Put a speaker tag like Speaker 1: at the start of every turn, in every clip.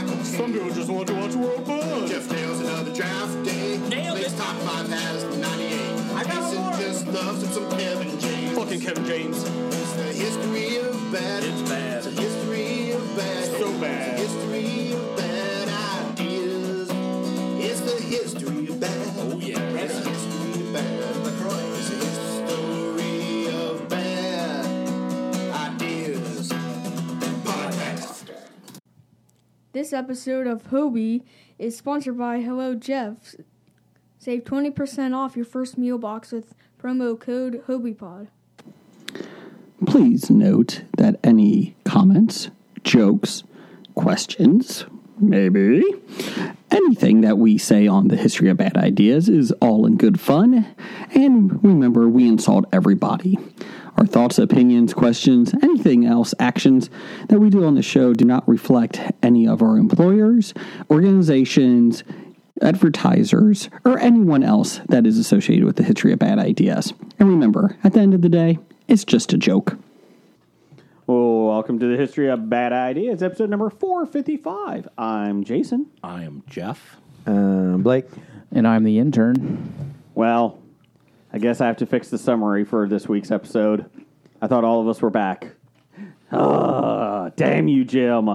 Speaker 1: Girl just want to watch world fun.
Speaker 2: Jeff Nails another draft day.
Speaker 3: Nailed
Speaker 2: Makes
Speaker 3: it.
Speaker 2: top five has 98.
Speaker 3: I got
Speaker 2: Mason
Speaker 3: one more.
Speaker 2: just loves him some Kevin James.
Speaker 1: Fucking Kevin James.
Speaker 2: It's the history of bad.
Speaker 3: It's bad.
Speaker 2: It's the history of bad.
Speaker 1: So bad.
Speaker 2: It's the history of bad ideas. It's the history of bad.
Speaker 3: Oh, yeah.
Speaker 2: It's the history of bad. LaCroix. It's the history of bad ideas. Podcast.
Speaker 4: This episode of Hobie is sponsored by Hello Jeff. Save 20% off your first meal box with promo code HobiePod.
Speaker 5: Please note that any comments, jokes, questions, maybe anything that we say on the history of bad ideas is all in good fun. And remember, we insult everybody. Our thoughts, opinions, questions, anything else, actions that we do on the show do not reflect any of our employers, organizations, advertisers, or anyone else that is associated with the history of bad ideas. And remember, at the end of the day, it's just a joke.
Speaker 6: Well, welcome to the History of Bad Ideas, episode number 455. I'm Jason.
Speaker 7: I am Jeff.
Speaker 8: Um, Blake,
Speaker 9: And I'm the intern.
Speaker 6: Well, I guess I have to fix the summary for this week's episode. I thought all of us were back. Ah, damn you, Jim.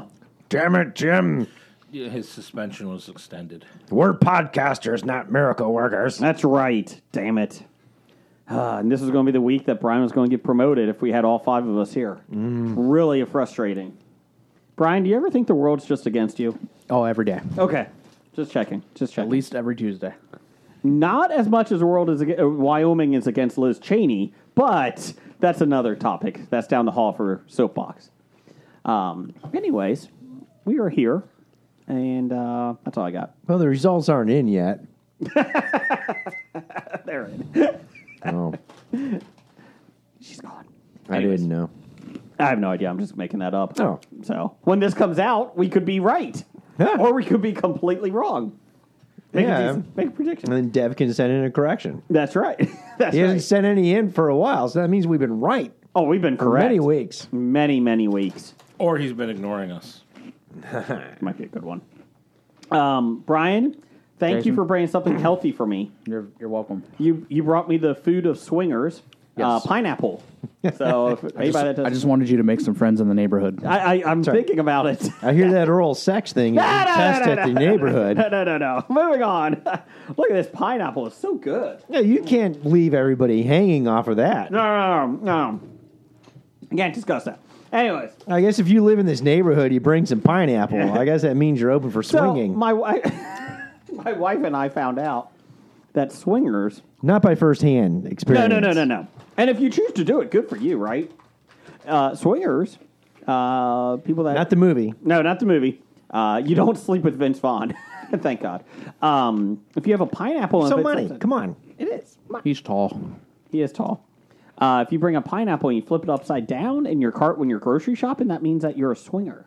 Speaker 8: damn it, Jim!
Speaker 7: Yeah, His suspension was extended.
Speaker 8: We're podcasters, not miracle workers.
Speaker 6: That's right. Damn it. Ah, and this is going to be the week that Brian was going to get promoted if we had all five of us here.
Speaker 8: Mm.
Speaker 6: Really frustrating. Brian, do you ever think the world's just against you?
Speaker 9: Oh, every day.
Speaker 6: Okay. Just checking. Just checking.
Speaker 9: At least every Tuesday.
Speaker 6: Not as much as the world is ag- uh, Wyoming is against Liz Cheney, but that's another topic. That's down the hall for soapbox. Um, anyways, we are here, and uh, that's all I got.
Speaker 8: Well, the results aren't in yet.
Speaker 6: There it is.
Speaker 8: Oh,
Speaker 6: She's gone.
Speaker 8: I
Speaker 6: Anyways.
Speaker 8: didn't know.
Speaker 6: I have no idea. I'm just making that up.
Speaker 8: Oh.
Speaker 6: So when this comes out, we could be right,
Speaker 8: Yeah.
Speaker 6: or we could be completely wrong. Make, a,
Speaker 8: Yeah.
Speaker 6: decent- make a prediction.
Speaker 8: And then Dev can send in a correction.
Speaker 6: That's right. That's
Speaker 8: He hasn't
Speaker 6: right.
Speaker 8: sent any in for a while, so that means we've been right
Speaker 6: Oh, we've been
Speaker 8: for
Speaker 6: correct.
Speaker 8: many weeks.
Speaker 6: Many, many weeks.
Speaker 7: Or he's been ignoring us.
Speaker 6: Might be a good one. Um, Brian, thank you
Speaker 9: Jason?
Speaker 6: for bringing something healthy for me.
Speaker 9: You're, you're welcome.
Speaker 6: You you brought me the food of swingers, uh,
Speaker 9: Yes.
Speaker 6: pineapple. So if anybody that does,
Speaker 9: I just wanted you to make some friends in the neighborhood.
Speaker 6: I, I, I'm
Speaker 8: Sorry.
Speaker 6: thinking about it.
Speaker 8: I hear that oral sex thing is
Speaker 6: No, no, no,
Speaker 8: test
Speaker 6: no,
Speaker 8: at the
Speaker 6: no,
Speaker 8: neighborhood.
Speaker 6: no, no, no, no. Moving on. Look at this pineapple. It's so good.
Speaker 8: Yeah, you can't leave everybody hanging off of that.
Speaker 6: No, no, no, no. I can't discuss that. Anyways,
Speaker 8: I guess if you live in this neighborhood, you bring some pineapple. I guess that means you're open for swinging.
Speaker 6: so my wife, my wife and I found out that swingers
Speaker 8: Not by firsthand
Speaker 6: No,
Speaker 8: experience.
Speaker 6: no, no, no, no. And if you choose to do it, good for you, right? Uh, swingers, uh, people that
Speaker 8: Not the movie.
Speaker 6: no, not the movie. Uh, you don't sleep with Vince Vaughn, thank God. Um, if you have a pineapple, and
Speaker 8: So
Speaker 6: Vince-
Speaker 8: money. Come on.
Speaker 6: it is. money.
Speaker 9: He's tall.
Speaker 6: He is tall. Uh, if you bring a pineapple and you flip it upside down in your cart when you're grocery shopping, that means that you're a swinger.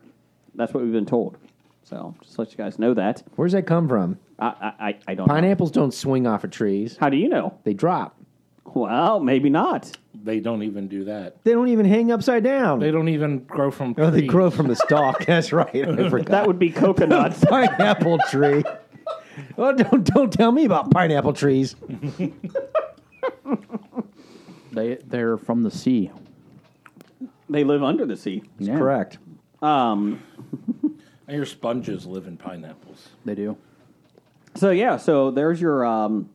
Speaker 6: That's what we've been told. So just let you guys know that.
Speaker 8: Where's that come from?
Speaker 6: I I, I- I don't. know.
Speaker 8: Pineapples don't swing off of trees.
Speaker 6: How do you know?
Speaker 8: They drop.
Speaker 6: Well, maybe not.
Speaker 7: They don't even do that.
Speaker 8: They don't even hang upside down.
Speaker 7: They don't even grow from.
Speaker 8: oh, they
Speaker 7: trees.
Speaker 8: grow from the stalk. That's right. I forgot.
Speaker 6: That would be coconuts.
Speaker 8: pineapple tree. Oh, don't don't tell me about pineapple trees.
Speaker 9: They, they're from the sea.
Speaker 6: they live under the sea.
Speaker 9: Yeah,
Speaker 8: Correct.
Speaker 7: I hear sponges live in pineapples.
Speaker 9: They do.
Speaker 6: So yeah, so there's your um,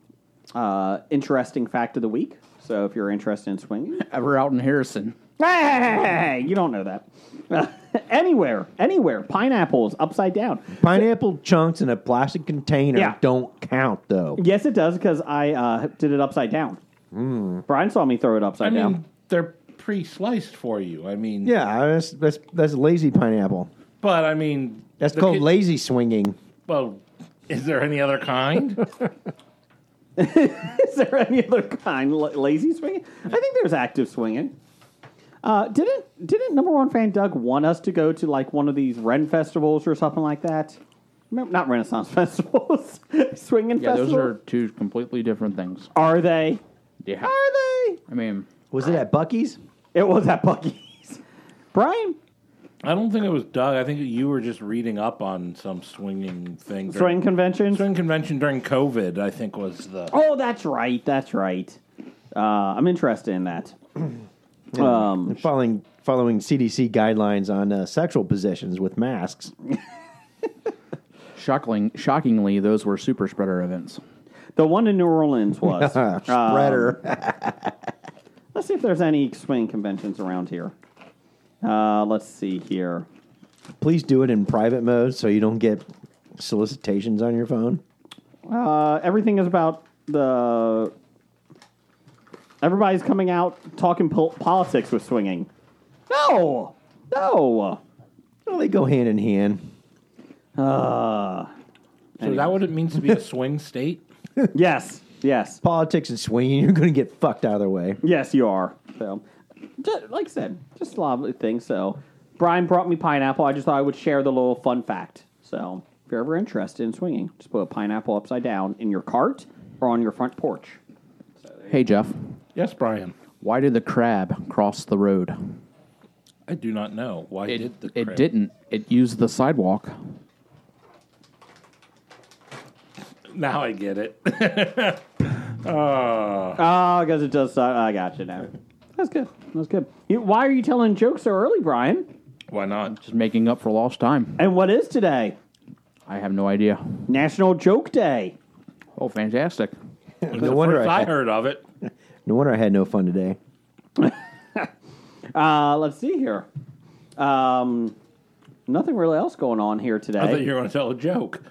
Speaker 6: uh, interesting fact of the week. So if you're interested in swinging,
Speaker 9: Ever out in Harrison.
Speaker 6: hey, you don't know that anywhere, anywhere. Pineapples upside down.
Speaker 8: Pineapple chunks in a plastic container
Speaker 6: Yeah.
Speaker 8: don't count though.
Speaker 6: Yes, it does because I uh, did it upside down.
Speaker 9: Hmm.
Speaker 6: Brian saw me throw it upside
Speaker 7: I mean,
Speaker 6: down.
Speaker 7: they're pre-sliced for you. I mean,
Speaker 8: Yeah, that's that's that's lazy pineapple.
Speaker 7: But I mean,
Speaker 8: That's
Speaker 7: the
Speaker 8: called
Speaker 7: kid-
Speaker 8: lazy swinging.
Speaker 7: Well, is there any other kind?
Speaker 6: Is there any other kind la- lazy swinging? I think there's active swinging. Uh, didn't didn't number one fan Doug want us to go to like one of these Ren festivals or something like that? Remem- Not Renaissance festivals, swinging
Speaker 9: Yeah,
Speaker 6: festivals.
Speaker 9: those are two completely different things.
Speaker 6: Are they?
Speaker 9: Yeah.
Speaker 6: Are they?
Speaker 9: I mean,
Speaker 8: Was it at Bucky's?
Speaker 6: It was at Bucky's. Brian,
Speaker 7: I don't think it was Doug. I think you were just reading up on some swinging thing.
Speaker 6: Swing
Speaker 7: during-
Speaker 6: convention.
Speaker 7: swing convention during COVID. I think was the.
Speaker 6: Oh, that's right. That's right. Uh, I'm interested in that. Um,
Speaker 8: following following CDC guidelines on uh, sexual possessions with masks.
Speaker 9: Shockling, shockingly, those were super spreader events.
Speaker 6: the one in New Orleans was. um,
Speaker 8: Spreader.
Speaker 6: Let's see if there's any swing conventions around here. Uh, let's see here.
Speaker 8: Please do it in private mode so you don't get solicitations on your phone.
Speaker 6: Uh, everything is about the. Everybody's coming out talking pol- politics with swinging. No, no.
Speaker 8: Well, they go hand in hand.
Speaker 7: So is that what it means to be a swing state?
Speaker 6: Yes, yes,
Speaker 8: Politics and swinging, you're going to get fucked out of their way.
Speaker 6: yes. You are. So, ju- like I said, just a lovely thing. So, Brian brought me pineapple. I just thought I would share the little fun fact. So, if you're ever interested in swinging, just put a pineapple upside down in your cart or on your front porch.
Speaker 9: Hey, Jeff,
Speaker 7: Yes, Brian.
Speaker 9: why did the crab cross the road?
Speaker 7: I do not know why
Speaker 9: It,
Speaker 7: did the
Speaker 9: it
Speaker 7: crab-
Speaker 9: didn't. It used the sidewalk.
Speaker 7: Now I get it.
Speaker 6: Oh, because it does. Suck. I got you now. That's good. That's good. You, why are you telling jokes so early, Brian?
Speaker 7: why not?
Speaker 9: Just making up for lost time.
Speaker 6: And what is today?
Speaker 9: I have no idea.
Speaker 6: National Joke Day.
Speaker 9: Oh, fantastic!
Speaker 8: No wonder,
Speaker 7: First
Speaker 8: I
Speaker 7: I
Speaker 8: had,
Speaker 7: heard of it.
Speaker 8: no wonder I had no fun today.
Speaker 6: Uh, let's see here. Um, nothing really else going on here
Speaker 7: I thought
Speaker 6: today.
Speaker 7: you were going to tell a joke.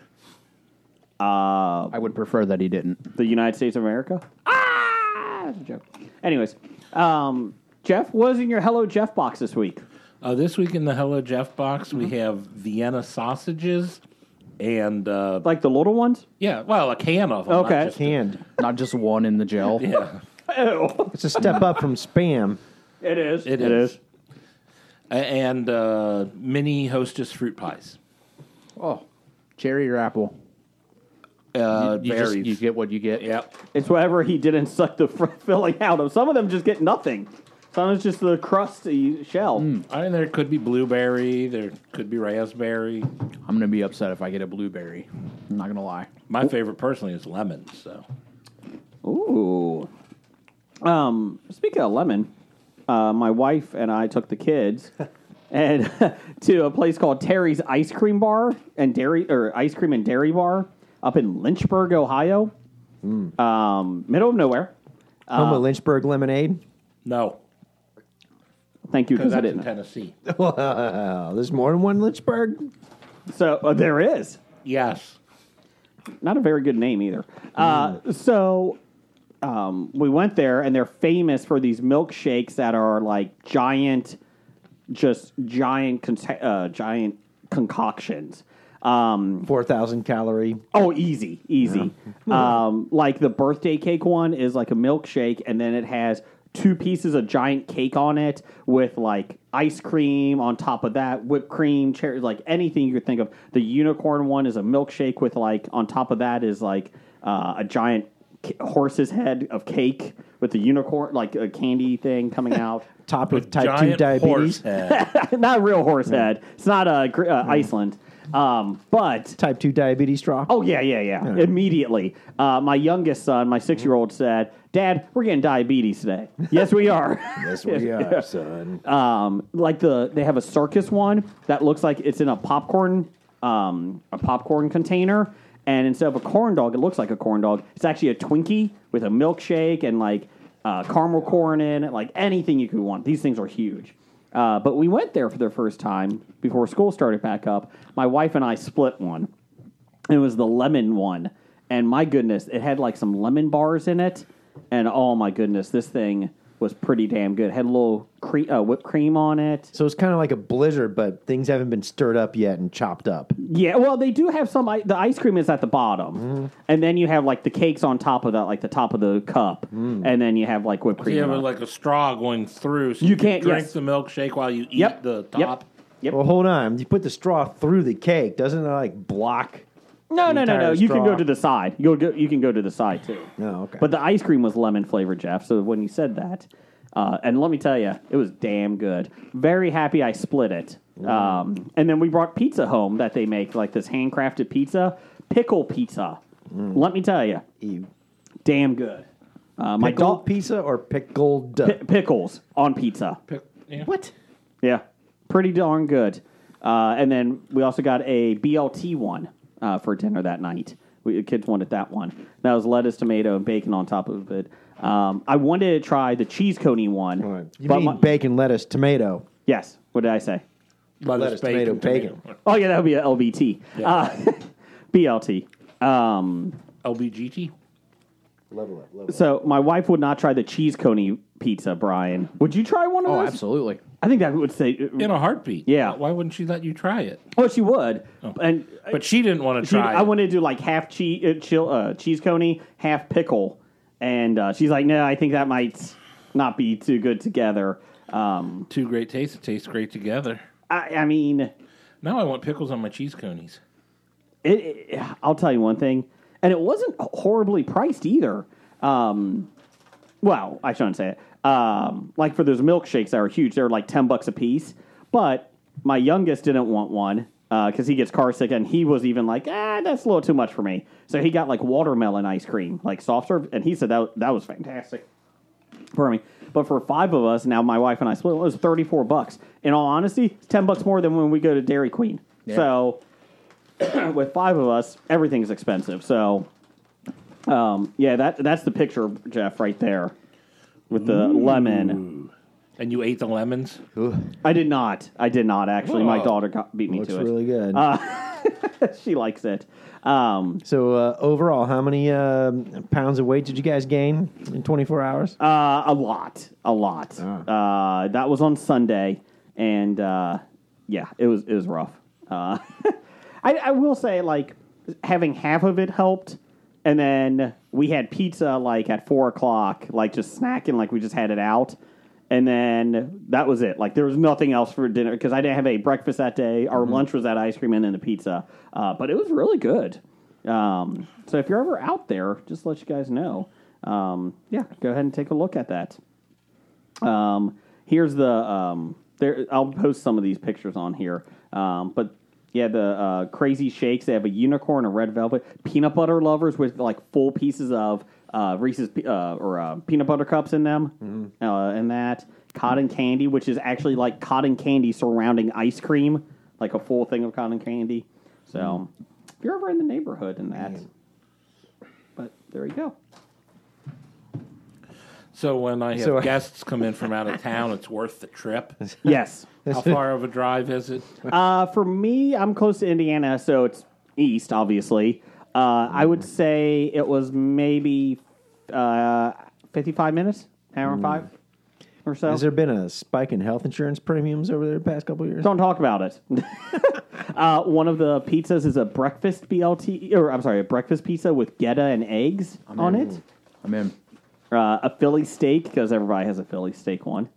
Speaker 9: I would prefer that he didn't.
Speaker 6: the United States of America. Ah, that's a joke. Anyways, um, Jeff, what is in your Hello Jeff box this week?
Speaker 7: Uh, this week in the Hello Jeff box, we have Vienna sausages and uh,
Speaker 6: Like the little ones?
Speaker 7: yeah, well, a can of them. not
Speaker 6: Okay.
Speaker 7: just-
Speaker 8: Canned.
Speaker 9: Not just one in the gel.
Speaker 7: yeah,
Speaker 8: It's a step up from spam.
Speaker 6: It is.
Speaker 7: it is. A- And uh, mini Hostess fruit pies.
Speaker 9: Oh, cherry or apple?
Speaker 7: Uh,
Speaker 9: You
Speaker 7: berries.
Speaker 9: just you get what you get.
Speaker 7: yep.
Speaker 6: It's whatever he didn't suck the fr- filling out of. Some of them just get nothing. Some is just the crusty shell.
Speaker 7: I mean, there could be blueberry. There could be raspberry.
Speaker 9: I'm gonna be upset if I get a blueberry. I'm not gonna lie.
Speaker 7: My favorite personally is lemon. So
Speaker 6: Ooh. Um, speaking of lemon, uh, my wife and I took the kids and to a place called Terry's Ice Cream Bar and Dairy or Ice Cream and Dairy Bar up in Lynchburg, Ohio. Um, middle of nowhere.
Speaker 8: Home
Speaker 7: Uh.
Speaker 8: of Lynchburg lemonade.
Speaker 7: no,
Speaker 6: Thank you
Speaker 7: because
Speaker 6: because I
Speaker 7: that's in
Speaker 6: didn't.
Speaker 7: Tennessee.
Speaker 8: Oh, there's more than one Lynchburg.
Speaker 6: So uh, there is.
Speaker 7: yes.
Speaker 6: not a very good name either. Uh, so um, we went there, and they're famous for these milkshakes that are like giant, just giant, con- uh, giant concoctions. Um,
Speaker 8: Four thousand calorie.
Speaker 6: oh, easy, easy. Um, like the birthday cake one is like a milkshake, and then it has two pieces of giant cake on it with like ice cream on top of that, whipped cream, cherry, like anything you could think of. The unicorn one is a milkshake with like on top of that is like uh, a giant ca- horse's head of cake with the unicorn, like a candy thing coming out.
Speaker 8: topped with type two
Speaker 7: Giant horse
Speaker 8: diabetes.
Speaker 7: head.
Speaker 6: not a real horse head. It's not a gr- uh, Iceland, um, but
Speaker 8: Type two diabetes straw.
Speaker 6: Oh yeah, yeah, yeah. Immediately, uh, my youngest son, my six-year-old, said, "Dad, we're getting diabetes today." yes, we are.
Speaker 8: yes, we are, son.
Speaker 6: um, like the they have a circus one that looks like it's in a popcorn um, a popcorn container, and instead of a corn dog, it looks like a corn dog. It's actually a Twinkie with a milkshake and like uh, caramel corn in it, like anything you could want. These things are huge. Uh, but we went there for the first time before school started back up. My wife and I split one. It was the lemon one, and my goodness, it had like some lemon bars in it, and oh my goodness, this thing was pretty damn good. had a little cre- uh, whipped cream on it.
Speaker 8: So it's kind of like a blizzard, but things haven't been stirred up yet and chopped up.
Speaker 6: Yeah, well, they do have some. I- the ice cream is at the bottom,
Speaker 7: Mm-hmm.
Speaker 6: and then you have like the cakes on top of that, like the top of the cup, and then you have like whipped cream.
Speaker 7: Mm. You have
Speaker 6: on it.
Speaker 7: like a straw going through. So
Speaker 6: You
Speaker 7: you,
Speaker 6: can't-
Speaker 7: can't drink
Speaker 6: yes.
Speaker 7: the milkshake while you eat
Speaker 6: Yep.
Speaker 7: the
Speaker 6: Yep.
Speaker 7: top.
Speaker 6: Yep.
Speaker 8: Well, hold on. You put the straw through the cake, doesn't it like block?
Speaker 6: no, no, no,
Speaker 8: entire
Speaker 6: no. You can
Speaker 8: straw.
Speaker 6: go to the side. You go. You can go to the side too.
Speaker 8: No, okay.
Speaker 6: But the ice cream was lemon flavored, Jeff. So when you said that, Uh, and let me tell you, it was damn good. Very happy I split it.
Speaker 8: Mm.
Speaker 6: Um, and then we brought pizza home that they make, like this handcrafted pizza, pickle pizza. Let me tell you,
Speaker 8: Mm. Ew.
Speaker 6: damn good. Uh, my
Speaker 8: Pickled
Speaker 6: dog
Speaker 8: pizza or pickled? uh,
Speaker 6: pi- pickles on pizza.
Speaker 7: Pick- yeah.
Speaker 8: what?
Speaker 6: Yeah, pretty darn good. Uh, and then we also got a BLT one uh, for dinner that night. We, the kids wanted that one. That was lettuce, tomato, and bacon on top of it. Um, I wanted to try the cheese coney one.
Speaker 8: You
Speaker 6: but
Speaker 8: mean
Speaker 6: my-
Speaker 8: bacon, lettuce, tomato?
Speaker 6: yes. What did I say?
Speaker 8: Lettuce, tomato, bacon.
Speaker 6: Oh yeah, that would be a LBT, uh, BLT. Um,
Speaker 7: LBGT.
Speaker 8: Level up, level up.
Speaker 6: so my wife would not try the cheese coney pizza. Brian, would you try one of
Speaker 9: Oh,
Speaker 6: those?
Speaker 9: absolutely.
Speaker 6: I think that would say. uh,
Speaker 7: In a heartbeat.
Speaker 6: Yeah.
Speaker 7: Why wouldn't she let you try it?
Speaker 6: oh, she would. And
Speaker 7: But she didn't want to
Speaker 6: She,
Speaker 7: try
Speaker 6: I
Speaker 7: it.
Speaker 6: wanted to do like half cheese, uh, chill, uh, cheese coney, half pickle, and uh, she's like, "No, I think that might not be too good together." Um,
Speaker 7: Two great tastes that taste great together.
Speaker 6: I, I mean, it,
Speaker 7: Now I want pickles on my cheese conies.
Speaker 6: it, I'll tell you one thing, and it wasn't horribly priced either. Um, well, I shouldn't say it. Um, like for those milkshakes that were huge, they were like ten bucks a piece. But my youngest didn't want one because he gets car sick, and he was even like, "Ah, that's a little too much for me." So he got like watermelon ice cream, like soft serve, and he said that that was fantastic for me. But for five of us, now my wife and I split it was thirty four bucks. In all honesty, it's ten bucks more than when we go to Dairy Queen. So with five of us, everything's expensive. So um, yeah, that that's the picture, Jeff, right there. With the lemon.
Speaker 7: And you ate the lemons?
Speaker 6: I did not. I did not actually. My
Speaker 7: Whoa.
Speaker 6: daughter got, beat me
Speaker 8: Looks
Speaker 6: to it.
Speaker 8: really good.
Speaker 6: Uh, she likes it. Um,
Speaker 8: so uh, overall, how many uh, pounds of weight did you guys gain in 24 hours?
Speaker 6: Uh, a lot, a lot.
Speaker 8: Ah.
Speaker 6: Uh, that was on Sunday, and uh, yeah, it was it was rough. Uh, I, I will say, like having half of it helped, and then we had pizza like at four o'clock, like just snacking, like we just had it out, and then that was it. Like there was nothing else for dinner because I didn't have any breakfast that day. Our lunch was that ice cream and then the pizza, uh, but it was really good. Um, so if you're ever out there, just let you guys know. Um, yeah, go ahead and take a look at that. Um, here's the um, there. I'll post some of these pictures on here. Um, but yeah, the uh, crazy shakes. They have a unicorn, a red velvet, peanut butter lovers with like full pieces of uh, Reese's pe- uh, or uh, peanut butter cups in them, uh, and that cotton candy, which is actually like cotton candy surrounding ice cream, like a full thing of cotton candy. So if you're ever in the neighborhood in that, but there you go.
Speaker 7: So when I have
Speaker 8: So-
Speaker 7: guests come in from out of town, it's worth the trip.
Speaker 6: Yes.
Speaker 7: How far of a drive is it?
Speaker 6: Uh, for me, I'm close to Indiana, so it's east, obviously. Uh, I would say it was maybe uh, 55 minutes, hour and five or so.
Speaker 8: Has there been a spike in health insurance premiums over the past couple of years?
Speaker 6: Don't talk about it. uh, one of the pizzas is a breakfast BLT, or I'm sorry, a breakfast pizza with Geta and eggs on it.
Speaker 9: I'm in.
Speaker 6: Uh, a Philly steak, because everybody has a Philly steak one.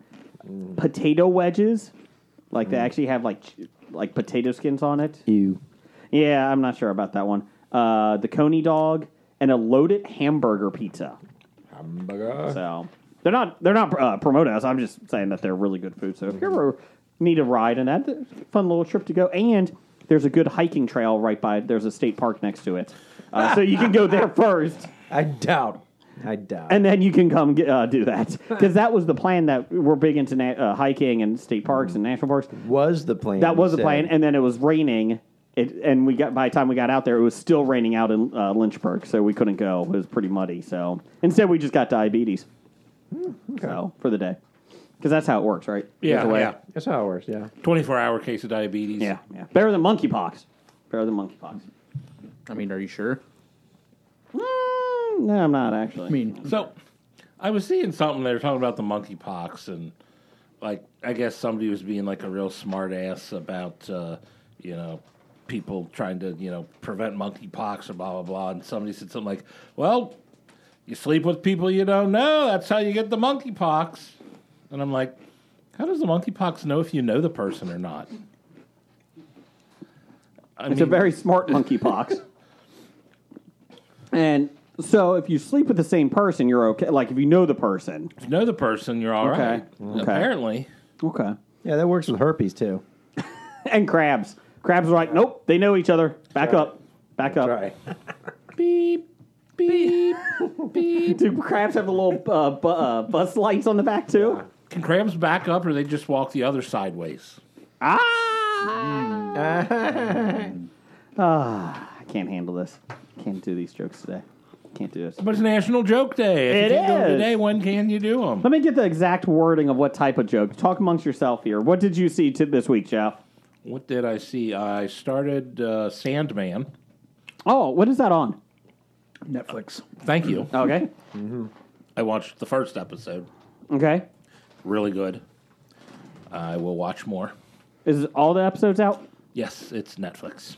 Speaker 6: Potato wedges, like they actually have like ch- like potato skins on it.
Speaker 8: You.
Speaker 6: Yeah, I'm not sure about that one. Uh, the Coney dog and a loaded hamburger pizza.
Speaker 8: Oh.
Speaker 6: Hamburger. So they're not they're not uh, promoting us. I'm just saying that they're really good food. So if you ever need a ride in that, it's a fun little trip to go. And there's a good hiking trail right by. There's a state park next to it, uh, so you can go there first
Speaker 8: I doubt. I doubt.
Speaker 6: and then you can come get, uh, do that because that was the plan that we're big into na- uh, hiking and state parks and national parks.
Speaker 8: was the plan?
Speaker 6: That
Speaker 8: you
Speaker 6: was the
Speaker 8: said.
Speaker 6: plan, and then it was raining. It, and we got by the time we got out there, it was still raining out in uh, Lynchburg, so we couldn't go. It was pretty muddy. So instead, we just got diabetes. So for the day, because that's how it works, right?
Speaker 7: Yeah,
Speaker 6: Either way.
Speaker 7: yeah.
Speaker 8: That's how it works. Yeah.
Speaker 7: 24 hour case of diabetes.
Speaker 6: yeah, yeah. Better than monkeypox. Better than monkeypox.
Speaker 9: I mean, are you sure?
Speaker 6: Mm, no, I'm not actually.
Speaker 9: I mean,
Speaker 7: So I was seeing something. They were talking about the monkeypox, and like I guess somebody was being like a real smart ass about uh, you know people trying to you know prevent monkeypox or blah blah blah. And somebody said something like, "Well, you sleep with people you don't know. That's how you get the monkeypox." And I'm like, "How does the monkeypox know if you know the person or not?" I
Speaker 6: it's
Speaker 7: mean,
Speaker 6: a very smart monkeypox. and So if you sleep with the same person, you're okay. Like if you know the person,
Speaker 7: If you know the person, you're all right.
Speaker 6: Okay. Okay.
Speaker 7: Apparently.
Speaker 6: okay.
Speaker 8: Yeah, that works with herpes too.
Speaker 6: And crabs, crabs are like, nope, they know each other. Back up, back up.
Speaker 8: Right.
Speaker 7: Beep, beep.
Speaker 6: Do crabs have the little uh, bu- uh, bus lights on the back too?
Speaker 7: Can crabs back up or they just walk the other sideways?
Speaker 6: Ah! Ah, I can't handle this. Can't do these jokes today. Can't do this.
Speaker 7: But it's National Joke Day. If
Speaker 6: It
Speaker 7: you can't do 'em
Speaker 6: is.
Speaker 7: today, when can you do them?
Speaker 6: Let me get the exact wording of what type of joke. Talk amongst yourself here. What did you see to this week, Jeff?
Speaker 7: What did I see? I started uh, Sandman.
Speaker 6: Oh, what is that on?
Speaker 9: Netflix.
Speaker 7: Thank you.
Speaker 6: Okay.
Speaker 7: I watched the first episode.
Speaker 6: okay.
Speaker 7: Really good. I will watch more.
Speaker 6: Is all the episodes out?
Speaker 7: Yes, it's Netflix.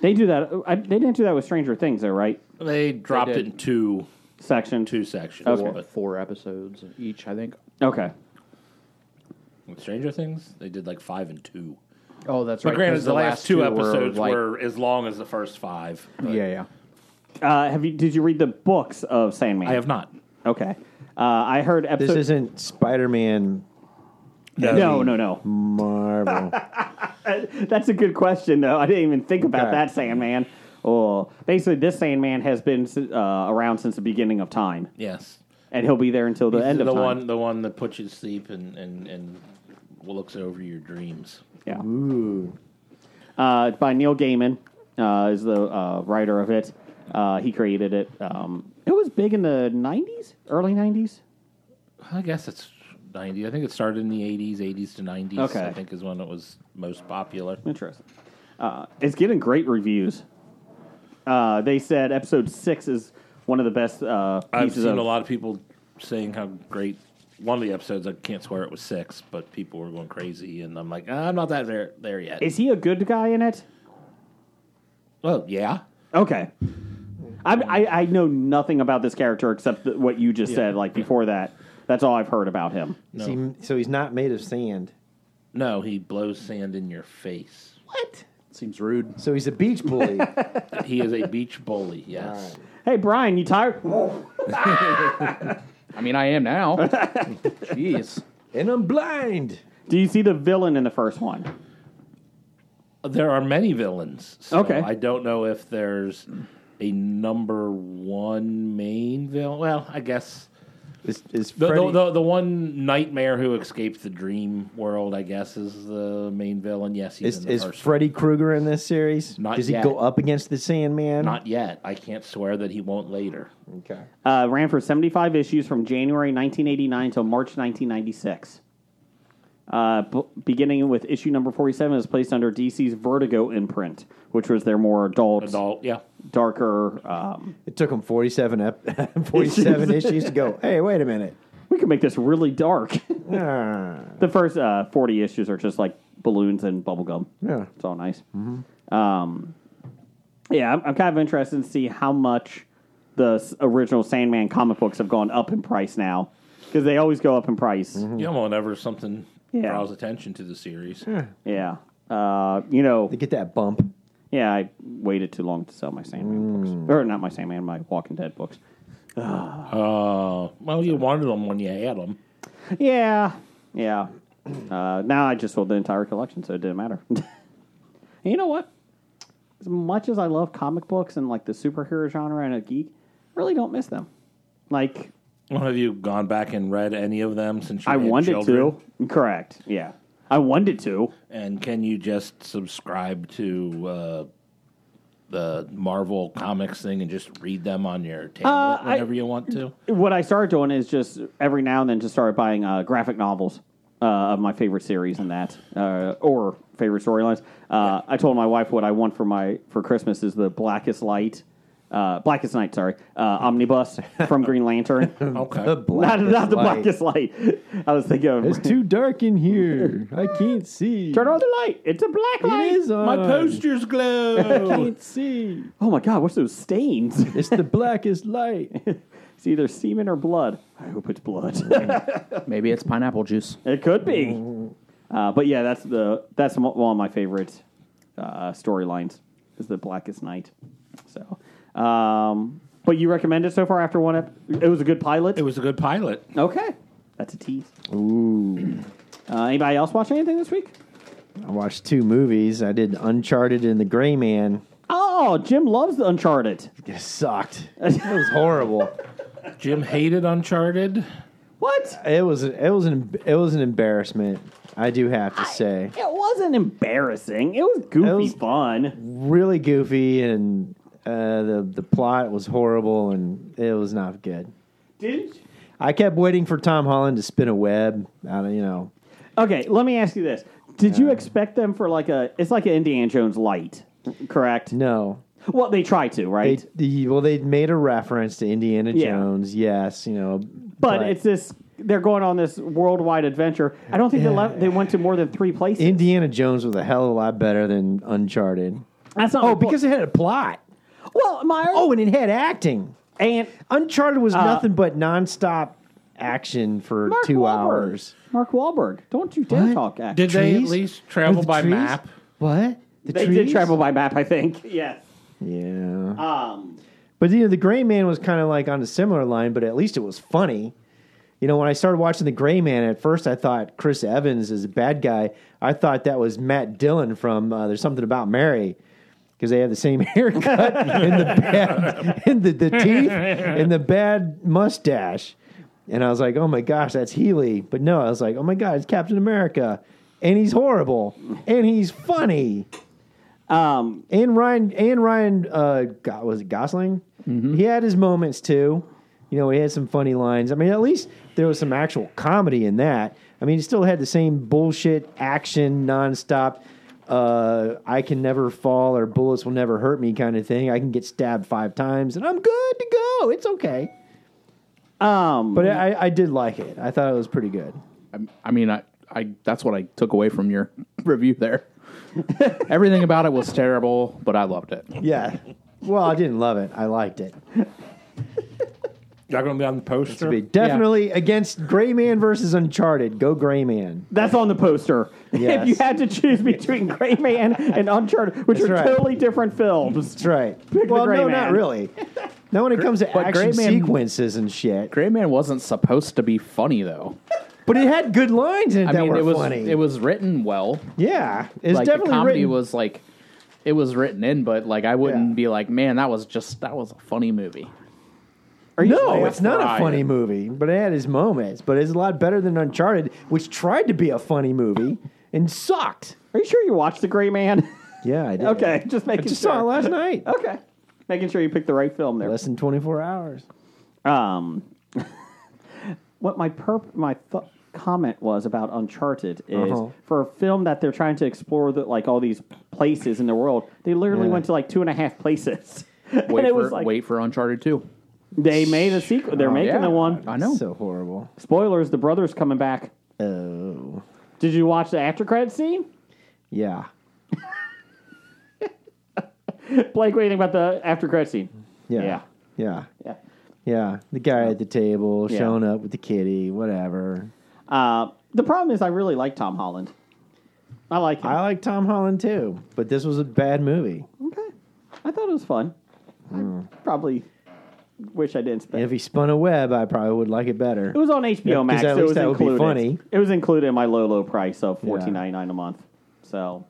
Speaker 6: They do that. I, they didn't do that with Stranger Things, though, right?
Speaker 7: They dropped
Speaker 9: did.
Speaker 7: it in two
Speaker 6: Section two.
Speaker 7: two sections.
Speaker 6: Okay.
Speaker 7: But
Speaker 9: Four episodes each, I think.
Speaker 6: Okay.
Speaker 7: with Stranger Things, they did like five and two.
Speaker 9: Oh, that's
Speaker 7: But
Speaker 9: right.
Speaker 7: granted,
Speaker 9: 'cause
Speaker 7: the, last two,
Speaker 9: were,
Speaker 7: episodes were,
Speaker 9: like-
Speaker 7: as long as the first five. but
Speaker 9: Yeah, yeah.
Speaker 6: Uh, have you? Did you read the books of Sandman?
Speaker 7: I have not.
Speaker 6: Okay. Uh, I heard
Speaker 8: This
Speaker 6: episode.
Speaker 8: isn't Spider-Man
Speaker 6: no, no, no.
Speaker 8: Marvel.
Speaker 6: That's a good question, though. I didn't even think about
Speaker 8: Okay.
Speaker 6: that Sandman. Oh, basically, this Sandman has been uh, around since the beginning of time,
Speaker 7: Yes.
Speaker 6: and he'll be there until the end
Speaker 7: the
Speaker 6: of time.
Speaker 7: one the one that puts you to sleep and, and, and looks over your dreams.
Speaker 6: Yeah. Uh, by Neil Gaiman uh, is the uh, writer of it. Uh, he created it. Um, it was big in the '90s, early '90s.
Speaker 7: I guess it's 90. I think it started in the 80s, 80s to 90s,
Speaker 6: Okay.
Speaker 7: I think is when it was most popular.
Speaker 6: Interesting. Uh, it's getting great reviews. Uh, they said episode six is one of the best uh, pieces
Speaker 7: I've seen
Speaker 6: of
Speaker 7: a lot of people saying how great one of the episodes, I can't swear it was six, but people were going crazy, and I'm like, "Ah, I'm not that there, there yet.
Speaker 6: Is he a good guy in it?
Speaker 7: well, yeah.
Speaker 6: Okay. I, I, I know nothing about this character except th- what you just said. Like before that, that's all I've heard about him.
Speaker 8: Is he- so he's not made of sand.
Speaker 7: No, he blows sand in your face.
Speaker 9: Seems rude.
Speaker 8: So he's a beach bully.
Speaker 7: He is a beach bully, yes.
Speaker 6: Hey Brian, you tired?
Speaker 9: I mean, I am now. Jeez.
Speaker 8: and I'm blind.
Speaker 6: Do you see the villain in the first one?
Speaker 7: There are many villains. So
Speaker 6: Okay.
Speaker 7: I don't know if there's a number one main villain. Well, I guess
Speaker 8: Is, is
Speaker 7: The,
Speaker 8: Freddy-
Speaker 7: the, the, the one nightmare who escaped the dream world, I guess, is the main villain. Yes, he's
Speaker 8: is,
Speaker 7: in the
Speaker 8: is
Speaker 7: first.
Speaker 8: Freddy Krueger in this series?
Speaker 7: Not
Speaker 8: Does he
Speaker 7: yet.
Speaker 8: go up against the Sandman?
Speaker 7: Not yet. I can't swear that he won't later.
Speaker 8: okay.
Speaker 6: Uh, ran for 75 issues from January 1989 till March 1996. Uh, b- beginning with issue number 47 is placed under DC's Vertigo imprint, which was their more adult,
Speaker 7: Adult, yeah.
Speaker 6: darker. Um,
Speaker 8: It took him 47 ep- 47 issues to go. Hey, wait a minute.
Speaker 6: we can make this really dark.
Speaker 8: Ah.
Speaker 6: the first uh, 40 issues are just like balloons and bubblegum.
Speaker 8: Yeah.
Speaker 6: It's all nice. Um, yeah, I'm, I'm kind of interested to see how much the s- original Sandman comic books have gone up in price now because they always go up in price.
Speaker 7: Yeah, whenever something
Speaker 6: Hmm. Yeah.
Speaker 7: draws attention to the series.
Speaker 6: Yeah. Uh, you know,
Speaker 8: They get that bump.
Speaker 6: yeah, I waited too long to sell my Sandman books. Or not my Sandman, my Walking Dead books.
Speaker 7: Uh, well, you wanted them when you had them.
Speaker 6: Yeah. Yeah. Uh, now I just sold the entire collection, so it didn't matter. And you know what? As much as I love comic books and like the superhero genre and a geek, I really don't miss them. Like,
Speaker 7: Well, have you gone back and read any of them since you
Speaker 6: I
Speaker 7: had
Speaker 6: wanted
Speaker 7: children?
Speaker 6: to. Correct. Yeah. I wanted to.
Speaker 7: And can you just subscribe to uh, the Marvel Comics thing and just read them on your tablet
Speaker 6: I-
Speaker 7: whenever you want to?
Speaker 6: What I started doing is just every now and then just started buying uh, graphic novels uh, of my favorite series and that, uh, or favorite storylines. Uh, I told my wife what I want for my for Christmas is the Blackest Light, uh, Blackest Night, sorry, uh, omnibus from Green Lantern.
Speaker 7: Okay.
Speaker 8: The
Speaker 6: not,
Speaker 8: blackest
Speaker 6: not the
Speaker 8: light.
Speaker 6: Blackest Light. I was thinking of
Speaker 8: It's too dark in here. I can't see.
Speaker 6: turn on the light. It's a black light.
Speaker 8: It is on.
Speaker 7: My posters glow.
Speaker 8: can't see.
Speaker 6: Oh my god, what's those stains?
Speaker 8: It's the blackest light.
Speaker 6: it's either semen or blood. I hope it's blood.
Speaker 9: Maybe it's pineapple juice.
Speaker 6: It could be. Uh, but yeah, that's the that's mo- one of my favorite uh, storylines is the Blackest Night. So, um, But you recommend it so far after one ep- It was a good pilot?
Speaker 7: It was a good pilot.
Speaker 6: okay. That's a tease. Ooh. Uh, anybody else watch anything this week?
Speaker 8: I watched two movies. I did Uncharted and The Gray Man.
Speaker 6: Oh, Jim loves the Uncharted.
Speaker 8: It sucked. It was horrible.
Speaker 7: Jim hated Uncharted.
Speaker 6: What?
Speaker 8: It was it was an it was an embarrassment. I do have to say,
Speaker 6: It wasn't embarrassing. It was goofy
Speaker 8: It was-
Speaker 6: fun.
Speaker 8: really goofy and uh, the the plot was horrible and it was not good.
Speaker 6: Didn't
Speaker 8: I kept waiting for Tom Holland to spin a web. I don't, you know,
Speaker 6: Okay, let me ask you this. Did you expect them for like a it's like an Indiana Jones light, correct?
Speaker 8: no.
Speaker 6: Well, they try to,
Speaker 8: They,
Speaker 6: right?
Speaker 8: the- well, they made a reference to Indiana
Speaker 6: Yeah.
Speaker 8: Jones. Yes, you know,
Speaker 6: but it's this they're going on this worldwide adventure. I don't think they
Speaker 8: Yeah.
Speaker 6: left, they went to more than three places.
Speaker 8: Indiana Jones was a hell of a lot better than Uncharted.
Speaker 6: That's not
Speaker 8: Oh, because it had a plot.
Speaker 6: well, my
Speaker 8: Oh, and it had acting.
Speaker 6: and
Speaker 8: Uncharted was nothing but nonstop action for
Speaker 6: Uh, Mark
Speaker 8: two
Speaker 6: Wahlberg.
Speaker 8: hours.
Speaker 6: Mark Wahlberg, don't you dare
Speaker 8: What?
Speaker 6: talk. Act.
Speaker 7: Did they at
Speaker 8: Trees?
Speaker 7: least travel
Speaker 8: With the
Speaker 7: by
Speaker 8: trees?
Speaker 7: map?
Speaker 8: What? The
Speaker 6: they did
Speaker 8: trees?
Speaker 6: travel by map? I think yes.
Speaker 8: Yeah.
Speaker 6: Um,
Speaker 8: But you know, the Gray Man was kind of like on a similar line, but at least it was funny. You know, when I started watching the Gray Man, at first I thought Chris Evans is a bad guy. I thought that was Matt Dillon from uh, "There's Something About Mary" because they have the same haircut and the bad and the, the teeth and the bad mustache. And I was like, "Oh my gosh, that's Healy!" But no, I was like, "Oh my god, it's Captain America." And he's horrible, and he's funny,
Speaker 6: um,
Speaker 8: and Ryan and Ryan uh, Go- was it Gosling? He had his moments too. You know, he had some funny lines. I mean, at least there was some actual comedy in that. I mean, he still had the same bullshit action nonstop. Uh, I can never fall or bullets will never hurt me kind of thing. I can get stabbed five times and I'm good to go. It's okay.
Speaker 6: um,
Speaker 8: But I, I did like it. I thought it was pretty good.
Speaker 9: I, I mean, I, I that's what I took away from your review there. Everything about it was terrible, but I loved it.
Speaker 8: Yeah. Well, I didn't love it. I liked it.
Speaker 7: Y'all gonna be on the poster?
Speaker 8: But definitely against Gray Man versus Uncharted. Go Gray Man.
Speaker 6: that's on the poster. if
Speaker 8: Yes.
Speaker 6: you had to choose between Gray Man and Uncharted, which
Speaker 8: That's
Speaker 6: are
Speaker 8: right.
Speaker 6: totally different films,
Speaker 8: That's right.
Speaker 6: Pick the
Speaker 8: well,
Speaker 6: gray
Speaker 8: no,
Speaker 6: man.
Speaker 8: not really. Now, when it comes to
Speaker 9: but
Speaker 8: action
Speaker 9: gray man-
Speaker 8: sequences and shit,
Speaker 9: Gray Man wasn't supposed to be funny though.
Speaker 8: but it had good lines in it
Speaker 9: I
Speaker 8: that
Speaker 9: mean,
Speaker 8: were
Speaker 9: it was
Speaker 8: funny.
Speaker 9: it was written well.
Speaker 8: yeah, it's
Speaker 9: like the
Speaker 8: definitely
Speaker 9: comedy
Speaker 8: written.
Speaker 9: was like it was written in, but like I wouldn't
Speaker 8: Yeah.
Speaker 9: be like, man, that was just that was a funny movie.
Speaker 8: no, it's not
Speaker 9: fried?
Speaker 8: a funny movie, but it had its moments. But it's a lot better than Uncharted, which tried to be a funny movie and sucked.
Speaker 6: are you sure you watched the Gray Man?
Speaker 8: Yeah, I did.
Speaker 6: okay, just
Speaker 8: I
Speaker 6: making
Speaker 8: just
Speaker 6: sure.
Speaker 8: saw it last night.
Speaker 6: Okay, making sure you picked the right film there.
Speaker 8: Less than twenty four hours.
Speaker 6: Um, what my perp my th- comment was about Uncharted is
Speaker 8: Uh-huh.
Speaker 6: for a film that they're trying to explore the, like all these places in the world. They literally
Speaker 8: Yeah.
Speaker 6: went to like two and a half places,
Speaker 9: Wait
Speaker 6: and it
Speaker 9: for
Speaker 6: was like
Speaker 9: wait for Uncharted two.
Speaker 6: they made a sequel.
Speaker 8: Oh,
Speaker 6: They're making
Speaker 9: yeah.
Speaker 6: the one.
Speaker 9: I know.
Speaker 8: so horrible.
Speaker 6: Spoilers: the brothers coming back.
Speaker 8: Oh,
Speaker 6: Did you watch the after credit scene?
Speaker 8: yeah,
Speaker 6: Blake, what do you think about the after credit scene?
Speaker 8: yeah,
Speaker 6: Yeah.
Speaker 8: yeah, yeah.
Speaker 6: Yeah.
Speaker 8: The guy at the table
Speaker 6: Yeah.
Speaker 8: showing up with the kitty, whatever.
Speaker 6: Uh, the problem is, I really like Tom Holland. I like him.
Speaker 8: I
Speaker 6: I,
Speaker 8: like Tom Holland too, but this was a bad movie.
Speaker 6: thought it was fun. I probably wish I didn't spend.
Speaker 8: And Hmm. if he spun a web, I probably would like it better.
Speaker 6: It was on HBO
Speaker 8: Yeah, 'cause
Speaker 6: Max.
Speaker 8: at
Speaker 6: so it
Speaker 8: least
Speaker 6: was
Speaker 8: that would be
Speaker 6: included.
Speaker 8: funny.
Speaker 6: It was included in my low low price of fourteen ninety nine a month. So,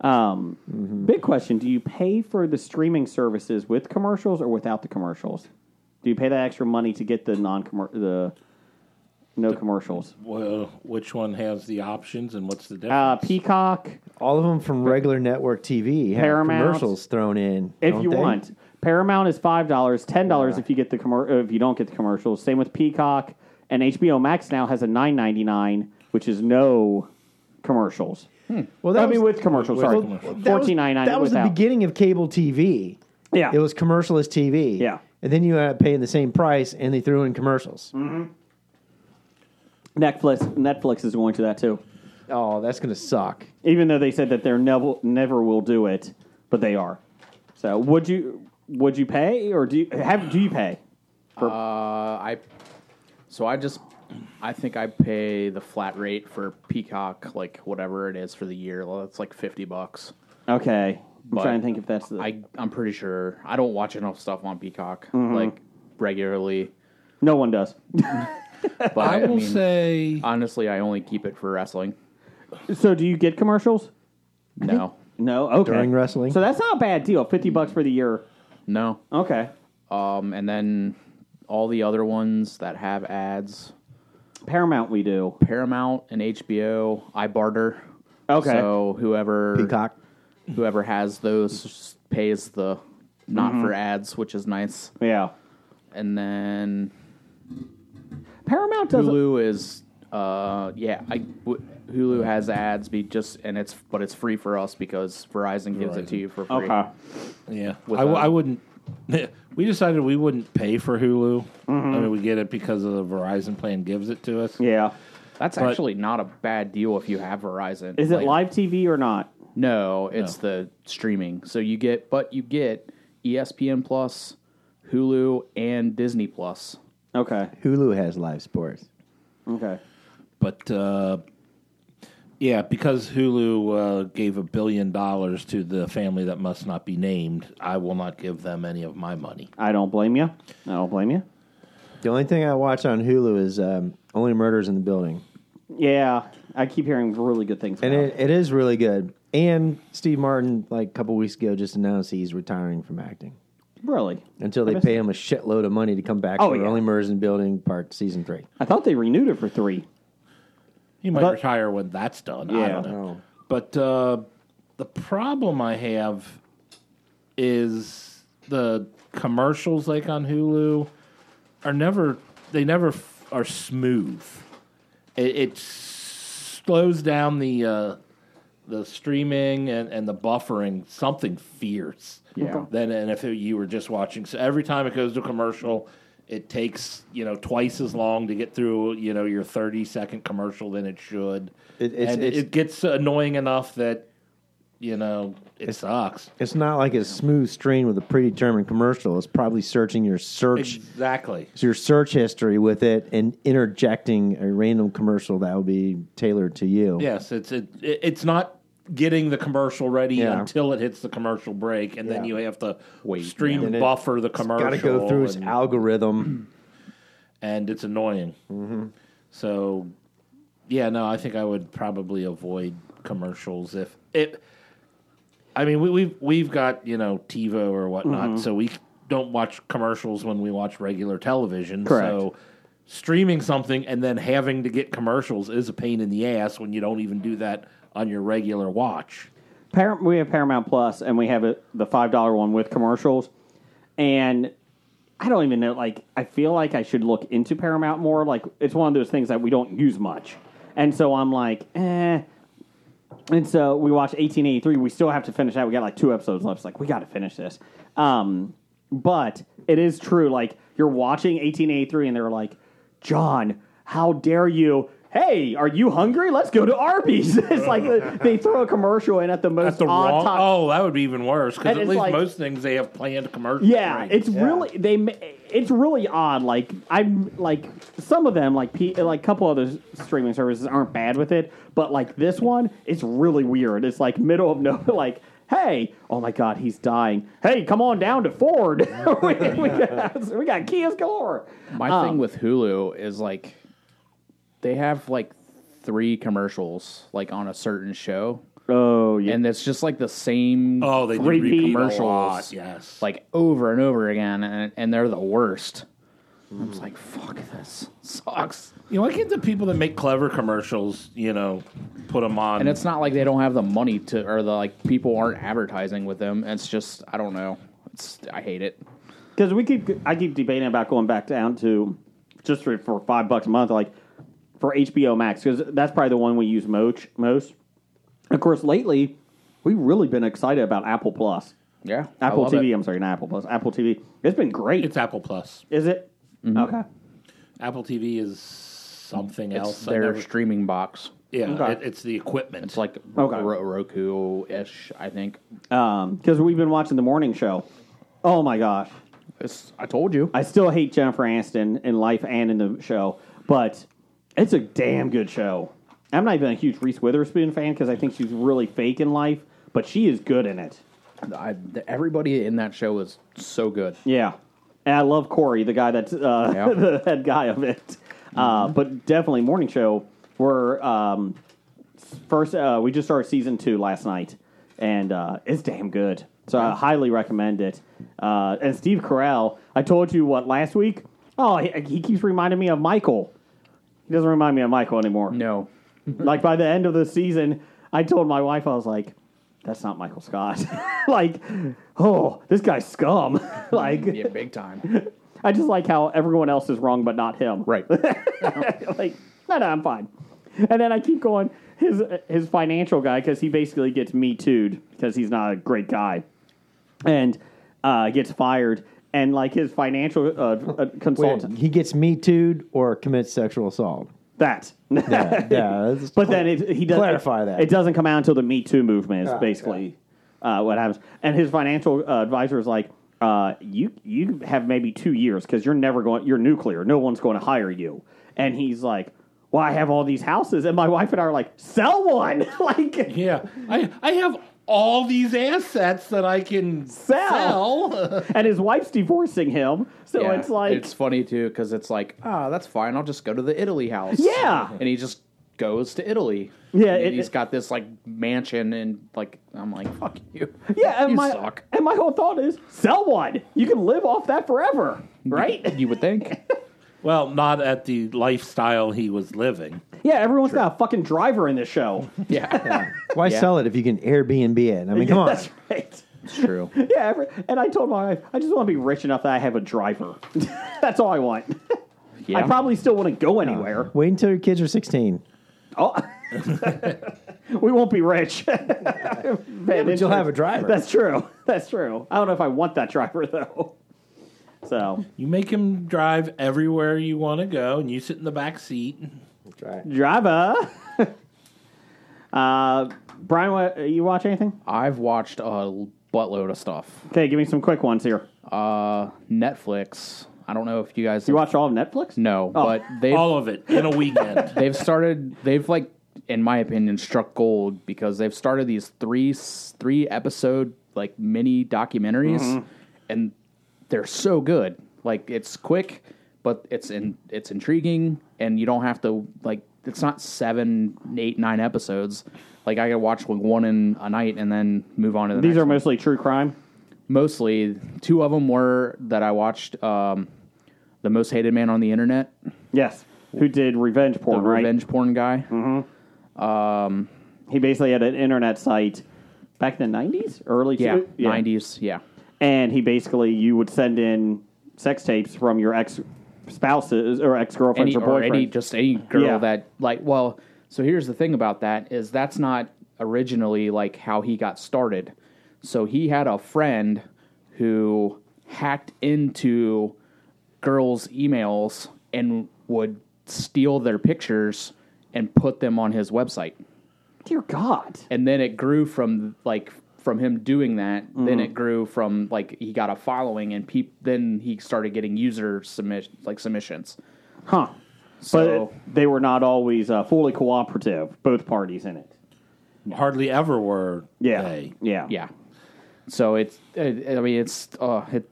Speaker 6: um,
Speaker 8: Mm-hmm.
Speaker 6: big question: Do you pay for the streaming services with commercials or without the commercials? Do you pay that extra money to get the non the no commercials?
Speaker 7: Well, which one has the options and what's the difference?
Speaker 6: Uh, Peacock,
Speaker 8: All of them from regular network TV. have
Speaker 6: Paramount.
Speaker 8: commercials thrown in
Speaker 6: if
Speaker 8: don't
Speaker 6: you
Speaker 8: they?
Speaker 6: want. Paramount is five dollars, ten dollars if you get the commer- uh, if you don't get the commercials. Same with Peacock and HBO Max now has a nine ninety nine, which is no commercials.
Speaker 8: Well, that
Speaker 6: I mean,
Speaker 8: was,
Speaker 6: with commercials. Sorry,
Speaker 7: Well,
Speaker 8: that was-
Speaker 6: fourteen ninety nine.
Speaker 8: That was
Speaker 6: without.
Speaker 8: the beginning of cable TV.
Speaker 6: Yeah,
Speaker 8: It was commercialless TV.
Speaker 6: Yeah.
Speaker 8: and then you ended up paying the same price, and they threw in commercials.
Speaker 6: Mm. Netflix. Netflix is going to that too,
Speaker 8: Oh, that's gonna suck.
Speaker 6: even though they said that they're never never will do it, but they are. So would you would you pay or do you have do you pay?
Speaker 9: Uh, I so I just I think I pay the flat rate for Peacock, like whatever it is for the year. Well, That's like fifty bucks.
Speaker 6: Okay, I'm
Speaker 9: But
Speaker 6: trying to think if that's the.
Speaker 9: I I'm pretty sure I don't watch enough stuff on Peacock like regularly.
Speaker 6: no one does.
Speaker 9: But
Speaker 7: I will
Speaker 9: mean,
Speaker 7: say
Speaker 9: honestly, I only keep it for wrestling.
Speaker 6: So do you get commercials?
Speaker 9: No,
Speaker 6: No. Okay.
Speaker 8: During wrestling?
Speaker 6: So that's not a bad deal. Fifty bucks for the year.
Speaker 9: no.
Speaker 6: Okay.
Speaker 9: Um, and then all the other ones that have ads,
Speaker 6: Paramount, we do.
Speaker 9: Paramount and HBO, I barter.
Speaker 6: Okay.
Speaker 9: So whoever
Speaker 8: Peacock.
Speaker 9: whoever has those pays the not for ads, which is nice.
Speaker 6: Yeah.
Speaker 9: And then
Speaker 6: Paramount does.
Speaker 9: Hulu is uh yeah, I w- Hulu has ads be just and it's but it's free for us because Verizon gives it to you for free.
Speaker 6: Okay.
Speaker 7: Yeah, I
Speaker 9: With
Speaker 7: w-
Speaker 9: a-
Speaker 7: I wouldn't. We decided we wouldn't pay for Hulu. I mean, we get it because of the Verizon plan gives it to us.
Speaker 6: Yeah.
Speaker 9: That's
Speaker 7: But-
Speaker 9: actually not a bad deal if you have Verizon.
Speaker 6: Is it
Speaker 9: Like,
Speaker 6: live TV or not?
Speaker 9: No, it's the streaming. So you get but you get E ESPN Plus, Hulu, and Disney Plus.
Speaker 6: Okay.
Speaker 8: Hulu has live sports.
Speaker 6: Okay.
Speaker 7: But uh, yeah, because Hulu uh, gave a billion dollars to the family that must not be named, I will not give them any of my money.
Speaker 6: I don't blame you. I don't blame you.
Speaker 8: The only thing I watch on Hulu is um, Only Murders in the Building.
Speaker 6: Yeah. I keep hearing really good things.
Speaker 8: And
Speaker 6: about
Speaker 8: it, it is really good. And Steve Martin, like a couple weeks ago, just announced he's retiring from acting
Speaker 6: Really.
Speaker 8: until they pay him a shitload of money to come back
Speaker 6: Oh,
Speaker 8: for
Speaker 6: yeah.
Speaker 8: Only Murders in the Building Part Season 3.
Speaker 6: I thought they renewed it for three.
Speaker 7: He might
Speaker 6: But-
Speaker 7: retire when that's done. I
Speaker 6: Yeah.
Speaker 7: don't know. But uh, the problem I have is the commercials, like on Hulu, are never they never f- are smooth. It, it slows down the uh, the streaming and, and the buffering something fierce.
Speaker 6: Yeah.
Speaker 7: Then and if you were just watching, so every time it goes to commercial, it takes you know twice as long to get through you know your thirty second commercial than it should.
Speaker 8: It- it's-
Speaker 7: and
Speaker 8: it's-
Speaker 7: it gets annoying enough that you know it sucks.
Speaker 8: It's not like a smooth stream with a predetermined commercial. It's probably searching your search
Speaker 7: Exactly.
Speaker 8: your search history with it and interjecting a random commercial that will be tailored to you.
Speaker 7: Yes, it's it, it- it's not getting the commercial ready
Speaker 8: Yeah.
Speaker 7: until it hits the commercial break, and then
Speaker 8: Yeah.
Speaker 7: you have to
Speaker 9: Wait,
Speaker 7: stream
Speaker 8: And it-
Speaker 7: buffer the
Speaker 8: it's
Speaker 7: commercial.
Speaker 8: Got to go through its
Speaker 7: and,
Speaker 8: algorithm.
Speaker 7: and it's annoying. Mm-hmm. So, yeah, no, I think I would probably avoid commercials if it. I mean, we, we've we've got you know TiVo or whatnot,
Speaker 6: Mm-hmm.
Speaker 7: so we don't watch commercials when we watch regular television.
Speaker 6: Correct.
Speaker 7: So, streaming something and then having to get commercials is a pain in the ass when you don't even do that on your regular watch.
Speaker 6: Par- we have Paramount Plus, and we have a, the five dollar one with commercials. And I don't even know. Like, I feel like I should look into Paramount more. Like, it's one of those things that we don't use much, and so I'm like, eh. And so we watched 1883. We still have to finish that. We got like two episodes left. It's like we got to finish this. Um, but it is true. Like you're watching 1883, and they're like, John, how dare you? Hey, are you hungry? Let's go to Arby's. it's like the, they throw a commercial in at the most
Speaker 7: At the
Speaker 6: odd
Speaker 7: wrong.
Speaker 6: time.
Speaker 7: Oh, that would be even worse because
Speaker 6: And
Speaker 7: at
Speaker 6: it's
Speaker 7: least
Speaker 6: like-
Speaker 7: most things they have planned commercials.
Speaker 6: Yeah,
Speaker 7: right?
Speaker 6: it's really they. ma- It's really odd. Like I'm like some of them, like P, like a couple other streaming services aren't bad with it, but like this one, it's really weird. It's like middle of no, like hey, oh my god, he's dying. Hey, come on down to Ford. we, we got, we got Kia's galore.
Speaker 9: My thing with Hulu is like they have like three commercials like on a certain show,
Speaker 6: Oh yeah,
Speaker 9: and it's just like the same
Speaker 7: Oh, they do
Speaker 6: Repeat.
Speaker 7: repeat
Speaker 9: commercials,
Speaker 7: a lot, yes,
Speaker 9: like over and over again, and, and they're the worst. I'm just like, fuck this sucks.
Speaker 7: you know, why can't the people that make clever commercials, you know, put them on?
Speaker 9: And it's not like they don't have the money to, or the like people aren't advertising with them. It's just I don't know. It's I hate it.
Speaker 6: because we keep I keep debating about going back down to just for, for five bucks a month, like for HBO Max, because that's probably the one we use most. Most, of course, lately we've really been excited about Apple Plus,
Speaker 9: Yeah, I
Speaker 6: Apple
Speaker 9: love
Speaker 6: TV.
Speaker 9: it.
Speaker 6: I'm sorry, not Apple Plus, Apple TV. It's been great.
Speaker 7: it's Apple Plus.
Speaker 6: is it
Speaker 9: Mm-hmm.
Speaker 6: okay?
Speaker 7: Apple TV is something
Speaker 9: It's
Speaker 7: else. I
Speaker 9: their
Speaker 7: never-
Speaker 9: streaming box.
Speaker 7: yeah,
Speaker 6: Okay.
Speaker 7: it, it's the equipment.
Speaker 9: It's like
Speaker 6: Okay.
Speaker 9: Ro- Roku ish. I think.
Speaker 6: Because Um, we've been watching the morning show. Oh my gosh,
Speaker 9: It's, I told you.
Speaker 6: I still hate Jennifer Aniston in life and in the show, but it's a damn good show. I'm not even a huge Reese Witherspoon fan because I think she's really fake in life, but she is good in it.
Speaker 9: I, th- everybody in that show is so good.
Speaker 6: Yeah, and I love Corey, the guy that's uh,
Speaker 9: Yeah. Mm-hmm.
Speaker 6: the head guy of it. Uh, But definitely morning show. We're um, first. Uh, we just started season two last night, and uh, it's damn good. So I highly recommend it. Uh, and Steve Carell, I told you what last week. Oh, he, he keeps reminding me of Michael. He doesn't remind me of Michael anymore
Speaker 9: No,
Speaker 6: like by the end of the season, I told my wife I was like, "That's not Michael Scott." like, oh, this guy's scum. like,
Speaker 9: yeah, big time.
Speaker 6: I just like how everyone else is wrong, but not him.
Speaker 9: Right.
Speaker 6: like, no, no, I'm fine. And then I keep going his his financial guy because he basically gets me tooed because he's not a great guy, and uh, gets fired. And like his financial uh, uh,
Speaker 8: Wait,
Speaker 6: consultant,
Speaker 8: he gets me tooed or commits sexual assault.
Speaker 6: that
Speaker 8: Yeah, yeah. that's-
Speaker 6: But then it, he does
Speaker 8: Clarify
Speaker 6: it,
Speaker 8: that.
Speaker 6: it doesn't come out until the Me Too movement is
Speaker 8: Ah,
Speaker 6: basically uh, what happens. And his financial uh, advisor is like, uh, "You you have maybe two years because you're never going. You're nuclear. No one's going to hire you." And he's like, "Well, I have all these houses," and my wife and I are like, "Sell one, like
Speaker 7: Yeah, I I have all these assets that I can
Speaker 6: Sell.
Speaker 7: sell.
Speaker 6: And his wife's divorcing him, so
Speaker 9: Yeah,
Speaker 6: it's like,
Speaker 9: it's funny too because it's like ah, that's fine. I'll just go to the Italy house.
Speaker 6: Yeah.
Speaker 9: and he just goes to Italy.
Speaker 6: Yeah,
Speaker 9: and
Speaker 6: it-
Speaker 9: he's
Speaker 6: it-
Speaker 9: got this like mansion and like I'm like fuck you.
Speaker 6: yeah. And
Speaker 9: you
Speaker 6: my
Speaker 9: suck.
Speaker 6: and my whole thought is, sell one. You can live off that forever, right?
Speaker 9: You would think.
Speaker 7: well, not at the lifestyle he was living.
Speaker 6: yeah, everyone's got a fucking driver in this show.
Speaker 9: yeah,
Speaker 8: Why
Speaker 9: Yeah.
Speaker 8: sell it if you can Airbnb it? I mean, come on.
Speaker 6: That's right.
Speaker 9: it's true.
Speaker 6: Yeah, every, and I told my wife, I just want to be rich enough that I have a driver. That's all I want.
Speaker 9: Yeah,
Speaker 6: I probably still wouldn't go anywhere.
Speaker 8: Wait until your kids are 16.
Speaker 6: Oh. we won't be rich.
Speaker 8: But you'll have a driver.
Speaker 6: That's true. That's true. I don't know if I want that driver though. So
Speaker 7: You make him drive everywhere you want to go, and you sit in the back seat.
Speaker 6: driver. uh, Brian, what, you watch anything?
Speaker 9: I've watched a buttload of stuff.
Speaker 6: Okay, give me some quick ones here.
Speaker 9: Uh, Netflix. I don't know if you guys
Speaker 6: You watch Oh. all of Netflix?
Speaker 9: No, but they've
Speaker 7: All of it in a weekend.
Speaker 9: they've started. They've like, in my opinion, struck gold because they've started these three s- three episode like mini documentaries,
Speaker 6: Mm-hmm.
Speaker 9: and they're so good. Like it's quick, but it's in it's intriguing, and you don't have to like. It's not seven, eight, nine episodes. Like I could watch like, one in a night and then move on to the
Speaker 6: These
Speaker 9: next
Speaker 6: are
Speaker 9: one
Speaker 6: mostly true crime.
Speaker 9: mostly two of them were that I watched um, the most hated man on the internet,
Speaker 6: Yes. Who did revenge
Speaker 9: the
Speaker 6: porn? right? Mm-hmm.
Speaker 9: revenge porn guy.
Speaker 6: He basically had an internet site back in the 90s, early
Speaker 9: Yeah,
Speaker 6: two-
Speaker 9: nineties. Yeah.
Speaker 6: And he basically, you would send in sex tapes from your ex spouses or ex girlfriends
Speaker 9: any
Speaker 6: or
Speaker 9: or
Speaker 6: boyfriends.
Speaker 9: any just any girl
Speaker 6: Yeah.
Speaker 9: that like. Well, so here's the thing about that is that's not originally like how he got started. So he had a friend who hacked into girls' emails and would steal their pictures and put them on his website.
Speaker 6: Dear God.
Speaker 9: and then it grew from like from him doing that
Speaker 6: Mm-hmm.
Speaker 9: then it grew from like he got a following and peop- then he started getting user submission like submissions
Speaker 6: Huh.
Speaker 9: so
Speaker 6: but they were not always uh, fully cooperative, both parties in it.
Speaker 7: Hardly ever were
Speaker 6: Yeah.
Speaker 7: they.
Speaker 6: Yeah.
Speaker 9: yeah so it's it, i mean it's uh it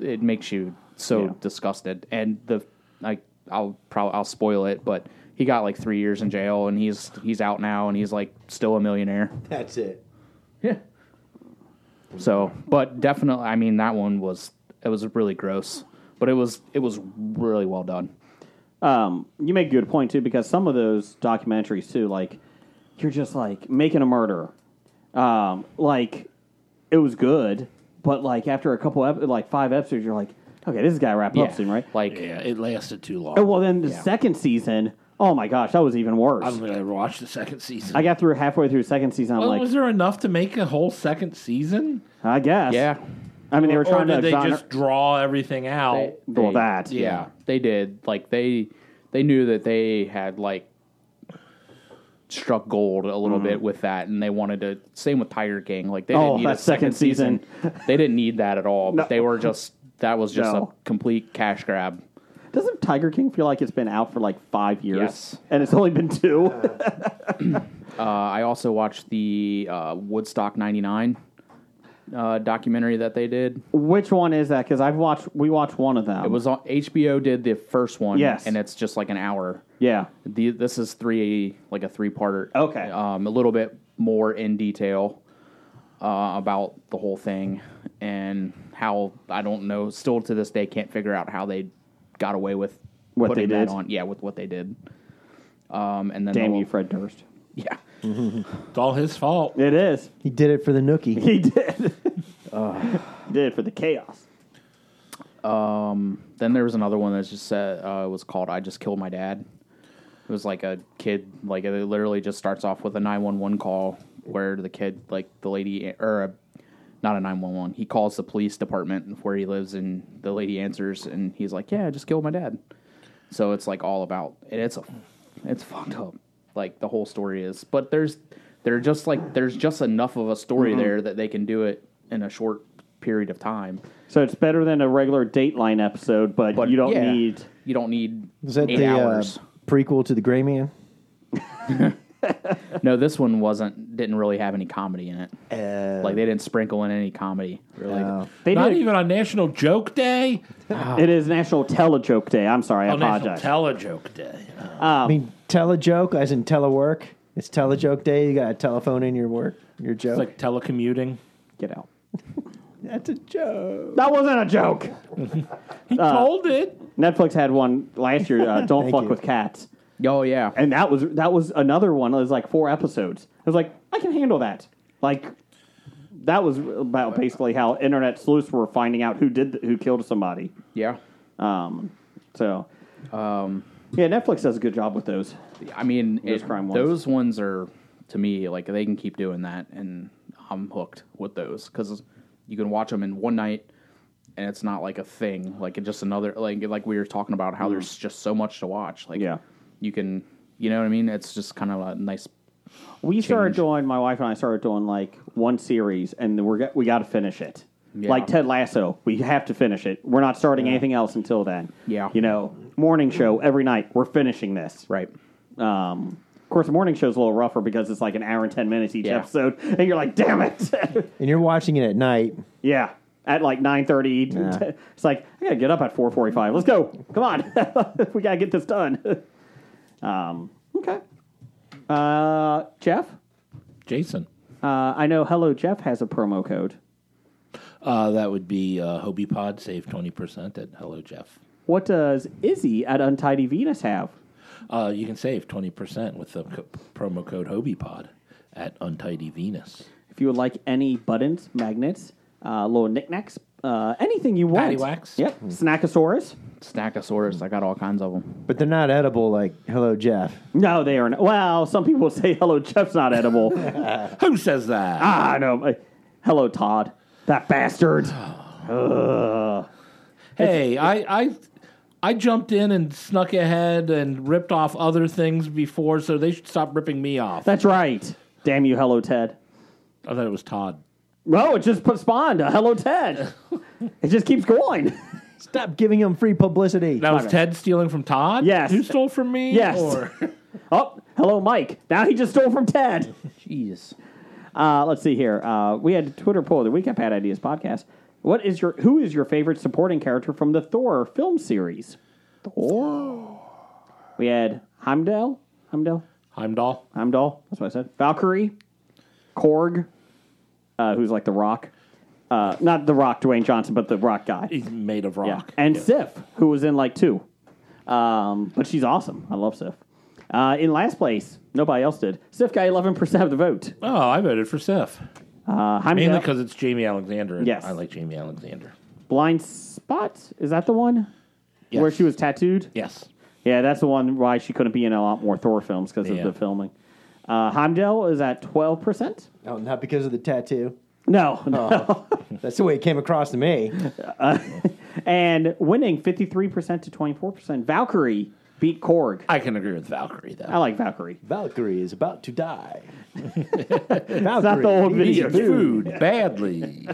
Speaker 9: it makes you so
Speaker 6: Yeah.
Speaker 9: disgusted and the like i'll probably i'll spoil it but he got like three years in jail and he's he's out now and he's like still a millionaire
Speaker 8: That's it.
Speaker 9: yeah so but definitely i mean that one was it was really gross but it was it was really well done
Speaker 6: Um, you make a good point, too, because some of those documentaries, too, like, you're just like making a murder. Um, like, it was good, but like after a couple, ep- like five episodes, you're like, okay, this is got to wrap up soon, right?
Speaker 9: like
Speaker 7: Yeah, it lasted too long.
Speaker 6: Oh, well, then the second season, oh my gosh, that was even worse.
Speaker 7: I don't think I ever watched the second season.
Speaker 6: I got through halfway through the second season. I'm
Speaker 7: Well,
Speaker 6: like,
Speaker 7: was there enough to make a whole second season?
Speaker 6: I guess.
Speaker 9: yeah
Speaker 6: I mean, they were
Speaker 7: or
Speaker 6: trying
Speaker 7: did
Speaker 6: to
Speaker 7: they
Speaker 6: exoner-
Speaker 7: just draw everything out?
Speaker 9: They-
Speaker 6: Well,
Speaker 9: they-
Speaker 6: that,
Speaker 9: yeah,
Speaker 6: yeah.
Speaker 9: they did like they they knew that they had like struck gold a little bit with that and they wanted to same with tiger king like they
Speaker 6: Mm-hmm. Oh,
Speaker 9: didn't need
Speaker 6: that
Speaker 9: a second,
Speaker 6: second season.
Speaker 9: they didn't need that at all but they were just that was just
Speaker 6: No.
Speaker 9: a complete cash grab
Speaker 6: Doesn't Tiger King feel like it's been out for like five years?
Speaker 9: Yes.
Speaker 6: And it's only been two.
Speaker 9: uh, i also watched the uh, woodstock 99 uh, documentary that they did.
Speaker 6: Which one is that? Because I've watched. We watched one of them.
Speaker 9: It was on HBO did the first one.
Speaker 6: Yes.
Speaker 9: and it's just like an hour.
Speaker 6: Yeah.
Speaker 9: The, this is three like a three parter.
Speaker 6: Okay.
Speaker 9: um, a little bit more in detail uh, about the whole thing and how I don't know. Still to this day, can't figure out how they got away with
Speaker 6: What
Speaker 9: putting
Speaker 6: they
Speaker 9: that
Speaker 6: did?
Speaker 9: on. Yeah, with what they did. Um, and then
Speaker 6: Damn
Speaker 9: the-
Speaker 6: you, Fred Durst.
Speaker 9: Yeah,
Speaker 7: It's all his fault.
Speaker 6: It is.
Speaker 8: He did it for the nookie.
Speaker 6: He did. did it for the chaos.
Speaker 9: Then there was another one that just said uh, it was called "I Just Killed My Dad." It was like a kid, like it literally just starts off with a nine one one call where the kid, like the lady, or a, not a nine one one, he calls the police department where he lives, and the lady answers, and he's like, "Yeah, I just killed my dad." So it's like all about, and it's a, it's fucked up. Like the whole story is, but there's, they're just like there's just enough of a story
Speaker 8: Mm-hmm.
Speaker 9: there that they can do it in a short period of time.
Speaker 6: So it's better than a regular Dateline episode, but,
Speaker 9: But
Speaker 6: you don't
Speaker 9: yeah,
Speaker 6: need.
Speaker 9: you don't need
Speaker 8: Was that
Speaker 9: eight
Speaker 8: the uh,
Speaker 9: hours.
Speaker 8: prequel to the Gray Man?
Speaker 9: No, this one wasn't. Didn't really have any comedy in it.
Speaker 6: Uh,
Speaker 8: Uh,
Speaker 9: like they didn't sprinkle in any comedy. Really,
Speaker 6: They
Speaker 7: Not
Speaker 6: did.
Speaker 7: even on National Joke Day.
Speaker 6: it is National Telejoke Day. I'm sorry. I
Speaker 7: on Oh, National
Speaker 6: apologize.
Speaker 7: Telejoke Day.
Speaker 8: I mean, tell a joke as in telework. It's telejoke day. You got a telephone in your work, your
Speaker 7: It's
Speaker 8: joke.
Speaker 7: like telecommuting.
Speaker 6: Get out.
Speaker 8: That's a joke.
Speaker 6: That wasn't a joke.
Speaker 7: He told it.
Speaker 6: Netflix had one last year. Uh, Don't
Speaker 8: Thank
Speaker 6: fuck
Speaker 8: you.
Speaker 6: with cats.
Speaker 9: oh yeah,
Speaker 6: and that was that was another one. It was like four episodes. I was like, I can handle that. Like that was about basically how internet sleuths were finding out who did who killed somebody.
Speaker 9: yeah.
Speaker 6: Um, so, um, yeah, Netflix does a good job with those.
Speaker 9: I mean,
Speaker 6: Those
Speaker 9: it-
Speaker 6: crime ones.
Speaker 9: those ones are to me like they can keep doing that, and I'm hooked with those because you can watch them in one night, and it's not like a thing. Like it's just another like like we were talking about how there's just so much to watch. Like
Speaker 6: Yeah.
Speaker 9: you can you know what I mean. It's just kind of a nice.
Speaker 6: We started
Speaker 9: Change.
Speaker 6: doing my wife and I started doing like one series, and then we're go- we got to finish it.
Speaker 9: Yeah.
Speaker 6: Like Ted Lasso, we have to finish it. We're not starting anything else until then.
Speaker 9: Yeah.
Speaker 6: you know, morning show every night. We're finishing this.
Speaker 9: Right.
Speaker 6: Um, of course, the morning show's a little rougher because it's like an hour and 10 minutes each
Speaker 9: Yeah.
Speaker 6: episode, and you're like, damn it.
Speaker 8: And you're watching it at night.
Speaker 6: yeah. At like 9.30,
Speaker 8: Yeah.
Speaker 6: it's like, I got to get up at 4.45. Let's go. Come on. we got to get this done. um, okay. Uh, Jeff,
Speaker 7: Jason.
Speaker 6: uh, I know Hello Jeff has a promo code.
Speaker 7: Uh, that would be uh, Hobie Pod. Save twenty percent at Hello Jeff.
Speaker 6: What does Izzy at Untidy Venus have?
Speaker 7: Uh, you can save twenty percent with the co- promo code Hobie Pod at Untidy Venus.
Speaker 6: If you would like any buttons, magnets, uh, little knickknacks, uh, anything you want.
Speaker 7: Paddywhacks.
Speaker 6: Yep. Snackosaurus.
Speaker 9: Snackosaurus. I got all kinds of them.
Speaker 8: But they're not edible like Hello Jeff.
Speaker 6: No, they are not. Well, some people say hello Jeff's not edible.
Speaker 7: Who says that?
Speaker 6: ah, no. uh, Hello Todd, that bastard.
Speaker 7: Hey, I, I I jumped in and snuck ahead and ripped off other things before, so they should stop ripping me off.
Speaker 6: That's right. Damn you, hello Ted.
Speaker 7: I thought it was Todd.
Speaker 6: No, it just spawned a hello Ted. it just keeps going.
Speaker 8: Stop giving them free publicity.
Speaker 7: That was
Speaker 6: Todd.
Speaker 7: Ted stealing from Todd.
Speaker 6: Yes.
Speaker 7: Who stole from me?
Speaker 6: Yes.
Speaker 7: Or
Speaker 6: Oh, hello Mike. Now he just stole from Ted.
Speaker 9: Jeez.
Speaker 6: Uh, let's see here. Uh, we had a Twitter poll of the week at Bad Ideas Podcast. What is your who is your favorite supporting character from the Thor film series? Thor. We had Heimdall. Heimdall.
Speaker 7: Heimdall.
Speaker 6: Heimdall. That's what I said. Valkyrie, Korg, uh, who's like the Rock, uh, not the Rock, Dwayne Johnson, but the Rock guy,
Speaker 7: He's made of
Speaker 6: yeah.
Speaker 7: rock.
Speaker 6: and
Speaker 7: Yeah.
Speaker 6: Sif, who was in like two, um, but she's awesome. I love Sif. Uh, in last place, nobody else did. Sif got eleven percent of the vote.
Speaker 7: Oh, I voted for Sif.
Speaker 6: Uh,
Speaker 7: Mainly
Speaker 6: Heimdall,
Speaker 7: because it's Jamie Alexander. and
Speaker 6: Yes.
Speaker 7: I like Jamie Alexander.
Speaker 6: blind spot is that the one
Speaker 7: Yes.
Speaker 6: where she was tattooed?
Speaker 7: Yes.
Speaker 6: Yeah, that's the one why she couldn't be in a lot more Thor films because
Speaker 7: Yeah.
Speaker 6: of the filming. Uh, Heimdall is at twelve percent.
Speaker 8: Oh, not because of the tattoo.
Speaker 6: No,
Speaker 7: Oh.
Speaker 6: no.
Speaker 8: That's the way it came across to me.
Speaker 6: and winning 53% to 24%. Valkyrie beat Korg.
Speaker 7: I can agree with Valkyrie though.
Speaker 6: I like Valkyrie.
Speaker 8: Valkyrie is about to die.
Speaker 6: It's not the old
Speaker 7: He
Speaker 6: video.
Speaker 7: eats food badly.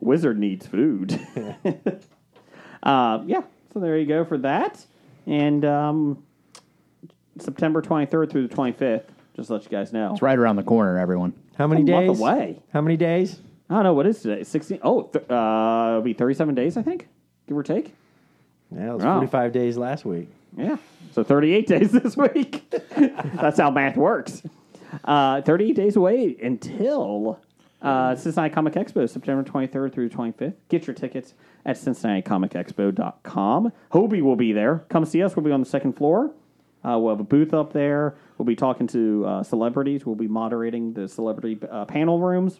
Speaker 6: Wizard needs food. uh, yeah, so there you go for that. And um, September 23rd through the 25th, just to let you guys know.
Speaker 9: It's right around the corner, everyone.
Speaker 8: How many
Speaker 6: A month
Speaker 8: days?
Speaker 6: away.
Speaker 8: How many days?
Speaker 6: I don't know what is today. Sixteen. Oh, th- uh, it'll be thirty-seven days, I think, give or take.
Speaker 8: Yeah, it was
Speaker 6: Wow.
Speaker 8: 45 days last week.
Speaker 6: Yeah. So 38 days this week. That's how math works. Uh, 38 days away until uh, Cincinnati Comic Expo, September 23rd through 25th. Get your tickets at CincinnatiComicExpo.com. Hobie will be there. Come see us. We'll be on the second floor. Uh, we'll have a booth up there. We'll be talking to uh, celebrities. We'll be moderating the celebrity uh, panel rooms.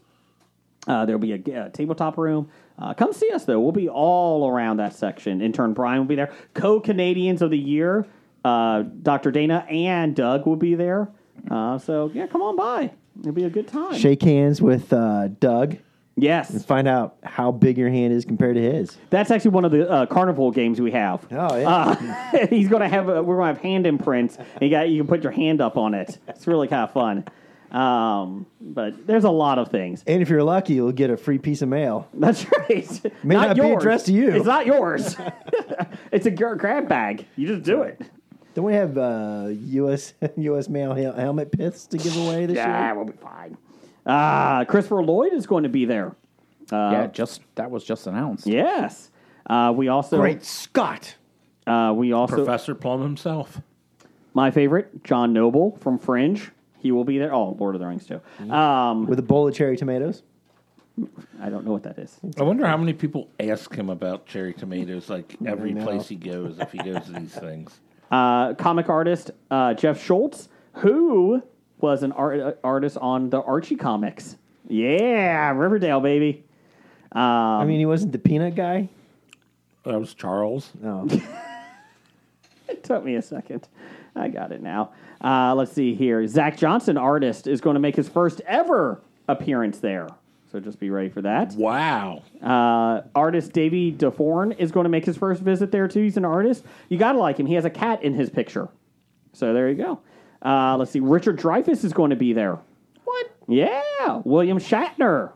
Speaker 6: Uh, there'll be a, a tabletop room. Uh, come see us, though. We'll be all around that section. Intern Brian will be there. Co Canadians of the Year, uh, Dr. Dana and Doug will be there. Uh, so, yeah, come on by. It'll be a good time.
Speaker 8: Shake hands with uh, Doug and
Speaker 6: Yes.
Speaker 8: find out how big your hand is compared to his.
Speaker 6: That's actually one of the uh, carnival games we have.
Speaker 8: Oh, yeah.
Speaker 6: Uh, he's gonna have a, we're gonna have hand imprints. And you got you can put your hand up on it. It's really kind of fun. Um, but there's a lot of things.
Speaker 8: and if you're lucky, you'll get a free piece of mail.
Speaker 6: That's right.
Speaker 8: May not be addressed to you.
Speaker 6: It's not yours. it's a gr- grab bag. You just do it.
Speaker 8: Don't we have uh, U.S. U.S. mail hel- helmet piths to give away this
Speaker 6: Yeah,
Speaker 8: year?
Speaker 6: we'll be fine. Uh, Christopher Lloyd is going to be there. Uh,
Speaker 9: yeah, just that was just announced.
Speaker 6: Yes. Uh, we also
Speaker 8: Great Scott!
Speaker 6: Uh, we also
Speaker 7: Professor Plum himself.
Speaker 6: my favorite John Noble from Fringe. He will be there. Oh, Lord of the Rings too.
Speaker 8: Mm-hmm.
Speaker 6: Um,
Speaker 8: With a bowl of cherry tomatoes.
Speaker 6: I don't know what that is.
Speaker 7: I wonder how many people ask him about cherry tomatoes, like every place he goes, if he goes to these things.
Speaker 6: uh, comic artist uh, Jeff Schultz, who was an art- uh, artist on the Archie comics. Yeah, Riverdale, baby.
Speaker 8: I mean, he wasn't the peanut guy.
Speaker 7: That was Charles.
Speaker 8: No,
Speaker 6: It took me a second. I got it now. Uh, let's see here. Zach Johnson, artist, is going to make his first ever appearance there. So just be ready for that.
Speaker 7: Wow.
Speaker 6: Uh, artist Davey DeForn is going to make his first visit there too. He's an artist. You got to like him. He has a cat in his picture. So there you go. Uh, let's see. Richard Dreyfuss is going to be there. What? Yeah. William Shatner.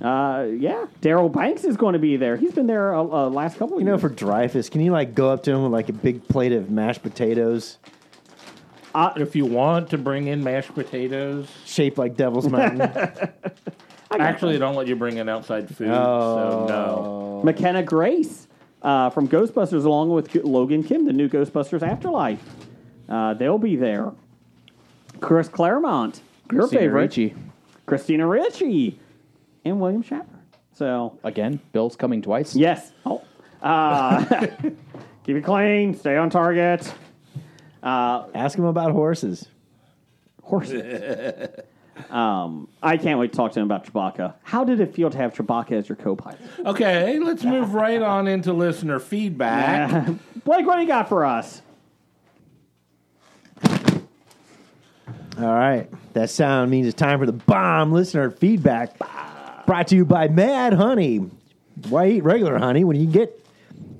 Speaker 6: Uh, yeah. Daryl Banks is going to be there. He's been there uh, uh, last couple.
Speaker 8: you know, for Dreyfus, can you like go up to him with like a big plate of mashed potatoes
Speaker 7: If you want to bring in mashed potatoes,
Speaker 8: shaped like Devil's Mountain?
Speaker 7: actually, they don't let you bring in outside food. So, no.
Speaker 6: McKenna Grace uh, from Ghostbusters, along with Logan Kim, the new Ghostbusters Afterlife. Uh, they'll be there. Chris Claremont, your
Speaker 9: Christina
Speaker 6: favorite,
Speaker 9: Ricci.
Speaker 6: Christina Ritchie, and William Shatner. So
Speaker 9: Again, Bill's coming twice.
Speaker 6: yes, oh, uh, keep it clean, stay on target.
Speaker 8: Ask him about horses.
Speaker 6: Horses. um, I can't wait to talk to him about Chewbacca. How did it feel to have Chewbacca as your co-pilot?
Speaker 7: Okay, let's move right on into listener feedback.
Speaker 6: Blake, what do you got for us?
Speaker 8: All right. That sound means it's time for the bomb listener feedback. Brought to you by Mad Honey. Why eat regular honey when you can get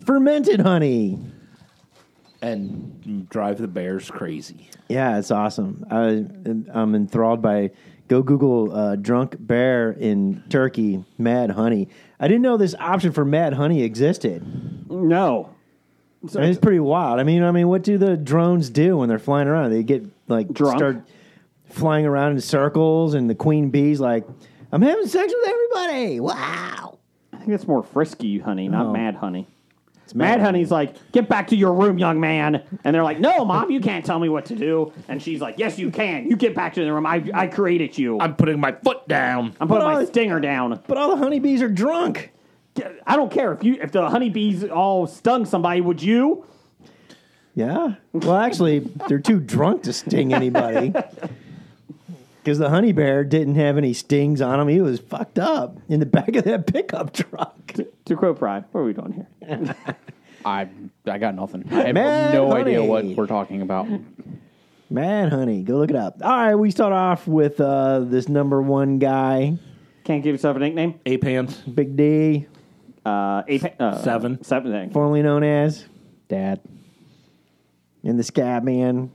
Speaker 8: fermented honey?
Speaker 7: And drive the bears crazy.
Speaker 8: Yeah, it's awesome. I, I'm enthralled by go Google uh, drunk bear in Turkey, Mad Honey. I didn't know this option for Mad Honey existed.
Speaker 6: No,
Speaker 8: I mean, it's pretty wild. I mean, I mean, what do the drones do when they're flying around? They get like
Speaker 6: Drunk.
Speaker 8: start flying around in circles, and the queen bee's like, "I'm having sex with everybody!" Wow,
Speaker 6: I think it's more frisky honey, not
Speaker 8: Oh.
Speaker 6: mad honey.
Speaker 8: it's
Speaker 6: Mad honey's like, get back to your room, young man. And they're like, no, mom, you can't tell me what to do. And she's like, yes, you can. You get back to the room. I, I created you. I'm,
Speaker 7: I'm putting my foot down.
Speaker 6: putting
Speaker 8: But
Speaker 6: my
Speaker 8: I-
Speaker 6: stinger down.
Speaker 8: But all the honeybees are drunk.
Speaker 6: I don't care if you if the honeybees all stung somebody. Would you?
Speaker 8: Yeah. Well, actually, they're too drunk to sting anybody. Because the honey bear didn't have any stings on him. He was fucked up in the back of that pickup truck.
Speaker 6: To quote Pride, what are we doing here?
Speaker 9: I I got nothing. I have
Speaker 8: Man,
Speaker 9: no idea
Speaker 8: honey.
Speaker 9: what we're talking about.
Speaker 8: Man, honey, go look it up. All right, we start off with uh, this number one guy,
Speaker 6: Can't give yourself a nickname.
Speaker 7: Ape hands.
Speaker 8: Big D,
Speaker 6: Uh, eight, uh,
Speaker 7: Seven.
Speaker 6: seven thing.
Speaker 8: formerly known as,
Speaker 9: Dad.
Speaker 8: and the Scab Man.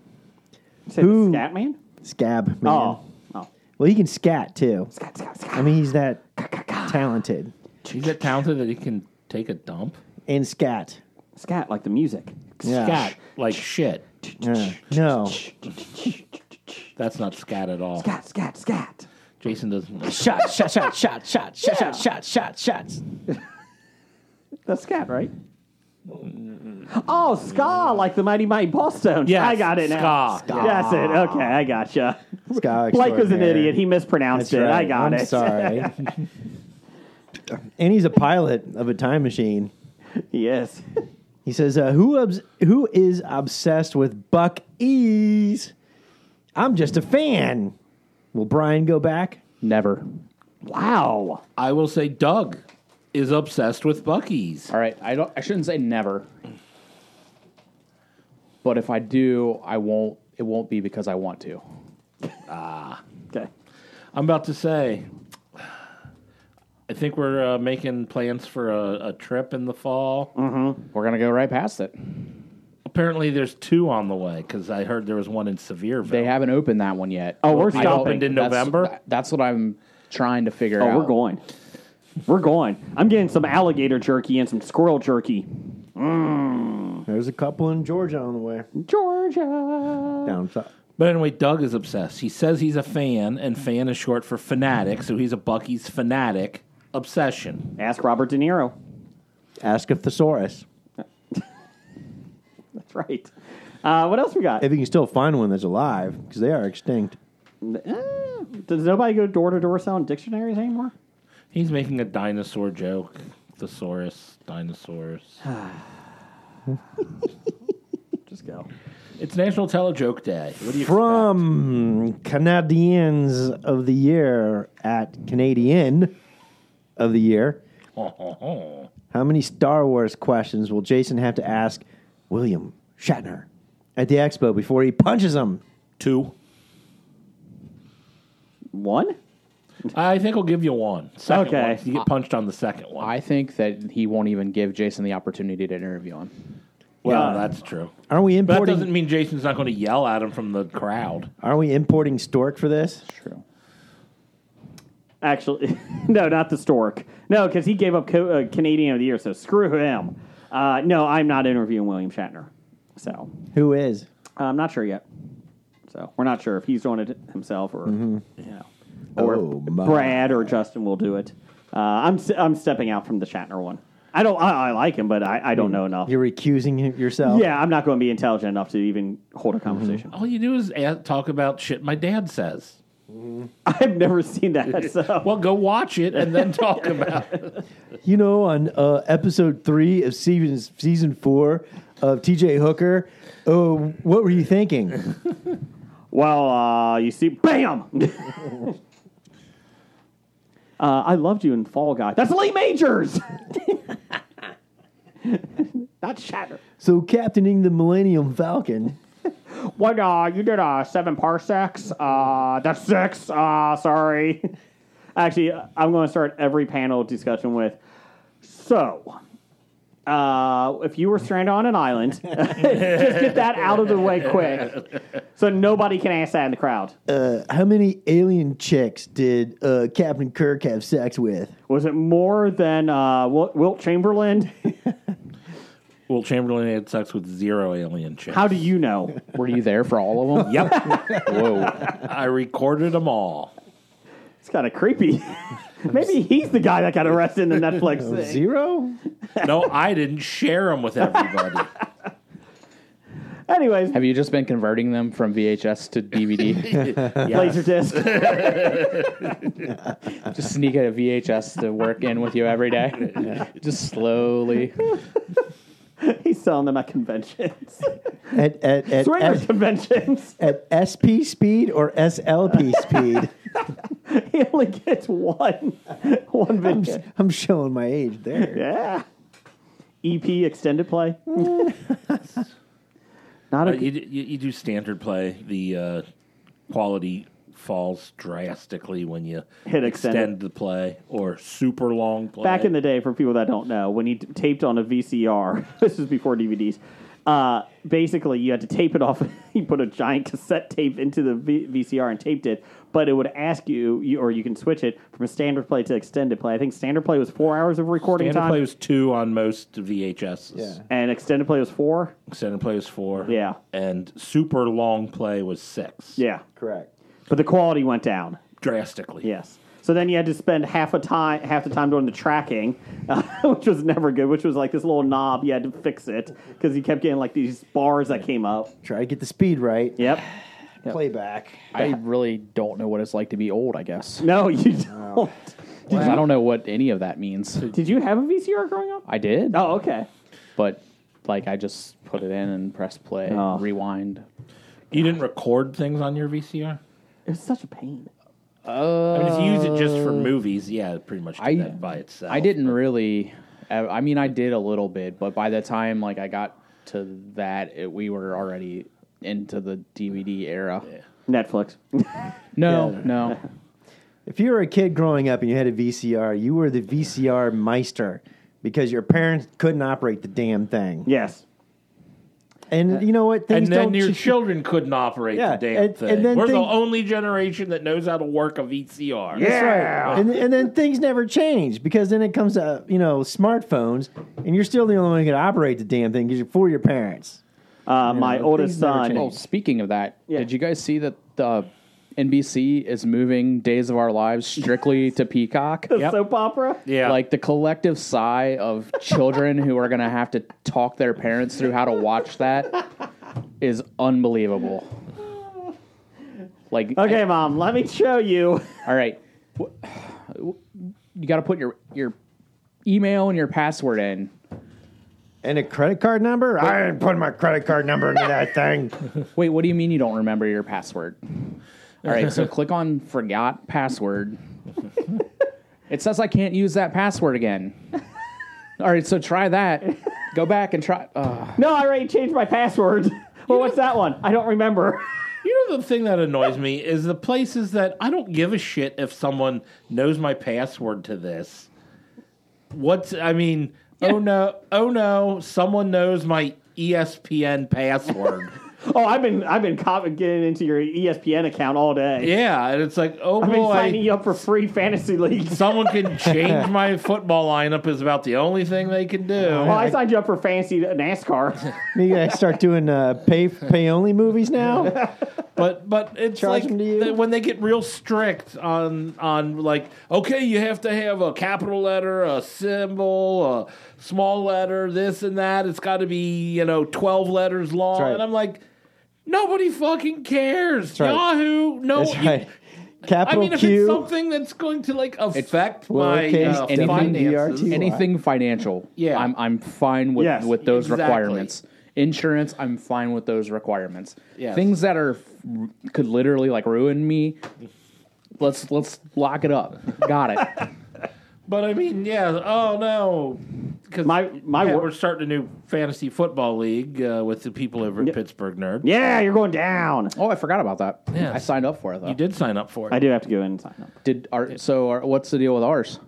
Speaker 6: Say
Speaker 8: Who?
Speaker 6: the scat man.
Speaker 8: Scab Man.
Speaker 6: Oh, oh,
Speaker 8: Well, he can scat too.
Speaker 6: scat, scat, scat.
Speaker 8: I mean, he's that talented.
Speaker 7: He's that talented that he can take a dump?
Speaker 8: And scat.
Speaker 6: Scat like the music.
Speaker 8: Yeah.
Speaker 7: Scat. Like shit.
Speaker 8: Yeah. Uh, No.
Speaker 7: That's not scat at all.
Speaker 6: Scat, scat, scat.
Speaker 7: Jason doesn't. Know.
Speaker 9: Shots, shot, shot, shot, shot, shot, shot, shot, shot, shots.
Speaker 6: That's scat, right? Oh, ska, like the Mighty Mighty Boss Stones.
Speaker 7: Yes,
Speaker 6: I got it now.
Speaker 7: ska.
Speaker 6: That's it. Okay, I gotcha.
Speaker 8: Ska
Speaker 6: Blake was an
Speaker 8: extraordinaire.
Speaker 6: idiot. He mispronounced
Speaker 8: That's
Speaker 6: it. I
Speaker 8: right.
Speaker 6: got
Speaker 8: I'm
Speaker 6: it.
Speaker 8: Sorry. and he's a pilot of a time machine.
Speaker 6: yes.
Speaker 8: He says, uh, "Who obs- who is obsessed with Buck E's? I'm just a fan." Will Brian go back?
Speaker 9: Never.
Speaker 6: Wow.
Speaker 7: I will say Doug is obsessed with Bucky's.
Speaker 9: All right, I don't. I shouldn't say never. But if I do, I won't. It won't be because I want to.
Speaker 6: Okay.
Speaker 7: I'm about to say. I think we're uh, making plans for a, a trip in the fall.
Speaker 9: We're gonna go right past it.
Speaker 7: Apparently, there's two on the way because I heard there was one in Sevierville.
Speaker 9: They haven't opened that one yet.
Speaker 6: Oh, we're
Speaker 9: I don't
Speaker 6: stopping.
Speaker 9: think-
Speaker 7: In
Speaker 9: that's-
Speaker 7: November?
Speaker 9: That's what I'm trying to figure
Speaker 6: Oh,
Speaker 9: out.
Speaker 6: we're going. We're going. I'm getting some alligator jerky and some squirrel jerky.
Speaker 8: There's a couple in Georgia on the way.
Speaker 6: Georgia.
Speaker 8: Down south.
Speaker 7: But anyway, Doug is obsessed. He says he's a fan, and fan is short for fanatic, so he's a Bucky's fanatic obsession.
Speaker 6: Ask Robert De Niro.
Speaker 8: Ask a thesaurus
Speaker 6: That's right. Uh, what else we got?
Speaker 8: if you can still find one that's alive because they are extinct.
Speaker 6: Uh, does nobody go door to door selling dictionaries anymore?
Speaker 7: He's making a dinosaur joke. Thesaurus, dinosaurs.
Speaker 6: Just go.
Speaker 7: It's National Telejoke Day. What do you expect?
Speaker 8: From Canadians of the Year at Canadian of the Year, how many Star Wars questions will Jason have to ask William Shatner at the expo before he punches him?
Speaker 7: two?
Speaker 6: One?
Speaker 7: I think I'll give you one. Second
Speaker 6: Okay.
Speaker 7: one. You get punched on the second one.
Speaker 9: I think that he won't even give Jason the opportunity to interview him.
Speaker 7: well,
Speaker 6: Uh,
Speaker 7: that's true.
Speaker 8: Aren't we
Speaker 7: But that
Speaker 8: importing?
Speaker 7: doesn't mean Jason's not going to yell at him from the crowd.
Speaker 8: Aren't we importing Stork for this?
Speaker 9: True.
Speaker 6: Actually, no, not the stork. No, because he gave up co- uh, Canadian of the Year, so screw him. Uh, no, I'm not interviewing William Shatner. So
Speaker 8: Who is?
Speaker 6: I'm not sure yet. So we're not sure if he's doing it himself or you know, or
Speaker 8: Oh, my.
Speaker 6: Brad or Justin will do it. Uh, I'm s- I'm stepping out from the Shatner one. I don't. I, I like him, but I, I don't know enough.
Speaker 8: You're recusing him- yourself.
Speaker 6: Yeah, I'm not going to be intelligent enough to even hold a conversation.
Speaker 7: All you do is a talk about shit my dad says.
Speaker 6: I've never seen that. So
Speaker 7: Well, go watch it and then talk about it.
Speaker 8: You know, on uh, episode three of season season four of TJ Hooker. Oh, what were you thinking?
Speaker 6: well, uh, you see, bam. Uh, I loved you in Fall Guy. That's Lee Majors, not Shatner.
Speaker 8: so, captaining the Millennium Falcon.
Speaker 6: What? Uh, you did uh, seven parsecs. Uh, that's six. Uh, sorry. Actually, uh, I'm going to start every panel discussion with. So, uh, if you were stranded on an island, just get that out of the way quick, so nobody can ask that in the crowd.
Speaker 8: How many alien chicks did uh, Captain Kirk have sex with?
Speaker 6: Was it more than uh, Wil- Wilt Chamberlain?
Speaker 7: Well, Chamberlain had sex with zero alien chicks.
Speaker 6: How do you know?
Speaker 9: Were you there for all of them?
Speaker 7: Yep.
Speaker 9: Whoa.
Speaker 7: I recorded them all.
Speaker 6: It's kind of creepy. Maybe he's the guy that got arrested in the Netflix. thing.
Speaker 8: Zero?
Speaker 7: No, I didn't share them with everybody.
Speaker 6: Anyways,
Speaker 9: Have you just been converting them from VHS to DVD?
Speaker 6: Laserdisc.
Speaker 9: just sneak a VHS to work in with you every day. Just slowly.
Speaker 6: he's selling them at conventions.
Speaker 8: At, at, at,
Speaker 6: Swingers
Speaker 8: at,
Speaker 6: conventions.
Speaker 8: at SP speed or SLP speed?
Speaker 6: He only gets one. One
Speaker 8: I'm,
Speaker 6: video.
Speaker 8: I'm showing my age there.
Speaker 6: Yeah. EP extended play. Not
Speaker 7: Uh,
Speaker 6: a
Speaker 7: you,
Speaker 6: good.
Speaker 7: d- you, you do standard play. The uh, quality falls drastically when you
Speaker 6: Hit
Speaker 7: extend
Speaker 6: extended.
Speaker 7: the play or super long play.
Speaker 6: Back in the day, for people that don't know, when you t- taped on a VCR, this was before DVDs. Uh, basically, you had to tape it off. you put a giant cassette tape into the v- VCR and taped it, but it would ask you, you, or you can switch it from standard play to extended play. I think standard play was four hours of recording
Speaker 7: standard
Speaker 6: time,
Speaker 7: play was two on most VHSs.
Speaker 8: Yeah.
Speaker 6: and extended play was four.
Speaker 7: Standard play was four.
Speaker 6: Yeah.
Speaker 7: and super long play was six.
Speaker 6: Yeah,
Speaker 8: Correct.
Speaker 6: but the quality went down
Speaker 7: drastically.
Speaker 6: Yes. So then you had to spend half a time, half the time doing the tracking, uh, which was never good. Which was like this little knob you had to fix it because you kept getting like these bars that came up.
Speaker 8: Try to get the speed right.
Speaker 6: Yep.
Speaker 8: Playback.
Speaker 9: I really don't know what it's like to be old. I guess
Speaker 6: No, you don't.
Speaker 9: 'Cause I don't know what any of that means.
Speaker 6: Did you have a VCR growing up?
Speaker 9: I did,
Speaker 6: Oh, okay.
Speaker 9: but like I just put it in and press play,
Speaker 6: Oh.
Speaker 9: rewind.
Speaker 7: You didn't record things on your VCR.
Speaker 6: It's such a pain.
Speaker 7: I mean, if you use it just
Speaker 6: Uh,
Speaker 7: for movies, yeah, it pretty much did
Speaker 9: I-
Speaker 7: that by itself.
Speaker 9: I didn't really. I I mean, I did a little bit, but by the time like I got to that, it, we were already into the DVD era.
Speaker 6: Netflix.
Speaker 9: No, no,
Speaker 8: If you were a kid growing up and you had a VCR, you were the VCR meister because your parents couldn't operate the damn thing.
Speaker 6: Yes.
Speaker 8: And you know what?
Speaker 7: And then
Speaker 8: don't
Speaker 7: your
Speaker 8: ch-
Speaker 7: children couldn't operate
Speaker 8: Yeah,
Speaker 7: the damn
Speaker 8: and-
Speaker 7: thing.
Speaker 8: and then
Speaker 7: We're the
Speaker 8: thing-
Speaker 7: only generation that knows how to work a VCR.
Speaker 8: That's right. And, and then things never change because then it comes to you know smartphones, and you're still the only one who can operate the damn thing because you're for your parents.
Speaker 6: Uh, my oldest
Speaker 8: things never
Speaker 6: son.
Speaker 9: Oh, speaking of that,
Speaker 6: Yeah.
Speaker 9: did you guys see that the NBC is moving Days of Our Lives strictly to Peacock?
Speaker 6: The soap opera.
Speaker 7: Yeah.
Speaker 9: Like the collective sigh of children who are going to have to talk their parents through how to watch that is unbelievable. Like,
Speaker 6: Okay, mom. Let me show you.
Speaker 9: all right, Wh- you got to put your your email and your password in.
Speaker 8: And a credit card number? I didn't put my credit card number into that thing.
Speaker 9: Wait, what do you mean you don't remember your password? All right, so click on forgot password. it says I can't use that password again. All right, so try that. Go back and try. Uh,
Speaker 6: No, I already changed my password. well, what's that one? I don't remember.
Speaker 7: You know the thing that annoys me is the places that I don't give a shit if someone knows my password to this. What's I mean? Oh no! Oh no! Someone knows my E ESPN password.
Speaker 6: oh, I've been I've been cop- getting into your E ESPN account all day.
Speaker 7: yeah, and it's like, oh
Speaker 6: I've been signing
Speaker 7: boy,
Speaker 6: you up for free fantasy leagues.
Speaker 7: someone can change my football lineup is about the only thing they can do.
Speaker 6: Well, I signed you up for fantasy NASCAR.
Speaker 8: Maybe I start doing uh, pay pay only movies now.
Speaker 7: But but it's
Speaker 8: Charge
Speaker 7: like
Speaker 8: them to you?
Speaker 7: th- when they get real strict on on like okay you have to have a capital letter a symbol a small letter this and that it's got to be you know twelve letters long
Speaker 8: right.
Speaker 7: and I'm like nobody fucking cares
Speaker 8: right.
Speaker 7: Yahoo no
Speaker 8: That's
Speaker 7: you-
Speaker 8: right.
Speaker 7: I
Speaker 8: Capital
Speaker 7: mean if it's
Speaker 8: Q.
Speaker 7: something that's going to like affect my
Speaker 8: lowercase
Speaker 7: uh,
Speaker 9: anything,
Speaker 7: finances
Speaker 8: DRT.
Speaker 9: anything financial?
Speaker 7: Yeah.
Speaker 9: I'm I'm fine with
Speaker 6: Yes,
Speaker 9: with those
Speaker 7: exactly.
Speaker 9: requirements. Insurance, I'm fine with those requirements.
Speaker 7: Yes.
Speaker 9: Things that are could literally like ruin me. Let's let's lock it up. Got it.
Speaker 7: but I mean yeah oh no because
Speaker 6: My- my wor-
Speaker 7: we're starting a new fantasy football league uh, with the people over at Pittsburgh Nerd
Speaker 6: yeah, you're going down.
Speaker 9: Oh, I forgot about that.
Speaker 7: Yes.
Speaker 9: I signed up for it though.
Speaker 7: you did sign up for it
Speaker 6: I do have to go in and sign up.
Speaker 9: Did our, so? Our, what's the deal with ours?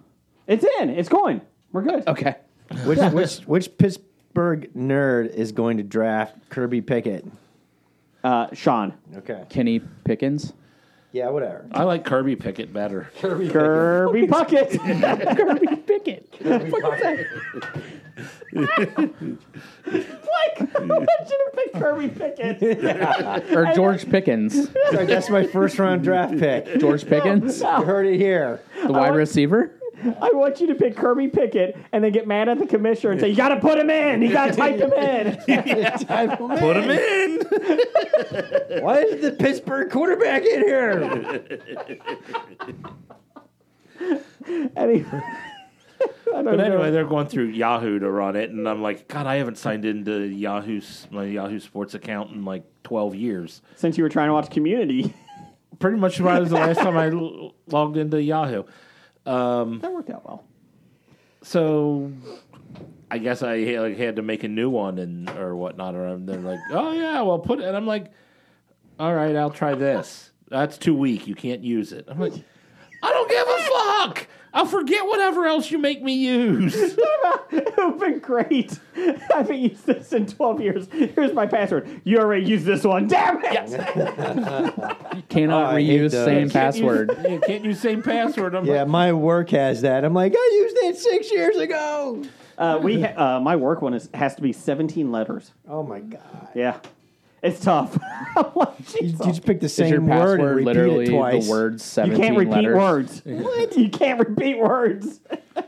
Speaker 6: It's in. It's going. We're good.
Speaker 9: Okay,
Speaker 8: Which which which Pittsburgh nerd is going to draft Kirby Pickett?
Speaker 6: Uh, Sean.
Speaker 8: Okay.
Speaker 9: Kenny Pickens.
Speaker 8: Yeah, whatever.
Speaker 7: I like Kirby Pickett better.
Speaker 6: Kirby Puckett. Kirby Pickett. What the fuck is that? like, I want you to pick Kirby Pickett.
Speaker 9: or George Pickens.
Speaker 8: Sorry, that's my first round draft pick. You
Speaker 9: George Pickens,
Speaker 8: heard it here.
Speaker 9: the wide receiver.
Speaker 6: I want you to pick Kirby Pickett and then get mad at the commissioner and say, you got to put him in. You got to type him in.
Speaker 8: Put him in. Why is the Pittsburgh quarterback in here?
Speaker 6: anyway. I don't
Speaker 7: But
Speaker 6: know.
Speaker 7: anyway, they're going through Yahoo to run it, and I'm like, God, I haven't signed into Yahoo's my Yahoo Sports account in like 12 years.
Speaker 6: Since you were trying to watch Community,
Speaker 7: Pretty much right was the last time I l- logged into Yahoo.
Speaker 6: that worked out well.
Speaker 7: So I guess I had, like, had to make a new one and or whatnot. Or they're like, Oh yeah, well put, it. and I'm like, All right, I'll try this. That's too weak. You can't use it. I'm like, I don't give a fuck. I'll forget whatever else you make me use.
Speaker 6: it would have been great. I haven't used this in 12 years. Here's my password. You already used this one. Damn it!
Speaker 9: Cannot
Speaker 8: I hate
Speaker 9: reuse
Speaker 8: those.
Speaker 9: same
Speaker 8: Can't
Speaker 9: password.
Speaker 7: You can't use same password. I'm
Speaker 8: Yeah,
Speaker 7: like,
Speaker 8: my work has that. I'm like, I used that six years ago.
Speaker 6: Uh, we ha- uh, my work one is, has to be 17 letters.
Speaker 8: Oh my god.
Speaker 6: Yeah. It's tough. I'm like,
Speaker 8: You, you
Speaker 6: Jesus.
Speaker 8: just pick the
Speaker 9: Is your
Speaker 8: same word
Speaker 9: password
Speaker 8: and repeat
Speaker 9: literally
Speaker 8: it twice.
Speaker 9: the word
Speaker 6: You
Speaker 9: seventeen
Speaker 6: can't repeat
Speaker 9: letters?
Speaker 6: words. What? You can't repeat words.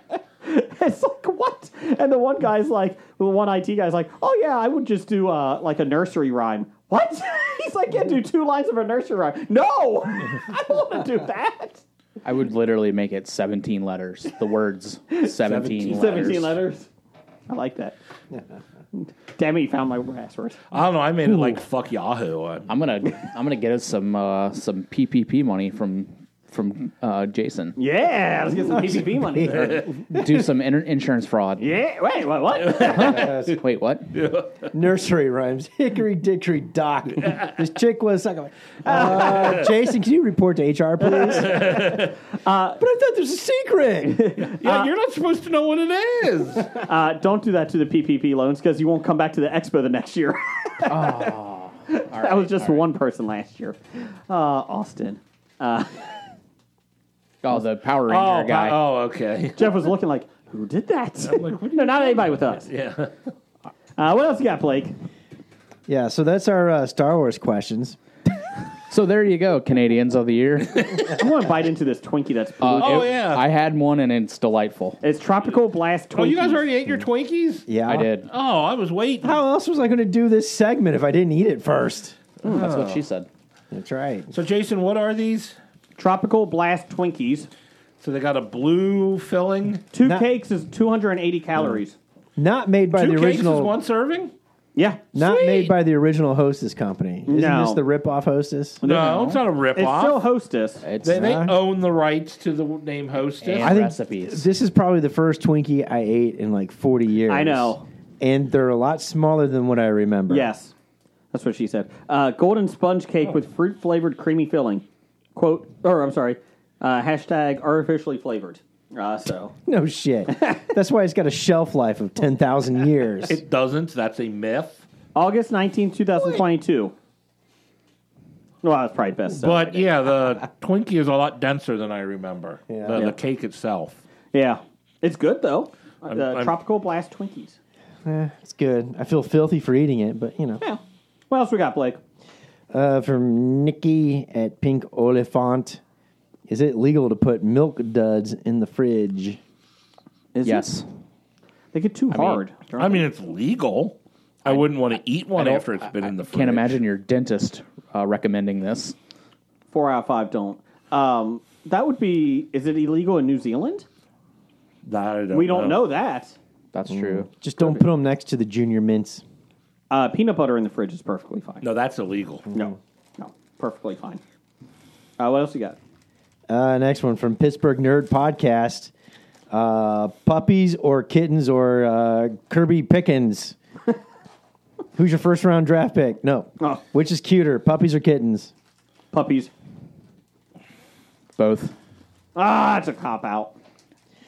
Speaker 6: it's like what? And the one guy's like, the one IT guy's like, oh yeah, I would just do uh, like a nursery rhyme. What? He's like, yeah, do two lines of a nursery rhyme. No, I don't want to do that.
Speaker 9: I would literally make it seventeen letters. The words seventeen, letters.
Speaker 6: Seventeen letters. I like that. Damn it, you found my password.
Speaker 7: I don't know. I made it like fuck Yahoo. I,
Speaker 9: I'm gonna I'm gonna get us some uh, some PPP money from from uh, Jason.
Speaker 6: Yeah, let's get some PPP money.
Speaker 9: Do some inter- insurance fraud.
Speaker 6: yeah, wait, what? what?
Speaker 9: Wait, what?
Speaker 8: nursery rhymes. Hickory dickory dock. this chick was like, uh, Jason, can you report to HR, please? Uh, but I thought there's a secret.
Speaker 7: yeah, you're not supposed to know what it is.
Speaker 6: Uh, don't do that to the PPP loans because you won't come back to the expo the next year. that was just one person last year. Uh, Austin.
Speaker 9: Oh, the Power Ranger
Speaker 7: oh,
Speaker 9: guy.
Speaker 7: oh, okay.
Speaker 6: Jeff was looking like, who did that?
Speaker 7: like, what are
Speaker 6: no, not anybody with us.
Speaker 7: Yeah.
Speaker 6: Uh, what else you got, Blake?
Speaker 8: yeah, so that's our uh, Star Wars questions.
Speaker 9: So there you go, Canadians of the Year.
Speaker 6: I'm going to bite into this Twinkie that's
Speaker 9: Uh,
Speaker 6: blue.
Speaker 7: Oh,
Speaker 9: It-
Speaker 7: yeah.
Speaker 9: I had one and it's delightful.
Speaker 6: it's Tropical Blast Twinkies.
Speaker 7: Oh, you guys already ate your Twinkies?
Speaker 8: Yeah,
Speaker 9: I did.
Speaker 7: Oh, I was waiting.
Speaker 8: How else was I going to do this segment if I didn't eat it first?
Speaker 9: That's what she said.
Speaker 8: That's right.
Speaker 7: So, Jason, what are these?
Speaker 6: Tropical Blast Twinkies.
Speaker 7: So they got a blue filling.
Speaker 6: Two
Speaker 8: Not-
Speaker 6: cakes is 280 calories.
Speaker 8: Not made by
Speaker 7: Two
Speaker 8: the
Speaker 7: cakes
Speaker 8: original.
Speaker 7: is one serving.
Speaker 6: Yeah.
Speaker 8: Not
Speaker 7: Sweet.
Speaker 8: made by the original Hostess company. Isn't
Speaker 6: No.
Speaker 8: this the rip-off Hostess?
Speaker 7: No, it's not a
Speaker 6: It's still
Speaker 7: ripoff.
Speaker 6: Hostess.
Speaker 9: It's
Speaker 7: They, they
Speaker 8: Huh?
Speaker 7: own the rights to the name Hostess.
Speaker 9: and
Speaker 8: I think
Speaker 9: recipes.
Speaker 8: This is probably the first Twinkie I ate in like 40 years.
Speaker 6: I know.
Speaker 8: And they're a lot smaller than what I remember.
Speaker 6: Yes. That's what she said. Uh, golden sponge cake with fruit flavored creamy filling. Quote, or I'm sorry, uh, hashtag artificially flavored. Uh, so,
Speaker 8: No shit. That's why it's got a shelf life of 10,000 years.
Speaker 7: it doesn't. That's a myth.
Speaker 6: August 19, 2022. Well, that's probably the best.
Speaker 7: But yeah, the Twinkie is a lot denser than I remember.
Speaker 8: Yeah.
Speaker 7: The,
Speaker 8: Yeah.
Speaker 7: the cake itself.
Speaker 6: yeah. It's good, though. Uh,
Speaker 7: I'm-
Speaker 6: the
Speaker 7: I'm-
Speaker 6: Tropical Blast Twinkies.
Speaker 8: Eh, it's good. I feel filthy for eating it, but you know.
Speaker 6: Yeah. What else we got, Blake?
Speaker 8: Uh, from Nikki at Pink Oliphant. Is it legal to put milk duds in the fridge?
Speaker 6: Is
Speaker 9: yes.
Speaker 6: it- They get too hard.
Speaker 7: I mean, it's legal. I, wouldn't want to eat one
Speaker 9: don't-
Speaker 7: after it's been in the fridge.
Speaker 9: Can't imagine your dentist uh, recommending this.
Speaker 6: Four out of five don't. Um, that would be, is it illegal in New Zealand?
Speaker 7: That I don't
Speaker 6: We don't know that.
Speaker 9: That's true.
Speaker 8: Mm. Just don't put them next to the junior mints.
Speaker 6: Uh, peanut butter in the fridge is perfectly fine.
Speaker 7: No, that's illegal.
Speaker 6: No, Mm. no, perfectly fine. Uh, what else you got?
Speaker 8: Uh, next one from Pittsburgh Nerd Podcast. Uh, puppies or kittens or uh, Kirby Pickens? Who's your first round draft pick? No.
Speaker 6: Oh.
Speaker 8: Which is cuter, puppies or kittens?
Speaker 6: Puppies.
Speaker 9: Both.
Speaker 6: Ah, it's a cop out.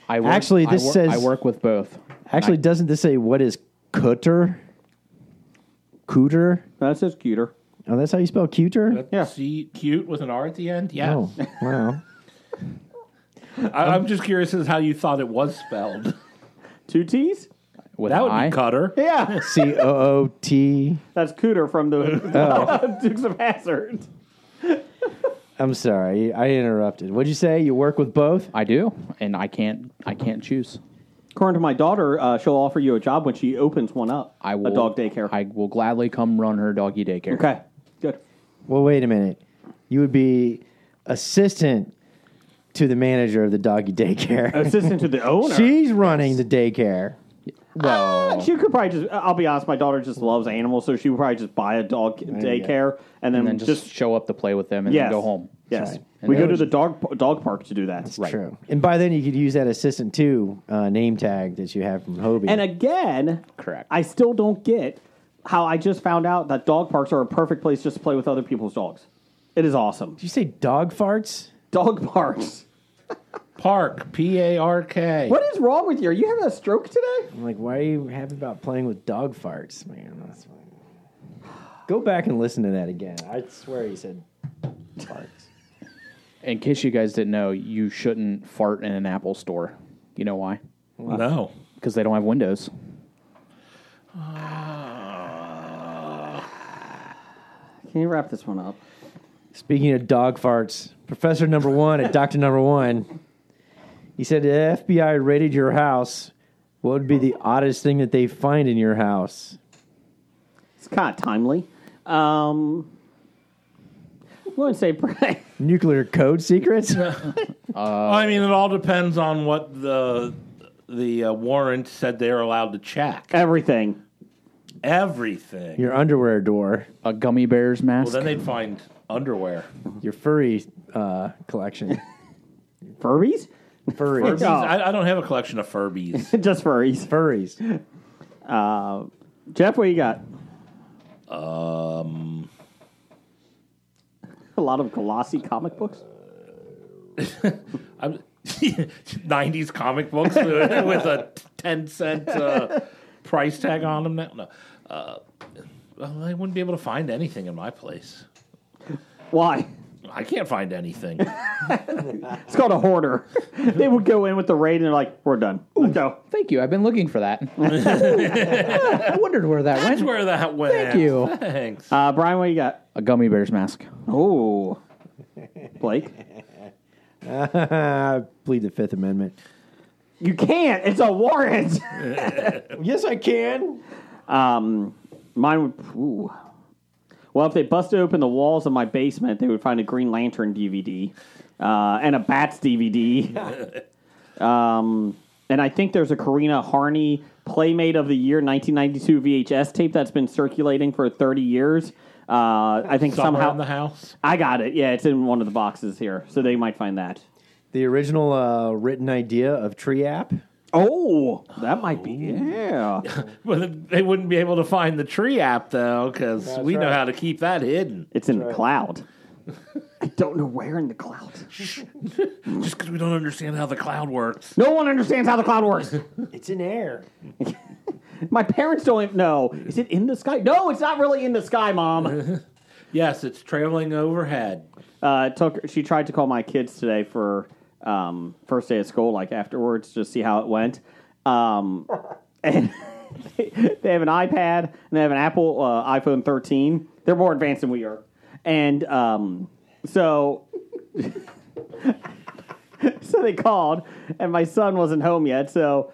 Speaker 9: I work,
Speaker 8: Actually,
Speaker 9: I
Speaker 8: this
Speaker 9: wor-
Speaker 8: says-
Speaker 9: I work with both.
Speaker 8: Actually, doesn't this say what is cuter? Cooter?
Speaker 6: That says cuter.
Speaker 8: Oh, that's how you spell cuter?
Speaker 6: Yeah.
Speaker 7: See, cute with an R at the end? Yeah.
Speaker 8: Oh, wow.
Speaker 7: I, I'm just curious as how you thought it was spelled.
Speaker 6: Two T's.
Speaker 9: With
Speaker 7: That
Speaker 9: an
Speaker 7: would
Speaker 9: I.
Speaker 7: be cutter.
Speaker 6: Yeah,
Speaker 8: C O O T.
Speaker 6: that's cooter from the Dukes of Hazard.
Speaker 8: I'm sorry, I interrupted. What'd you say? You work with both?
Speaker 9: I do, and I can't. I can't choose.
Speaker 6: According to my daughter, uh, she'll offer you a job when she opens one up.
Speaker 9: I will
Speaker 6: a dog daycare.
Speaker 9: I will gladly come run her doggy daycare.
Speaker 6: okay, good.
Speaker 8: Well, wait a minute. You would be assistant to the manager of the doggy daycare.
Speaker 6: Assistant to the owner.
Speaker 8: She's running the daycare.
Speaker 6: Ah, she could probably just—I'll be honest—my daughter just loves animals, so she would probably just buy a dog
Speaker 8: you go.
Speaker 6: daycare and then,
Speaker 9: And then just,
Speaker 6: just
Speaker 9: show up to play with them and
Speaker 6: yes,
Speaker 9: then go home.
Speaker 6: Yes,
Speaker 8: Sorry.
Speaker 6: we
Speaker 9: And
Speaker 6: go
Speaker 9: that
Speaker 6: to
Speaker 9: was-
Speaker 6: the dog dog park to do that.
Speaker 9: Right.
Speaker 8: True. And by then you could use that assistant to uh, name tag that you have from Hobie.
Speaker 6: And again,
Speaker 9: Correct.
Speaker 6: I still don't get how I just found out that dog parks are a perfect place just to play with other people's dogs. It is awesome.
Speaker 8: Did you say dog farts?
Speaker 6: Dog parks.
Speaker 7: Park. P A R K.
Speaker 6: What is wrong with you? Are you having a stroke today?
Speaker 8: I'm like, why are you happy about playing with dog farts, man? That's fine. Go back and listen to that again. I swear you said farts.
Speaker 9: In case you guys didn't know, you shouldn't fart in an Apple store. You know why?
Speaker 7: No.
Speaker 9: Because they don't have windows.
Speaker 6: Can you wrap this one up?
Speaker 8: Speaking of dog farts, Professor Number One at Doctor Number One, he said the FBI raided your house. What would be the oddest thing that they find in your house?
Speaker 6: It's kind of timely. Um, I'm going to say pray.
Speaker 8: Nuclear code secrets?
Speaker 7: I mean, it all depends on what the the uh, warrant said they're allowed to check.
Speaker 6: Everything.
Speaker 7: Everything.
Speaker 8: your underwear door?
Speaker 9: A gummy bear's
Speaker 7: Well,
Speaker 9: mask.
Speaker 7: then they'd find underwear.
Speaker 8: Your furry uh, collection?
Speaker 6: Furbies?
Speaker 8: Furry.
Speaker 7: Furbies?
Speaker 6: Oh.
Speaker 7: I, I don't have a collection of Furbies.
Speaker 6: Just furries.
Speaker 8: Furries.
Speaker 6: Jeff, what you got?
Speaker 7: um,
Speaker 6: A lot of glossy comic books?
Speaker 7: I'm, 90s comic books with a 10 cent uh, price tag on them now. No. Uh, well, I wouldn't be able to find anything in my place.
Speaker 6: Why?
Speaker 7: I can't find anything.
Speaker 6: It's called a hoarder. they would go in with the raid and they're like, we're done. Let's go.
Speaker 9: Thank you. I've been looking for that. I wondered where that
Speaker 7: That's
Speaker 9: went.
Speaker 7: where that went.
Speaker 9: Thank you.
Speaker 7: Thanks.
Speaker 6: Uh, Brian, what you got?
Speaker 9: A gummy bear's mask.
Speaker 6: Oh. Blake?
Speaker 8: I plead the Fifth Amendment.
Speaker 6: You can't. It's a warrant.
Speaker 8: Yes, I can.
Speaker 6: Um, mine would. Ooh. Well, if they busted open the walls of my basement, they would find a Green Lantern DVD uh, and a Bats DVD. um, and I think there's a Karina Harney Playmate of the Year 1992 VHS tape that's been circulating for 30 years. Uh, I think
Speaker 7: Somewhere
Speaker 6: somehow
Speaker 7: in the house.
Speaker 6: I got it. Yeah, it's in one of the boxes here, so they might find that.
Speaker 8: The original uh, written idea of Tree App.
Speaker 6: Oh, that might be. Yeah.
Speaker 7: But they wouldn't be able to find the tree app though, because
Speaker 8: That's
Speaker 7: we know
Speaker 8: right.
Speaker 7: how to keep that hidden.
Speaker 6: It's in the cloud. I don't know where in the cloud.
Speaker 7: Just because we don't understand how the cloud works.
Speaker 6: No one understands how the cloud works.
Speaker 8: It's in air.
Speaker 6: My parents don't even know. Is it in the sky? No, it's not really in the sky, Mom.
Speaker 7: Yes, it's trailing overhead.
Speaker 6: uh, it took she tried to call my kids today for um, first day of school, like afterwards, just see how it went. Um, and they have an iPad and they have an Apple uh, iPhone 13. They're more advanced than we are, and um, so so they called, and my son wasn't home yet, so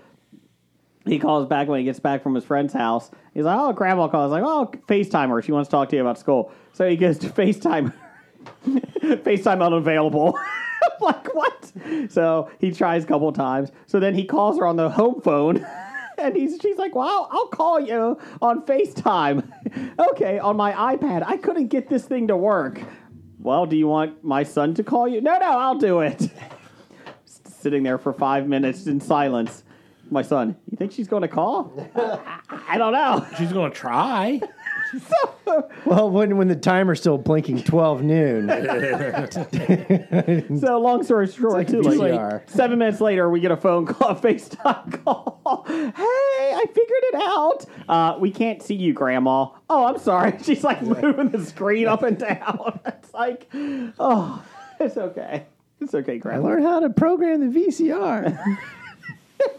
Speaker 6: he calls back when he gets back from his friend's house. He's like, "Oh, grandma calls." Like, "Oh, Facetime her. She wants to talk to you about school." So he goes to Facetime. her. Facetime unavailable. I'm like what? So he tries a couple times. So then he calls her on the home phone, and he's she's like, "Well, I'll call you on Facetime." okay, on my iPad, I couldn't get this thing to work. Well, do you want my son to call you? No, no, I'll do it sitting there for five minutes in silence. My son, you think she's going to call? I don't know.
Speaker 7: She's gonna try.
Speaker 8: Well, when when the timer's still blinking twelve noon,
Speaker 6: So uh, long story short, too,
Speaker 8: VCR.
Speaker 6: like, seven minutes later, we get a phone call, a FaceTime call. hey, I figured it out. Uh, we can't see you, Grandma. Oh, I'm sorry. She's like moving the screen up and down. It's like, oh, it's okay. It's okay,
Speaker 8: I
Speaker 6: Grandma.
Speaker 8: learned how to program the VCR.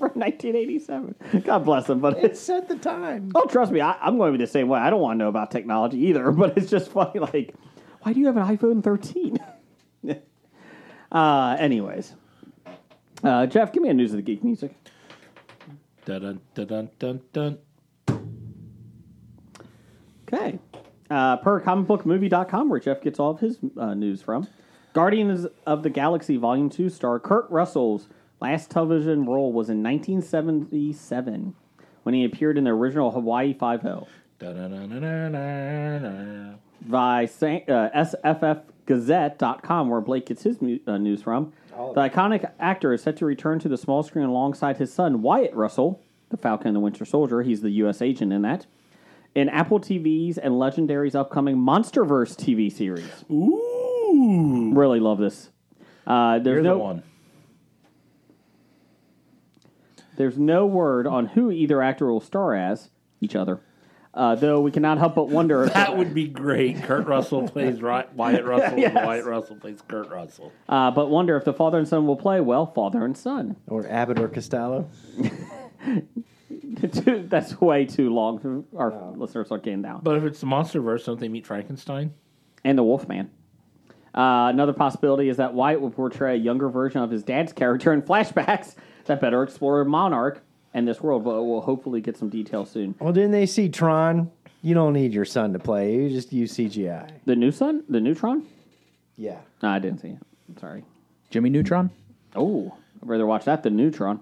Speaker 6: From 1987. God bless him, but
Speaker 8: it
Speaker 6: it's
Speaker 8: set the time.
Speaker 6: Oh, trust me, I, I'm going to be the same way. I don't want to know about technology either, but it's just funny. Like, why do you have an iPhone 13? uh, anyways, uh, Jeff, give me a news of the geek music.
Speaker 7: Dun dun dun dun dun dun.
Speaker 6: Okay. Uh, per comicbookmovie.com, where Jeff gets all of his uh, news from, Guardians of the Galaxy Volume 2 star Kurt Russell's last television role was in 1977 when he appeared in the original Hawaii 5 0.
Speaker 7: Dun, dun, dun, dun, dun, dun, dun.
Speaker 6: by San- uh, sffgazette.com, where Blake gets his mu- uh, news from.
Speaker 7: Oh.
Speaker 6: The iconic actor is set to return to the small screen alongside his son, Wyatt Russell, the Falcon and the Winter Soldier. He's the U.S. agent in that. In Apple TV's and Legendary's upcoming Monsterverse TV series.
Speaker 7: Ooh,
Speaker 6: Really love this. Uh, there's
Speaker 7: you're
Speaker 6: no
Speaker 7: the one.
Speaker 6: There's no word on who either actor will star as each other, uh, though we cannot help but wonder. if-
Speaker 7: That would be great. Kurt Russell plays Ry- Wyatt Russell,
Speaker 6: Yes.
Speaker 7: and Wyatt Russell plays Kurt Russell.
Speaker 6: uh, but wonder if the father and son will play well. Father and son.
Speaker 8: Or Abbott or Costello.
Speaker 6: Dude, that's way too long. Our listeners are getting down.
Speaker 7: But if it's the MonsterVerse, don't they meet Frankenstein?
Speaker 6: and the Wolfman. Uh, another possibility is that Wyatt will portray a younger version of his dad's character in flashbacks that better explore Monarch and this world, but we'll hopefully get some detail soon.
Speaker 8: Well, didn't they see Tron? You don't need your son to play. You just use CGI.
Speaker 6: The new son? The Neutron?
Speaker 8: Yeah.
Speaker 6: No, I didn't see it. I'm sorry.
Speaker 9: Jimmy Neutron.
Speaker 6: Oh, I'd rather watch that than Neutron.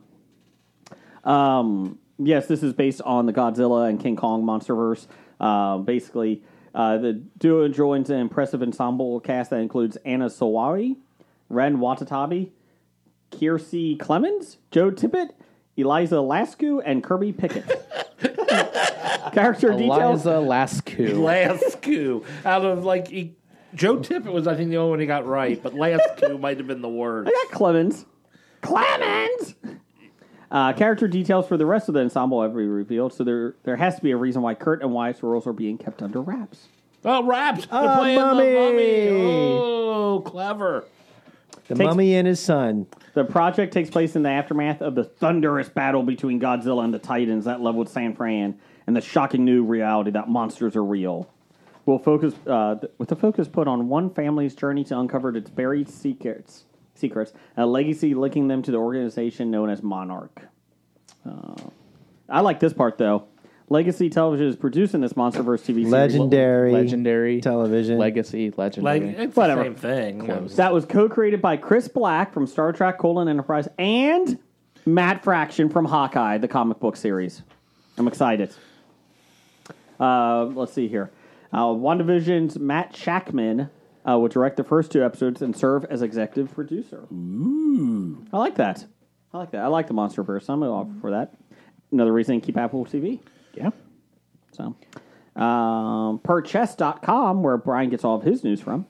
Speaker 6: Um, yes, this is based on the Godzilla and King Kong monsterverse. Uh, basically, uh, the duo joins an impressive ensemble cast that includes Anna Sawari, Ren Watanabe, Kiersey Clemens, Joe Tippett, Eliza Lasku, and Kirby Pickett. Character details.
Speaker 9: Eliza Lasku.
Speaker 7: Lasku out of like he, Joe Tippett was I think the only one he got right, but Lasku might have been the word.
Speaker 6: I got Clemens. Clemens. Uh, character details for the rest of the ensemble have been revealed, so there there has to be a reason why Kurt and Wyatt's roles are being kept under wraps.
Speaker 7: Oh, wrapped. They're
Speaker 8: Ah,
Speaker 7: playing
Speaker 8: mummy.
Speaker 7: the mummy. Oh, clever.
Speaker 8: The
Speaker 6: Takes-
Speaker 8: mummy and his son.
Speaker 6: The project takes place in the aftermath of the thunderous battle between Godzilla and the Titans that leveled San Fran, and the shocking new reality that monsters are real. We'll focus uh, th- with the focus put on one family's journey to uncover its buried secrets, secrets, a legacy linking them to the organization known as Monarch. Uh, I like this part though. Legacy Television is producing this MonsterVerse TV series.
Speaker 8: Legendary.
Speaker 9: Legendary
Speaker 8: Television.
Speaker 9: Legacy.
Speaker 7: Like
Speaker 9: Legendary.
Speaker 7: it's
Speaker 6: Whatever.
Speaker 7: the same thing.
Speaker 9: Close.
Speaker 6: That was co-created by Chris Black from Star Trek: Colon Enterprise and Matt Fraction from Hawkeye, the comic book series. I'm excited. Uh, let's see here. Uh, WandaVision's Matt Shackman uh, will direct the first two episodes and serve as executive producer. Ooh, I like that. I like that. I like the MonsterVerse. I'm going to offer for that. Another reason to keep Apple TV.
Speaker 9: yeah.
Speaker 6: So, um, perchess.com, where Brian gets all of his news from,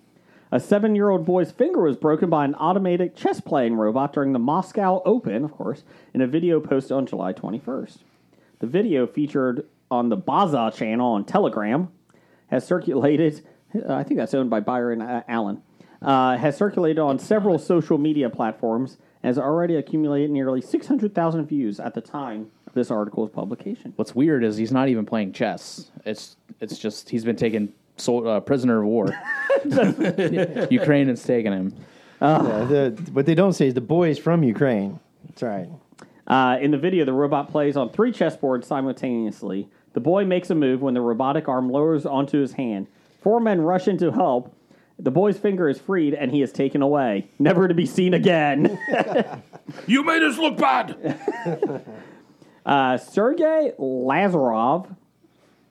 Speaker 6: a seven year old boy's finger was broken by an automated chess playing robot during the Moscow Open, of course, in a video posted on July 21st. The video featured on the Baza channel on Telegram has circulated. I think that's owned by Byron uh, Allen. Uh, has circulated on several social media platforms and has already accumulated nearly 600,000 views at the time of this article's publication.
Speaker 9: What's weird is he's not even playing chess. It's it's just he's been taken sol- uh, prisoner of war. Ukraine has taken him.
Speaker 8: Yeah, Uh, the, what they don't say is the boy's from Ukraine. That's right.
Speaker 6: Uh, in the video, the robot plays on three chessboards simultaneously. The boy makes a move when the robotic arm lowers onto his hand. Four men rush in to help. The boy's finger is freed and he is taken away, never to be seen again.
Speaker 7: You made us look bad.
Speaker 6: Uh, Sergey Lazarov,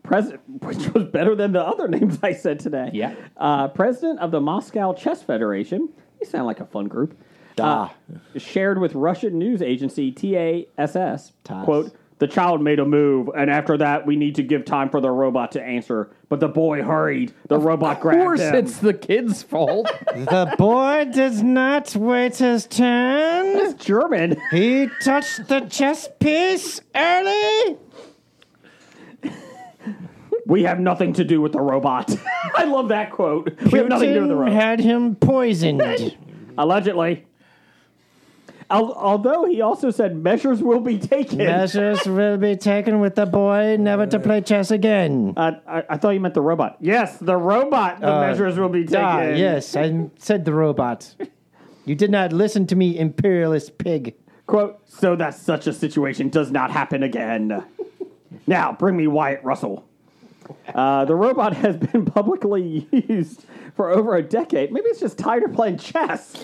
Speaker 6: president, which was better than the other names I said today.
Speaker 9: Yeah.
Speaker 6: Uh, president of the Moscow Chess Federation. You sound like a fun group.
Speaker 8: Da.
Speaker 9: Ah.
Speaker 6: Uh, shared with Russian news agency TASS. Quote, the child made a move, and after that, we need to give time for the robot to answer. But the boy hurried. The robot
Speaker 9: Of
Speaker 6: grabbed
Speaker 9: course,
Speaker 6: him.
Speaker 9: it's the kid's fault.
Speaker 8: the boy does not wait his turn.
Speaker 6: German.
Speaker 8: He touched the chess piece early.
Speaker 6: we have nothing to do with the robot. I love that quote. We have nothing to do with the
Speaker 8: Putin
Speaker 6: robot.
Speaker 8: had him poisoned.
Speaker 6: Allegedly. Al- although he also said measures will be taken.
Speaker 8: Measures will be taken with the boy never to play chess again.
Speaker 6: Uh, I, I thought you meant the robot. Yes, the robot. The
Speaker 8: Uh,
Speaker 6: measures will be taken.
Speaker 8: Ah, yes, I said the robot. You did not listen to me, imperialist pig.
Speaker 6: Quote, so that such a situation does not happen again. now, bring me Wyatt Russell. Uh, the robot has been publicly used for over a decade. Maybe it's just tired of playing chess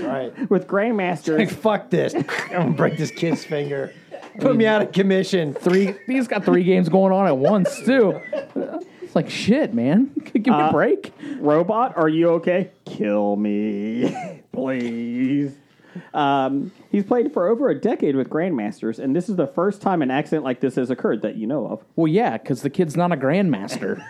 Speaker 8: Right.
Speaker 6: with grandmasters.
Speaker 8: Fuck this. I'm gonna break this kid's finger. Put me out of commission. Three.
Speaker 9: he's got three games going on at once too. It's like shit, man. Give me a break.
Speaker 6: Robot, are you okay? Kill me, please. Um, he's played for over a decade with grandmasters, and this is the first time an accident like this has occurred that you know of.
Speaker 9: Well, yeah, because the kid's not a grandmaster.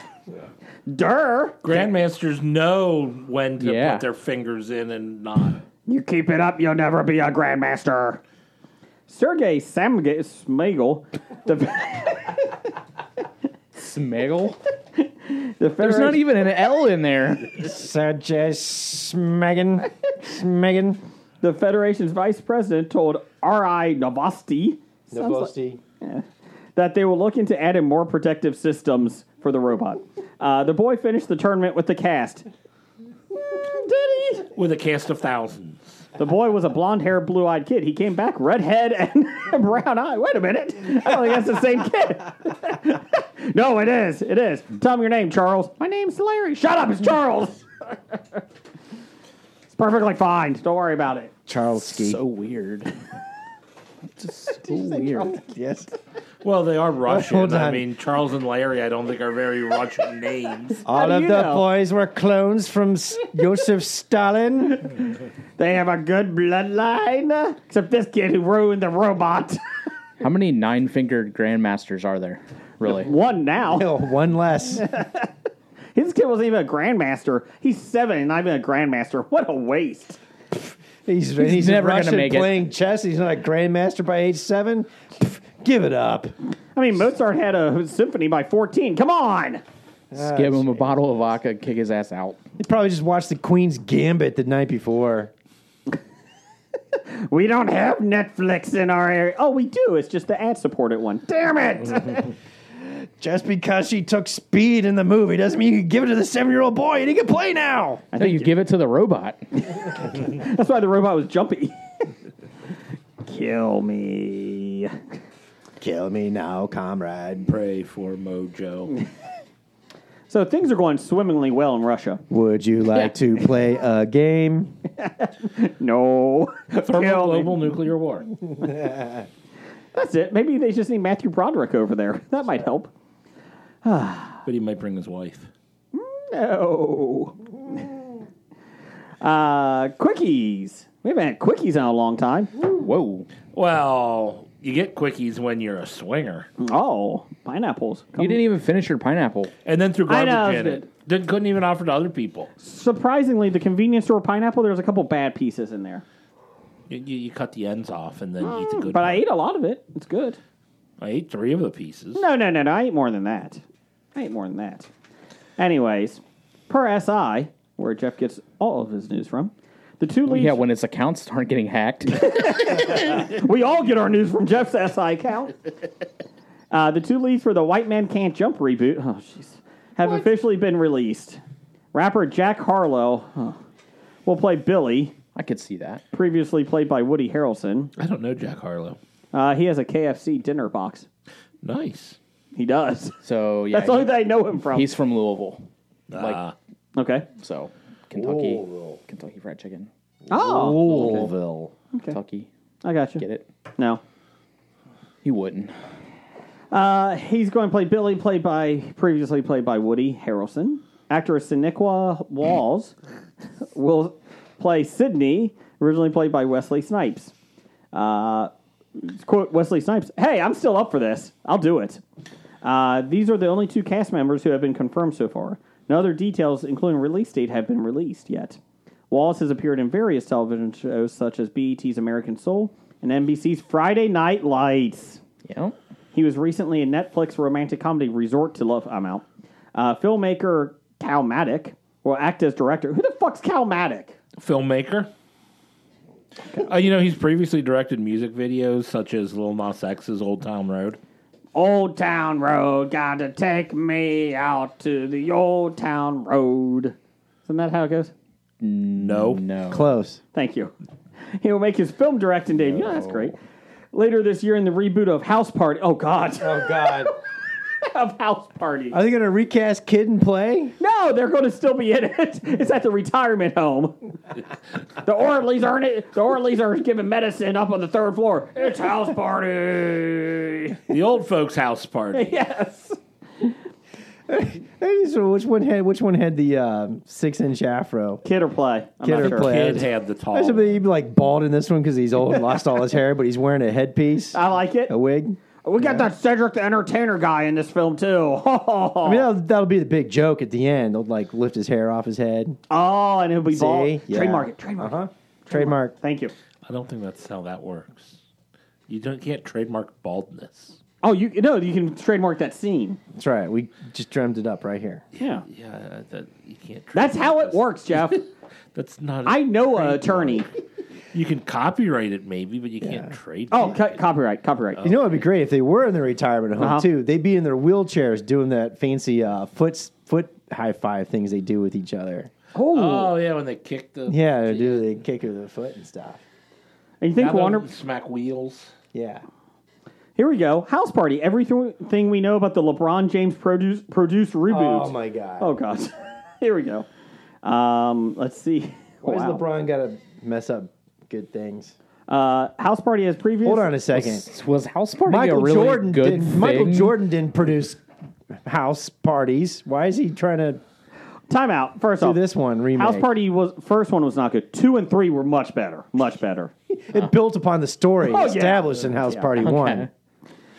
Speaker 6: Durr,
Speaker 7: Grandmasters know when to
Speaker 9: Yeah.
Speaker 7: put their fingers in and not.
Speaker 6: you keep it up, you'll never be a grandmaster. Sergey Samge- Smigel, the,
Speaker 9: Smiggle.
Speaker 6: the
Speaker 9: There's
Speaker 6: Federation-
Speaker 9: not even an L in there.
Speaker 8: Sergey Smegan. Smegan.
Speaker 6: The Federation's vice president told R.I. Novosti sounds like- that they were looking to add in more protective systems for the robot. Uh, the boy finished the tournament with the cast. Mm, did he?
Speaker 7: with a cast of thousands.
Speaker 6: The boy was a blonde haired, blue eyed kid. He came back redhead and brown eye. Wait a minute. I don't think that's the same kid. no, it is. It is. Tell him your name, Charles. My name's Larry. Shut up. It's Charles. it's perfectly fine. Don't worry about it.
Speaker 8: Charles Ski.
Speaker 9: So weird. Just so weird.
Speaker 8: yes.
Speaker 7: Well, they are Russian.
Speaker 8: hold
Speaker 7: I
Speaker 8: on.
Speaker 7: mean, Charles and Larry, I don't think are very Russian names.
Speaker 8: All
Speaker 6: do
Speaker 8: of
Speaker 6: you
Speaker 8: the
Speaker 6: know?
Speaker 8: boys were clones from S- Joseph Stalin.
Speaker 6: They have a good bloodline, except this kid who ruined the robot.
Speaker 9: How many nine fingered grandmasters are there? Really?
Speaker 6: One now.
Speaker 8: Oh, one less.
Speaker 6: His kid wasn't even a grandmaster. He's seven and not even a grandmaster. What a waste.
Speaker 8: He's, he's, in
Speaker 9: never gonna
Speaker 8: Russia
Speaker 9: make it.
Speaker 8: playing chess. He's not a grandmaster by age seven. Pff, give it up.
Speaker 6: I mean, Mozart had a symphony by 14. Come on.
Speaker 9: Just give him a bottle of vodka, kick his ass out.
Speaker 8: He probably just watched the Queen's Gambit the night before.
Speaker 6: We don't have Netflix in our area. Oh, we do. It's just the ad supported one. Damn it.
Speaker 8: Just because she took speed in the movie doesn't mean you can give it to the seven year old boy and he can play now.
Speaker 9: I think you give it to the robot.
Speaker 6: That's why the robot was jumpy. Kill me.
Speaker 8: Kill me now, comrade.
Speaker 7: Pray for Mojo.
Speaker 6: So things are going swimmingly well in Russia.
Speaker 8: Would you like to play a game?
Speaker 6: No.
Speaker 7: Thermal
Speaker 6: Kill me.
Speaker 7: global nuclear war.
Speaker 6: That's it. Maybe they just need Matthew Broderick over there. That might help.
Speaker 7: But he might bring his wife.
Speaker 6: No. uh, quickies. We haven't had quickies in a long time.
Speaker 9: Whoa.
Speaker 7: Well, you get quickies when you're a swinger,
Speaker 6: Oh, pineapples.
Speaker 9: You didn't even finish your pineapple.
Speaker 7: and then threw
Speaker 6: I know,
Speaker 7: garbage in
Speaker 6: I was
Speaker 7: it. Didn't, couldn't even offer to other people.
Speaker 6: Surprisingly, the convenience store pineapple, there's a couple bad pieces in there.
Speaker 7: You, you, you cut the ends off and then eat the good.
Speaker 6: Mm, But I
Speaker 7: part.
Speaker 6: ate a lot of it. It's good.
Speaker 7: I ate three of the pieces.
Speaker 6: No, no, no, no. I ate more than that. I ate more than that. Anyways, per SI, where Jeff gets all of his news from, the two leads.
Speaker 9: Yeah, when his accounts aren't getting hacked.
Speaker 6: We all get our news from Jeff's SI account. Uh, the two leads for the White Man Can't Jump reboot oh, jeez, have officially been released. Rapper Jack Harlow huh, will play Billy,
Speaker 9: I could see that.
Speaker 6: previously played by Woody Harrelson.
Speaker 7: I don't know Jack Harlow.
Speaker 6: Uh, he has a KFC dinner box.
Speaker 7: Nice.
Speaker 6: He does.
Speaker 9: So yeah,
Speaker 6: That's the only
Speaker 9: he-
Speaker 6: thing I know him from.
Speaker 9: he's from Louisville. Like-
Speaker 7: Ah.
Speaker 6: okay.
Speaker 9: So Kentucky, Kentucky Fried Chicken,
Speaker 6: Oh,
Speaker 8: Louisville.
Speaker 9: Kentucky.
Speaker 6: I got you.
Speaker 9: Get it?
Speaker 6: No.
Speaker 9: He wouldn't.
Speaker 6: Uh, he's going to play Billy, played by previously played by Woody Harrelson. Actress Sinequa Walls will play Sydney, originally played by Wesley Snipes. Uh, quote Wesley Snipes: "Hey, I'm still up for this. I'll do it." Uh, these are the only two cast members who have been confirmed so far. No other details, including release date, have been released yet. Wallace has appeared in various television shows such as BET's American Soul and NBC's Friday Night Lights.
Speaker 9: Yeah.
Speaker 6: He was recently in Netflix romantic comedy Resort to Love. I'm out. Uh, filmmaker Cal Maddick will act as director. Who the fuck's Cal Maddick?
Speaker 7: filmmaker. Uh, you know, he's previously directed music videos such as Lil Nas X's "Old Town Road."
Speaker 6: Old Town Road, gotta take me out to the Old Town Road. Isn't that how it goes?
Speaker 7: No,
Speaker 9: No.
Speaker 8: Close.
Speaker 6: Thank you. He will make his film directing debut. Yeah, that's great. Later this year in the reboot of House Party. Oh God,
Speaker 8: Oh, God.
Speaker 6: of House Party.
Speaker 8: Are they going to recast Kid and Play?
Speaker 6: No, they're going to still be in it. It's at the retirement home. the Orleys are in it. The Orleys are giving medicine up on the third floor. It's house party.
Speaker 7: the old folks' house party.
Speaker 6: yes.
Speaker 8: So which one had which one had the um, six inch afro?
Speaker 6: Kid or play. I'm
Speaker 8: Kid
Speaker 6: not
Speaker 8: or
Speaker 6: sure.
Speaker 8: play.
Speaker 7: Kid had the tall.
Speaker 8: I should be like bald in this one because he's old and lost all his hair, but he's wearing a headpiece,
Speaker 6: I like it.
Speaker 8: a wig.
Speaker 6: We got that Cedric the Entertainer guy in this film too.
Speaker 8: I mean, that'll, that'll be the big joke at the end. They'll like lift his hair off his head.
Speaker 6: oh, and he'll be
Speaker 8: See?
Speaker 6: bald.
Speaker 8: Yeah.
Speaker 6: Trademark it. Trademark. it.
Speaker 8: Uh-huh. Trademark.
Speaker 6: Thank you.
Speaker 7: I don't think that's how that works. You don't, can't trademark baldness.
Speaker 6: Oh, you no, you can trademark that scene.
Speaker 8: That's right. We just dreamt it up right here.
Speaker 6: Yeah,
Speaker 7: Yeah, that, you can't.
Speaker 6: that's how it
Speaker 7: trademark
Speaker 6: works, Jeff.
Speaker 7: this. That's not.
Speaker 6: I know a
Speaker 7: trademark.
Speaker 6: attorney.
Speaker 7: You can copyright it maybe, but you can't trade.
Speaker 6: Oh, co- copyright, copyright.
Speaker 8: You know, it'd be great if they were in their retirement home
Speaker 6: Uh-huh.
Speaker 8: too. They'd be in their wheelchairs doing that fancy uh, foot foot high five things they do with each other.
Speaker 7: Oh yeah, when they kick the
Speaker 8: Yeah, they do the kick of the foot and stuff.
Speaker 6: And you think
Speaker 7: Now
Speaker 6: Wonder?
Speaker 7: they'll smack wheels.
Speaker 8: Yeah,
Speaker 6: Here we go. House party. Everything we know about the LeBron James produce produce reboot.
Speaker 8: Oh, my God.
Speaker 6: Oh god. Here we go. Um, let's see.
Speaker 8: why
Speaker 6: Wow.
Speaker 8: does LeBron got to mess up good things?
Speaker 6: Uh, House party has previous.
Speaker 8: Hold on a second.
Speaker 9: Was, was House Party
Speaker 8: Michael
Speaker 9: a really
Speaker 8: Jordan
Speaker 9: good
Speaker 8: didn't,
Speaker 9: thing?
Speaker 8: Michael Jordan didn't produce house parties. Why is he trying to
Speaker 6: Time out. First
Speaker 8: do
Speaker 6: off,
Speaker 8: this one remake?
Speaker 6: House party was first one was not good. Two and three were much better. Much better.
Speaker 8: It built upon the story
Speaker 6: yeah.
Speaker 8: established in House Party One.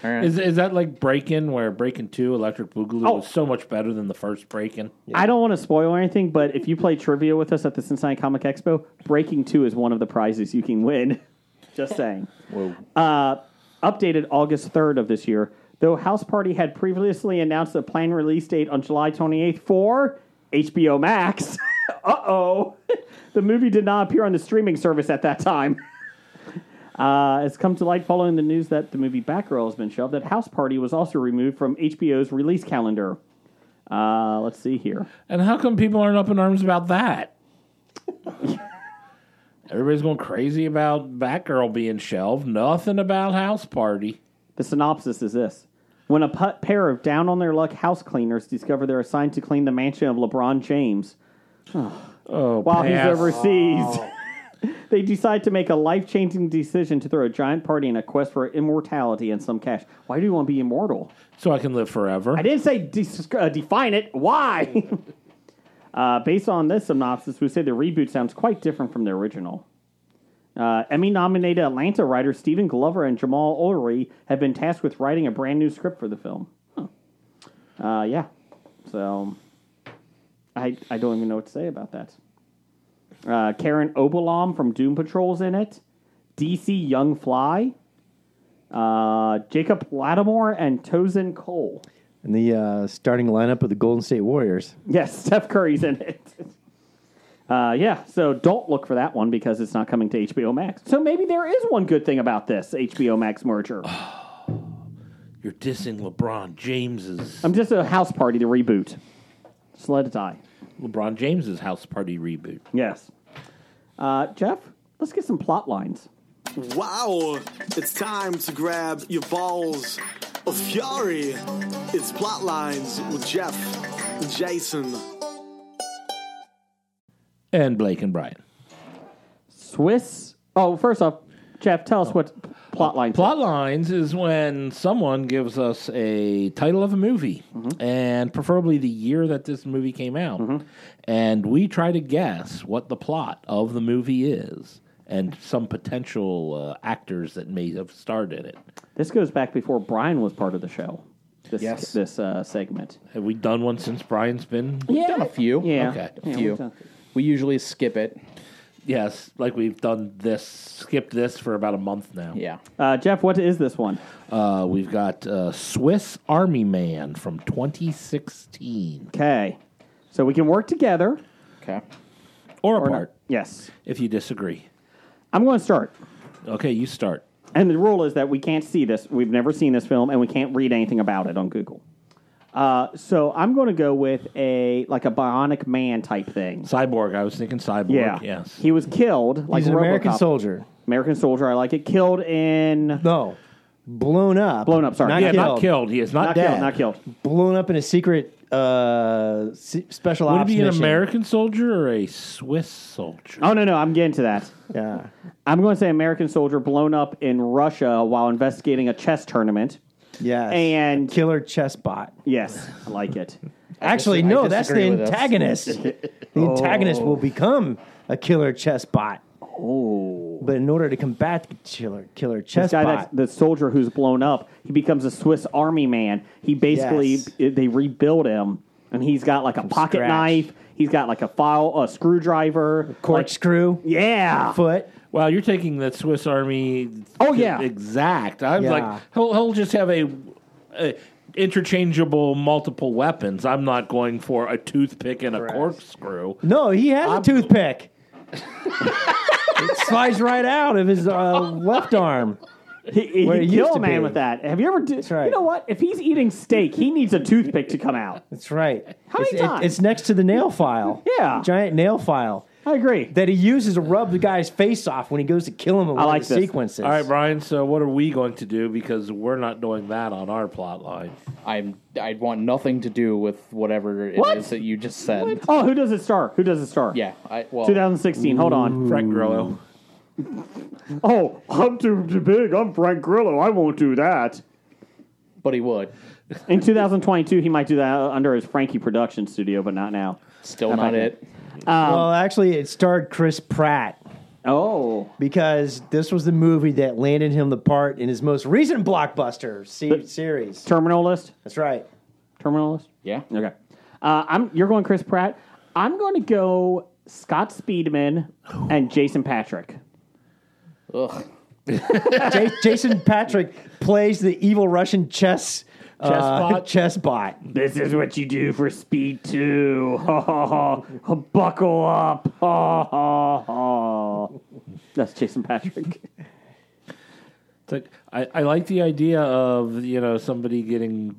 Speaker 7: Is is that like Breakin' where Breakin' Two, Electric Boogaloo
Speaker 6: Oh.
Speaker 7: was so much better than the first Breakin'?
Speaker 6: I don't want to spoil anything, but if you play trivia with us at the Cincinnati Comic Expo, Breaking Two is one of the prizes you can win. Just saying. Uh, updated August 3rd of this year. Though House Party had previously announced a planned release date on July 28th for HBO Max, uh oh, the movie did not appear on the streaming service at that time. Uh, it's come to light following the news that the movie Batgirl has been shelved, that House Party was also removed from HBO's release calendar. Uh, let's see here.
Speaker 7: And how come people aren't up in arms about that? Everybody's going crazy about Batgirl being shelved. Nothing about House Party.
Speaker 6: The synopsis is this. When a pu- pair of down on their luck house cleaners discover they're assigned to clean the mansion of LeBron James
Speaker 7: Oh,
Speaker 6: while he's
Speaker 7: pass.
Speaker 6: overseas, they decide to make a life changing decision to throw a giant party in a quest for immortality and some cash. Why do you want to be immortal?
Speaker 7: so I can live forever.
Speaker 6: I didn't say de- uh, define it. Why? uh, based on this synopsis, we say the reboot sounds quite different from the original. Uh, Emmy nominated Atlanta writers Stephen Glover and Jamal Ulrey have been tasked with writing a brand new script for the film. Huh. Uh, yeah. So I, I don't even know what to say about that. Uh, Karen Obolom from Doom Patrol's in it. DC Young Fly. Uh, Jacob Lattimore and Tozin Cole.
Speaker 8: And the uh, starting lineup of the Golden State Warriors.
Speaker 6: Yes, Steph Curry's in it. Uh, yeah, so don't look for that one because it's not coming to HBO Max. So maybe there is one good thing about this HBO Max merger.
Speaker 7: You're dissing LeBron James's
Speaker 6: I'm just a house party to reboot. Just let it die.
Speaker 7: LeBron James's House Party reboot.
Speaker 6: Yes. Uh, Jeff, let's get some plot lines.
Speaker 2: Wow, it's time to grab your balls of fury. It's Plotlines with Jeff and Jason.
Speaker 7: And Blake and Brian.
Speaker 6: Swiss. Oh, first off, Jeff, tell us what p- plot lines.
Speaker 7: Plot lines is when someone gives us a title of a movie and preferably the year that this movie came out. And we try to guess what the plot of the movie is and some potential uh, actors that may have starred in it.
Speaker 6: This goes back before Brian was part of the show. This,
Speaker 9: Yes.
Speaker 6: This uh, segment.
Speaker 7: Have we done one since Brian's been?
Speaker 9: We've done a few.
Speaker 6: Yeah.
Speaker 7: Okay.
Speaker 6: Yeah, we've
Speaker 9: few.
Speaker 6: done-
Speaker 9: We usually skip it.
Speaker 7: Yes, like we've done this, skipped this for about a month now.
Speaker 9: Yeah.
Speaker 6: Uh, Jeff, what is this one?
Speaker 7: Uh, we've got uh, Swiss Army Man from 2016.
Speaker 6: Okay. So we can work together.
Speaker 9: Okay.
Speaker 7: Or
Speaker 6: Or not.
Speaker 7: apart,
Speaker 6: Yes.
Speaker 7: if you disagree.
Speaker 6: I'm going to start.
Speaker 7: Okay, you start.
Speaker 6: And the rule is that we can't see this. We've never seen this film, and we can't read anything about it on Google. Uh, so I'm going to go with a like a bionic man type thing.
Speaker 7: Cyborg. I was thinking cyborg.
Speaker 6: Yeah.
Speaker 7: Yes.
Speaker 6: He was killed. Like
Speaker 8: He's an American
Speaker 6: RoboCop.
Speaker 8: soldier.
Speaker 6: American soldier. I like it. Killed in.
Speaker 8: No, blown up.
Speaker 6: Blown up, sorry.
Speaker 8: Not
Speaker 7: yeah,
Speaker 8: killed.
Speaker 7: not killed. He is not,
Speaker 6: Not
Speaker 7: dead.
Speaker 6: killed. Not killed.
Speaker 8: Blown up in a secret uh, se- special
Speaker 7: Would it
Speaker 8: ops
Speaker 7: be an
Speaker 8: mission.
Speaker 7: American soldier or a Swiss soldier?
Speaker 6: Oh no no! I'm getting to that.
Speaker 8: Yeah.
Speaker 6: I'm going to say American soldier blown up in Russia while investigating a chess tournament.
Speaker 8: Yes.
Speaker 6: And-
Speaker 8: killer chess bot.
Speaker 6: Yes, I like it.
Speaker 8: Actually,
Speaker 9: dis- I
Speaker 8: no, that's the
Speaker 9: disagree with us.
Speaker 8: antagonist. the antagonist
Speaker 6: Oh.
Speaker 8: will become a killer chess bot. Oh. But in order to combat the killer, killer
Speaker 6: this
Speaker 8: chess
Speaker 6: guy
Speaker 8: bot,
Speaker 6: that the soldier who's blown up he becomes a swiss army man he basically
Speaker 8: Yes.
Speaker 6: they rebuild him and he's got like a pocket
Speaker 8: scratch.
Speaker 6: knife he's got like a file a screwdriver like-
Speaker 8: corkscrew,
Speaker 6: yeah
Speaker 8: foot.
Speaker 7: wow, you're taking the Swiss Army.
Speaker 9: Oh, yeah.
Speaker 7: exact. I'm
Speaker 8: Yeah.
Speaker 7: like, he'll he'll just have a, a interchangeable multiple weapons. I'm not going for a toothpick and a corkscrew.
Speaker 8: No, he has a toothpick. it slides right out of his uh, left arm.
Speaker 6: He, he
Speaker 8: Where it
Speaker 6: he'd
Speaker 8: used
Speaker 6: kill a
Speaker 8: to
Speaker 6: man
Speaker 8: be.
Speaker 6: with that. Have you ever? Do,
Speaker 8: right.
Speaker 6: You know what? If he's eating steak, he needs a toothpick to come out.
Speaker 8: That's right.
Speaker 6: How many
Speaker 8: it's, it-
Speaker 6: times?
Speaker 8: it's next to the nail file.
Speaker 6: Yeah.
Speaker 8: giant nail file
Speaker 6: I agree.
Speaker 8: that he uses to rub the guy's face off when he goes to kill him. In one
Speaker 6: like
Speaker 8: of the
Speaker 6: this.
Speaker 8: sequences.
Speaker 7: All right, Brian. So what are we going to do? Because we're not doing that on our plot line.
Speaker 9: I'm I want nothing to do with whatever it is
Speaker 6: What?
Speaker 9: that you just said.
Speaker 6: Oh, who does it star? Who does it star?
Speaker 9: Yeah, I well
Speaker 6: 2016. Hold on.
Speaker 7: Frank Grillo.
Speaker 6: Oh, I'm too, too big. I'm Frank Grillo. I won't do that.
Speaker 9: but he would.
Speaker 6: In 2022, he might do that under his Frankie production studio, but not now.
Speaker 9: Still
Speaker 6: How
Speaker 9: not
Speaker 6: about
Speaker 9: it.
Speaker 8: Well, actually, it starred Chris Pratt
Speaker 6: Oh,
Speaker 8: because this was the movie that landed him the part in his most recent blockbuster se- series.
Speaker 6: Terminal List.
Speaker 8: That's right.
Speaker 6: Terminal List.
Speaker 9: Yeah.
Speaker 6: Okay. Uh, I'm. You're going Chris Pratt. I'm going to go Scott Speedman and Jason Patrick.
Speaker 9: Ugh.
Speaker 8: J- Jason Patrick plays the evil Russian chess uh,
Speaker 7: bot?
Speaker 8: chess bot.
Speaker 6: This is what you do for Speed 2. Ha, ha, ha. Buckle up. Ha, ha, ha. That's Jason Patrick.
Speaker 7: It's like I, I like the idea of you know somebody getting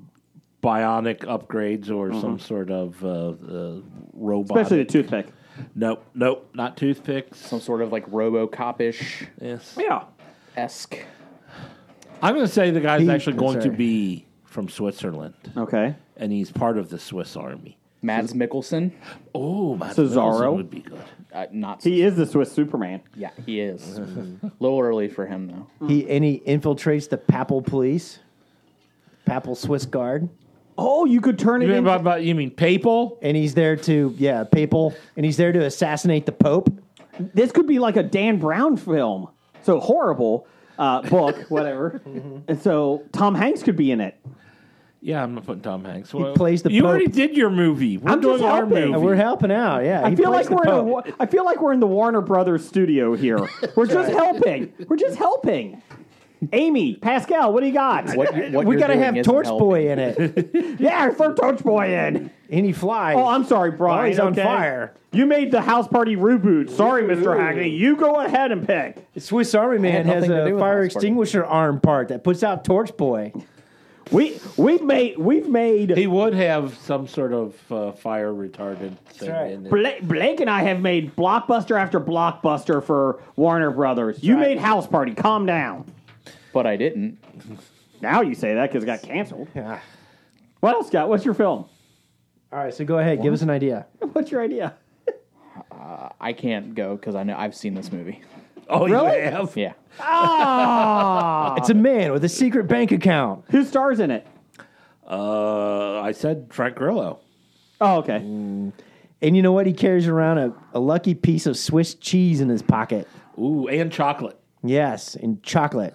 Speaker 7: bionic upgrades or some sort of uh, uh, robot.
Speaker 6: Especially the toothpick.
Speaker 7: nope, nope, not toothpicks.
Speaker 9: Some sort of like RoboCop-ish
Speaker 7: Yes.
Speaker 6: Yeah.
Speaker 9: esque.
Speaker 7: I'm going to say the guy's
Speaker 8: He-
Speaker 7: actually
Speaker 8: I'm
Speaker 7: going to
Speaker 8: sorry.
Speaker 7: be from Switzerland,
Speaker 6: Okay.
Speaker 7: and he's part of the Swiss Army.
Speaker 9: Mads Mikkelsen.
Speaker 7: Oh, Mads
Speaker 6: Cesaro?
Speaker 7: Mikkelsen would be good.
Speaker 9: Uh, not.
Speaker 6: He is the Swiss Superman.
Speaker 9: yeah, he is. A little early for him though.
Speaker 8: He and he infiltrates the Papal police, Papal Swiss Guard,
Speaker 6: Oh, you could turn
Speaker 7: You
Speaker 6: it
Speaker 7: mean,
Speaker 6: into.
Speaker 7: about, about- you mean papal?
Speaker 8: and he's there to yeah papal, and he's there to assassinate the Pope.
Speaker 6: This could be like a Dan Brown film. So horrible uh, book, whatever.
Speaker 8: Mm-hmm.
Speaker 6: And so Tom Hanks could be in it.
Speaker 7: Yeah, I'm not putting Tom Hanks. He
Speaker 8: plays the
Speaker 7: You
Speaker 8: Pope.
Speaker 7: already did your movie. We're
Speaker 6: I'm just
Speaker 7: doing our
Speaker 6: helping.
Speaker 7: movie.
Speaker 8: And we're helping out. Yeah,
Speaker 6: I
Speaker 8: he
Speaker 6: feel
Speaker 8: plays
Speaker 6: like
Speaker 8: the
Speaker 6: we're in a,
Speaker 8: Pope.
Speaker 6: wa- I feel like we're in the Warner Brothers studio here. We're just helping. We're just helping. Amy, Pascal, what do you got?
Speaker 9: What, you- what
Speaker 8: we
Speaker 9: you're
Speaker 8: gotta
Speaker 9: doing
Speaker 8: have
Speaker 9: isn't
Speaker 8: Torch
Speaker 9: helping.
Speaker 8: Boy in it,
Speaker 6: Yeah, throw Torch Boy in.
Speaker 8: and he flies.
Speaker 6: Oh, I'm sorry, Brian.
Speaker 8: he's on
Speaker 6: okay?
Speaker 8: fire.
Speaker 6: You made the house party reboot. Sorry, Mr. Hackney. You go ahead and pick.
Speaker 8: Swiss Army Man has
Speaker 9: nothing to do
Speaker 8: a
Speaker 9: with
Speaker 8: fire
Speaker 9: House Party.
Speaker 8: extinguisher arm part that puts out Torch Boy.
Speaker 6: We we've made we've made
Speaker 7: He would have some sort of uh, fire retardant thing
Speaker 8: right.
Speaker 7: in it.
Speaker 6: Bla- Blake and I have made blockbuster after blockbuster for Warner Brothers. You made House Party. Calm down.
Speaker 9: But I didn't.
Speaker 6: Now you say that because it got canceled.
Speaker 8: Yeah.
Speaker 6: What else, Scott? What's your film?
Speaker 8: All right, so go ahead, give us an idea.
Speaker 6: What's your idea?
Speaker 9: I can't go because I know I've seen this movie.
Speaker 7: Oh,
Speaker 6: Really?
Speaker 7: you have?
Speaker 9: Yeah.
Speaker 8: It's a man with a secret bank account.
Speaker 6: Who stars in it?
Speaker 7: Uh, I said Frank Grillo.
Speaker 6: Oh, okay.
Speaker 8: And you know what? He carries around a, a lucky piece of Swiss cheese in his pocket.
Speaker 7: Ooh, and chocolate.
Speaker 8: Yes, and chocolate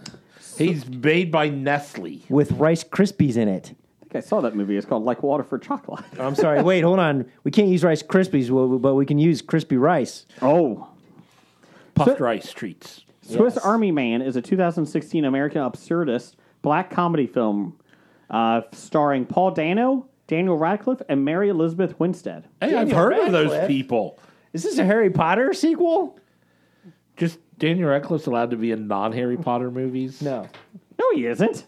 Speaker 7: He's made by Nestle.
Speaker 8: with Rice Krispies in it. Oh,
Speaker 6: I think I saw that movie. It's called Like Water for Chocolate.
Speaker 8: I'm sorry, wait, hold on. We can't use Rice Krispies, well, but we can use crispy rice.
Speaker 6: Oh.
Speaker 7: Puffed rice treats.
Speaker 6: Swiss Army Man is a 2016 American absurdist black comedy film uh, starring Paul Dano, Daniel Radcliffe, and Mary Elizabeth Winstead.
Speaker 7: Hey, I've
Speaker 8: Daniel
Speaker 7: heard of those
Speaker 8: Radcliffe.
Speaker 7: people.
Speaker 8: Is this a Harry Potter sequel?
Speaker 7: Just Daniel Radcliffe's allowed to be in non Harry Potter movies.
Speaker 8: No.
Speaker 6: No, he isn't.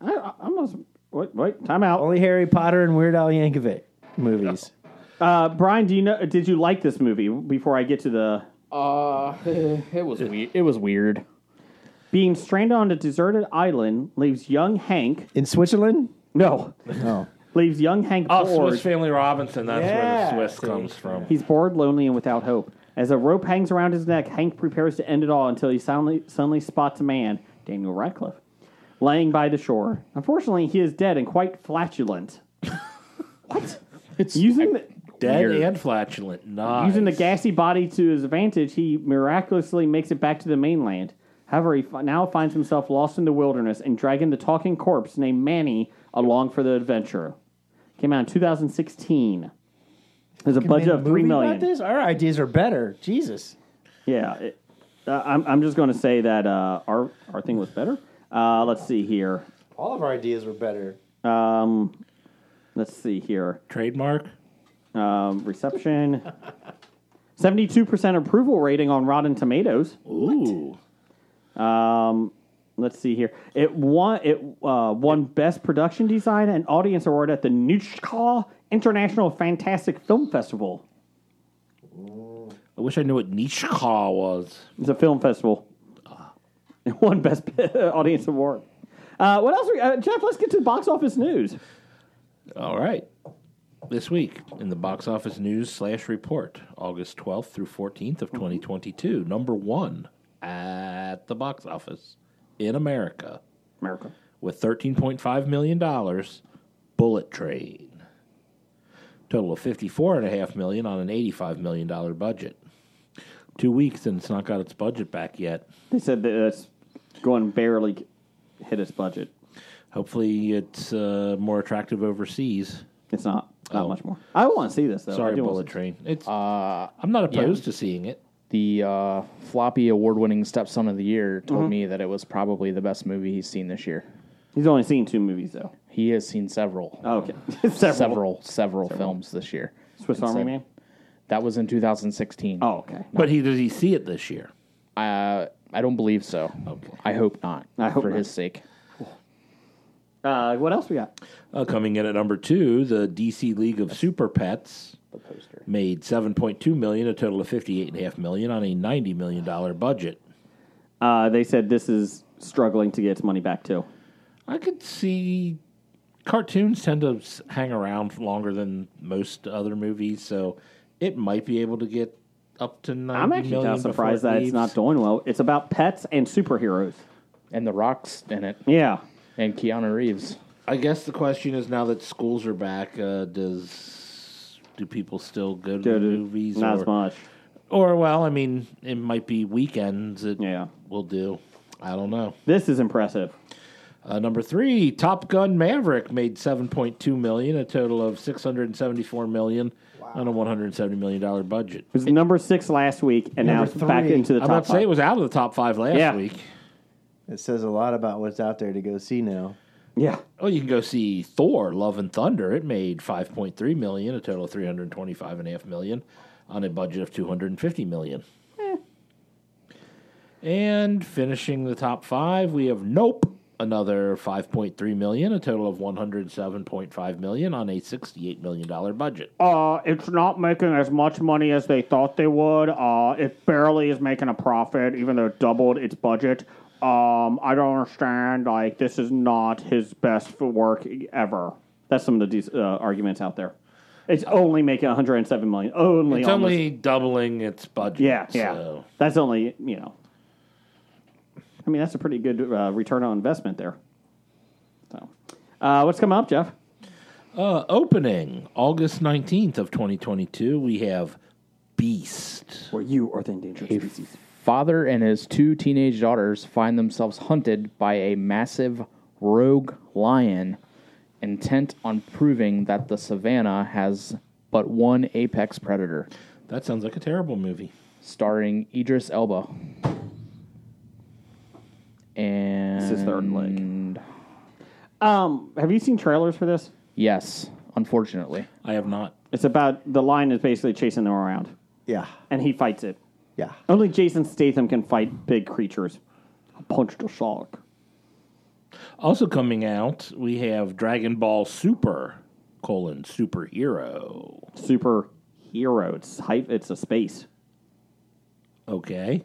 Speaker 6: I, I almost. Wait, wait, time out.
Speaker 8: Only Harry Potter and Weird Al Yankovic movies.
Speaker 6: Uh, Brian, do you know? Did you like this movie? Before I get to the
Speaker 9: Uh, it was weird. It was weird.
Speaker 6: being stranded on a deserted island leaves young Hank.
Speaker 8: In Switzerland?
Speaker 6: No,
Speaker 8: No.
Speaker 6: leaves young Hank
Speaker 7: Oh,
Speaker 6: bored.
Speaker 7: Swiss Family Robinson. That's
Speaker 8: Yeah.
Speaker 7: where the Swiss comes from.
Speaker 6: He's bored, lonely, and without hope. As a rope hangs around his neck, Hank prepares to end it all until he suddenly, suddenly spots a man, Daniel Radcliffe, laying by the shore. Unfortunately, he is dead and quite flatulent. what?
Speaker 9: It's
Speaker 6: Using the,
Speaker 7: Dead
Speaker 9: Weird.
Speaker 7: and flatulent. Nice.
Speaker 6: using the gassy body to his advantage, he miraculously makes it back to the mainland. However, he fi- now finds himself lost in the wilderness and dragging the talking corpse named Manny along for the adventure. Came out in 2016. There's a budget of three million.
Speaker 8: Our ideas are better. Jesus.
Speaker 6: Yeah, it, uh, I'm, I'm just going to say that uh, our our thing was better. Uh, let's see here.
Speaker 8: All of our ideas were better.
Speaker 6: Um, let's see here.
Speaker 7: Trademark.
Speaker 6: Um, reception. Seventy-two percent approval rating on Rotten Tomatoes. Um,
Speaker 7: Ooh.
Speaker 6: Let's see here. It won. It uh, won best production design and audience award at the Nuchka International Fantastic Film Festival.
Speaker 7: I wish I knew what niche call was.
Speaker 6: It's a film festival. It won best audience award. Uh, what else? Are, uh, Jeff, let's get to box office news.
Speaker 7: All right. This week in the box office news slash report, August 12th through 14th of 2022, number one at the box office in America
Speaker 6: America.
Speaker 7: with $13.5 million, Bullet Train. Total of $54.5 million on an $85 million budget. Two weeks and it's not got its budget back yet.
Speaker 6: They said that it's going barely hit its budget.
Speaker 7: Hopefully it's uh, more attractive overseas.
Speaker 6: It's not not
Speaker 7: Oh.
Speaker 6: much more. I want to see this though. I
Speaker 7: Sorry,
Speaker 6: do Uh, wanna
Speaker 7: Bullet
Speaker 6: see-
Speaker 7: Train. It's I'm not opposed to seeing it.
Speaker 9: The uh, floppy award-winning stepson of the year
Speaker 6: Mm-hmm.
Speaker 9: told me that it was probably the best movie he's seen this year.
Speaker 6: He's only seen two movies though.
Speaker 9: He has seen several,
Speaker 7: Oh.
Speaker 6: Okay, Uh, several.
Speaker 9: several, several films this year.
Speaker 6: Swiss
Speaker 9: It's
Speaker 6: Army
Speaker 9: like-
Speaker 6: Man.
Speaker 9: That was in 2016.
Speaker 6: Oh, okay.
Speaker 7: But he does he see it this year?
Speaker 9: Uh, I don't believe so.
Speaker 7: Okay.
Speaker 9: I hope not.
Speaker 6: I hope
Speaker 9: for
Speaker 6: not.
Speaker 9: his sake.
Speaker 6: Uh, what else we got?
Speaker 7: Uh, coming in at number two, the DC League of Super Pets made seven point two million, a total of fifty eight and a half million on a ninety million dollar budget.
Speaker 6: Uh, they said this is struggling to get its money back too.
Speaker 7: I could see cartoons tend to s- hang around longer than most other movies, so it might be able to get up to ninety
Speaker 6: I'm actually kind
Speaker 7: million
Speaker 6: of
Speaker 7: before
Speaker 6: surprised
Speaker 7: it
Speaker 6: that it's
Speaker 7: leaves.
Speaker 6: not doing well. It's about pets and superheroes.
Speaker 9: And The Rock's in it,
Speaker 6: Yeah.
Speaker 9: and Keanu Reeves.
Speaker 7: I guess the question is now that schools are back, uh, does do people still go to,
Speaker 6: Go to-
Speaker 7: movies?
Speaker 6: Not
Speaker 7: or,
Speaker 6: as much.
Speaker 7: Or well, I mean, it might be weekends. It
Speaker 6: Yeah.
Speaker 7: will do. I don't know.
Speaker 6: This is impressive.
Speaker 7: Uh, number three, Top Gun Maverick made seven point two million, a total of six hundred and seventy-four million on a one hundred and seventy million dollar budget.
Speaker 6: It was number six last week, and now
Speaker 8: Number
Speaker 6: it's back
Speaker 8: three.
Speaker 6: into the
Speaker 7: I'm
Speaker 6: top
Speaker 7: about to say
Speaker 6: five.
Speaker 7: it was out of the top five last
Speaker 6: Yeah.
Speaker 7: week.
Speaker 8: It says a lot about what's out there to go see now.
Speaker 6: yeah.
Speaker 7: Oh, you can go see Thor: Love and Thunder. It made five point three million, a total of three hundred twenty-five and a half million, on a budget of two hundred and fifty million. Eh. And finishing the top five, we have Nope, another five point three million, a total of one hundred seven point five million on a sixty-eight million dollar budget.
Speaker 6: Uh, it's not making as much money as they thought they would. Uh, it barely is making a profit, even though it doubled its budget. Um, I don't understand. Like, this is not his best work ever. That's some of the de- uh, arguments out there. It's only making 107 million. Only,
Speaker 7: It's
Speaker 6: almost-
Speaker 7: only doubling its budget.
Speaker 6: yeah, yeah.
Speaker 7: so-
Speaker 6: That's only you know. I mean, that's a pretty good uh, return on investment there. So, uh, what's coming up, Jeff?
Speaker 7: Uh, opening August nineteenth of twenty twenty-two, we have Beast.
Speaker 6: Where you are the endangered species.
Speaker 9: Father and his two teenage daughters find themselves hunted by a massive rogue lion intent on proving that the savannah has but one apex predator,
Speaker 7: That sounds like a terrible movie.
Speaker 9: starring Idris Elba. And
Speaker 6: It's his third leg. Um, have you seen trailers for this?
Speaker 9: yes, unfortunately.
Speaker 7: I have not.
Speaker 6: It's about the lion is basically chasing them around,
Speaker 8: Yeah,
Speaker 6: and he fights it.
Speaker 8: yeah.
Speaker 6: Only Jason Statham can fight big creatures. I punched a shark.
Speaker 7: Also coming out, we have Dragon Ball Super colon superhero.
Speaker 6: Superhero. It's hype. It's a space.
Speaker 7: Okay.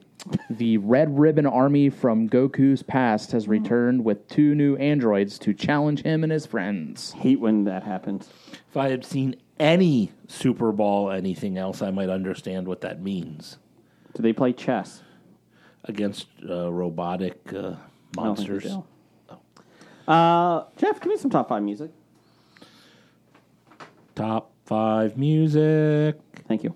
Speaker 9: The Red Ribbon Army from Goku's past has returned with two new androids to challenge him and his friends.
Speaker 6: Hate when that happens.
Speaker 7: If I had seen any Super Bowl, anything else, I might understand what that means
Speaker 6: Do they play chess?
Speaker 7: against uh, robotic uh,
Speaker 6: I don't think they
Speaker 7: monsters.
Speaker 6: do. Uh, Jeff, give me some top five music.
Speaker 7: Top five music.
Speaker 6: Thank you.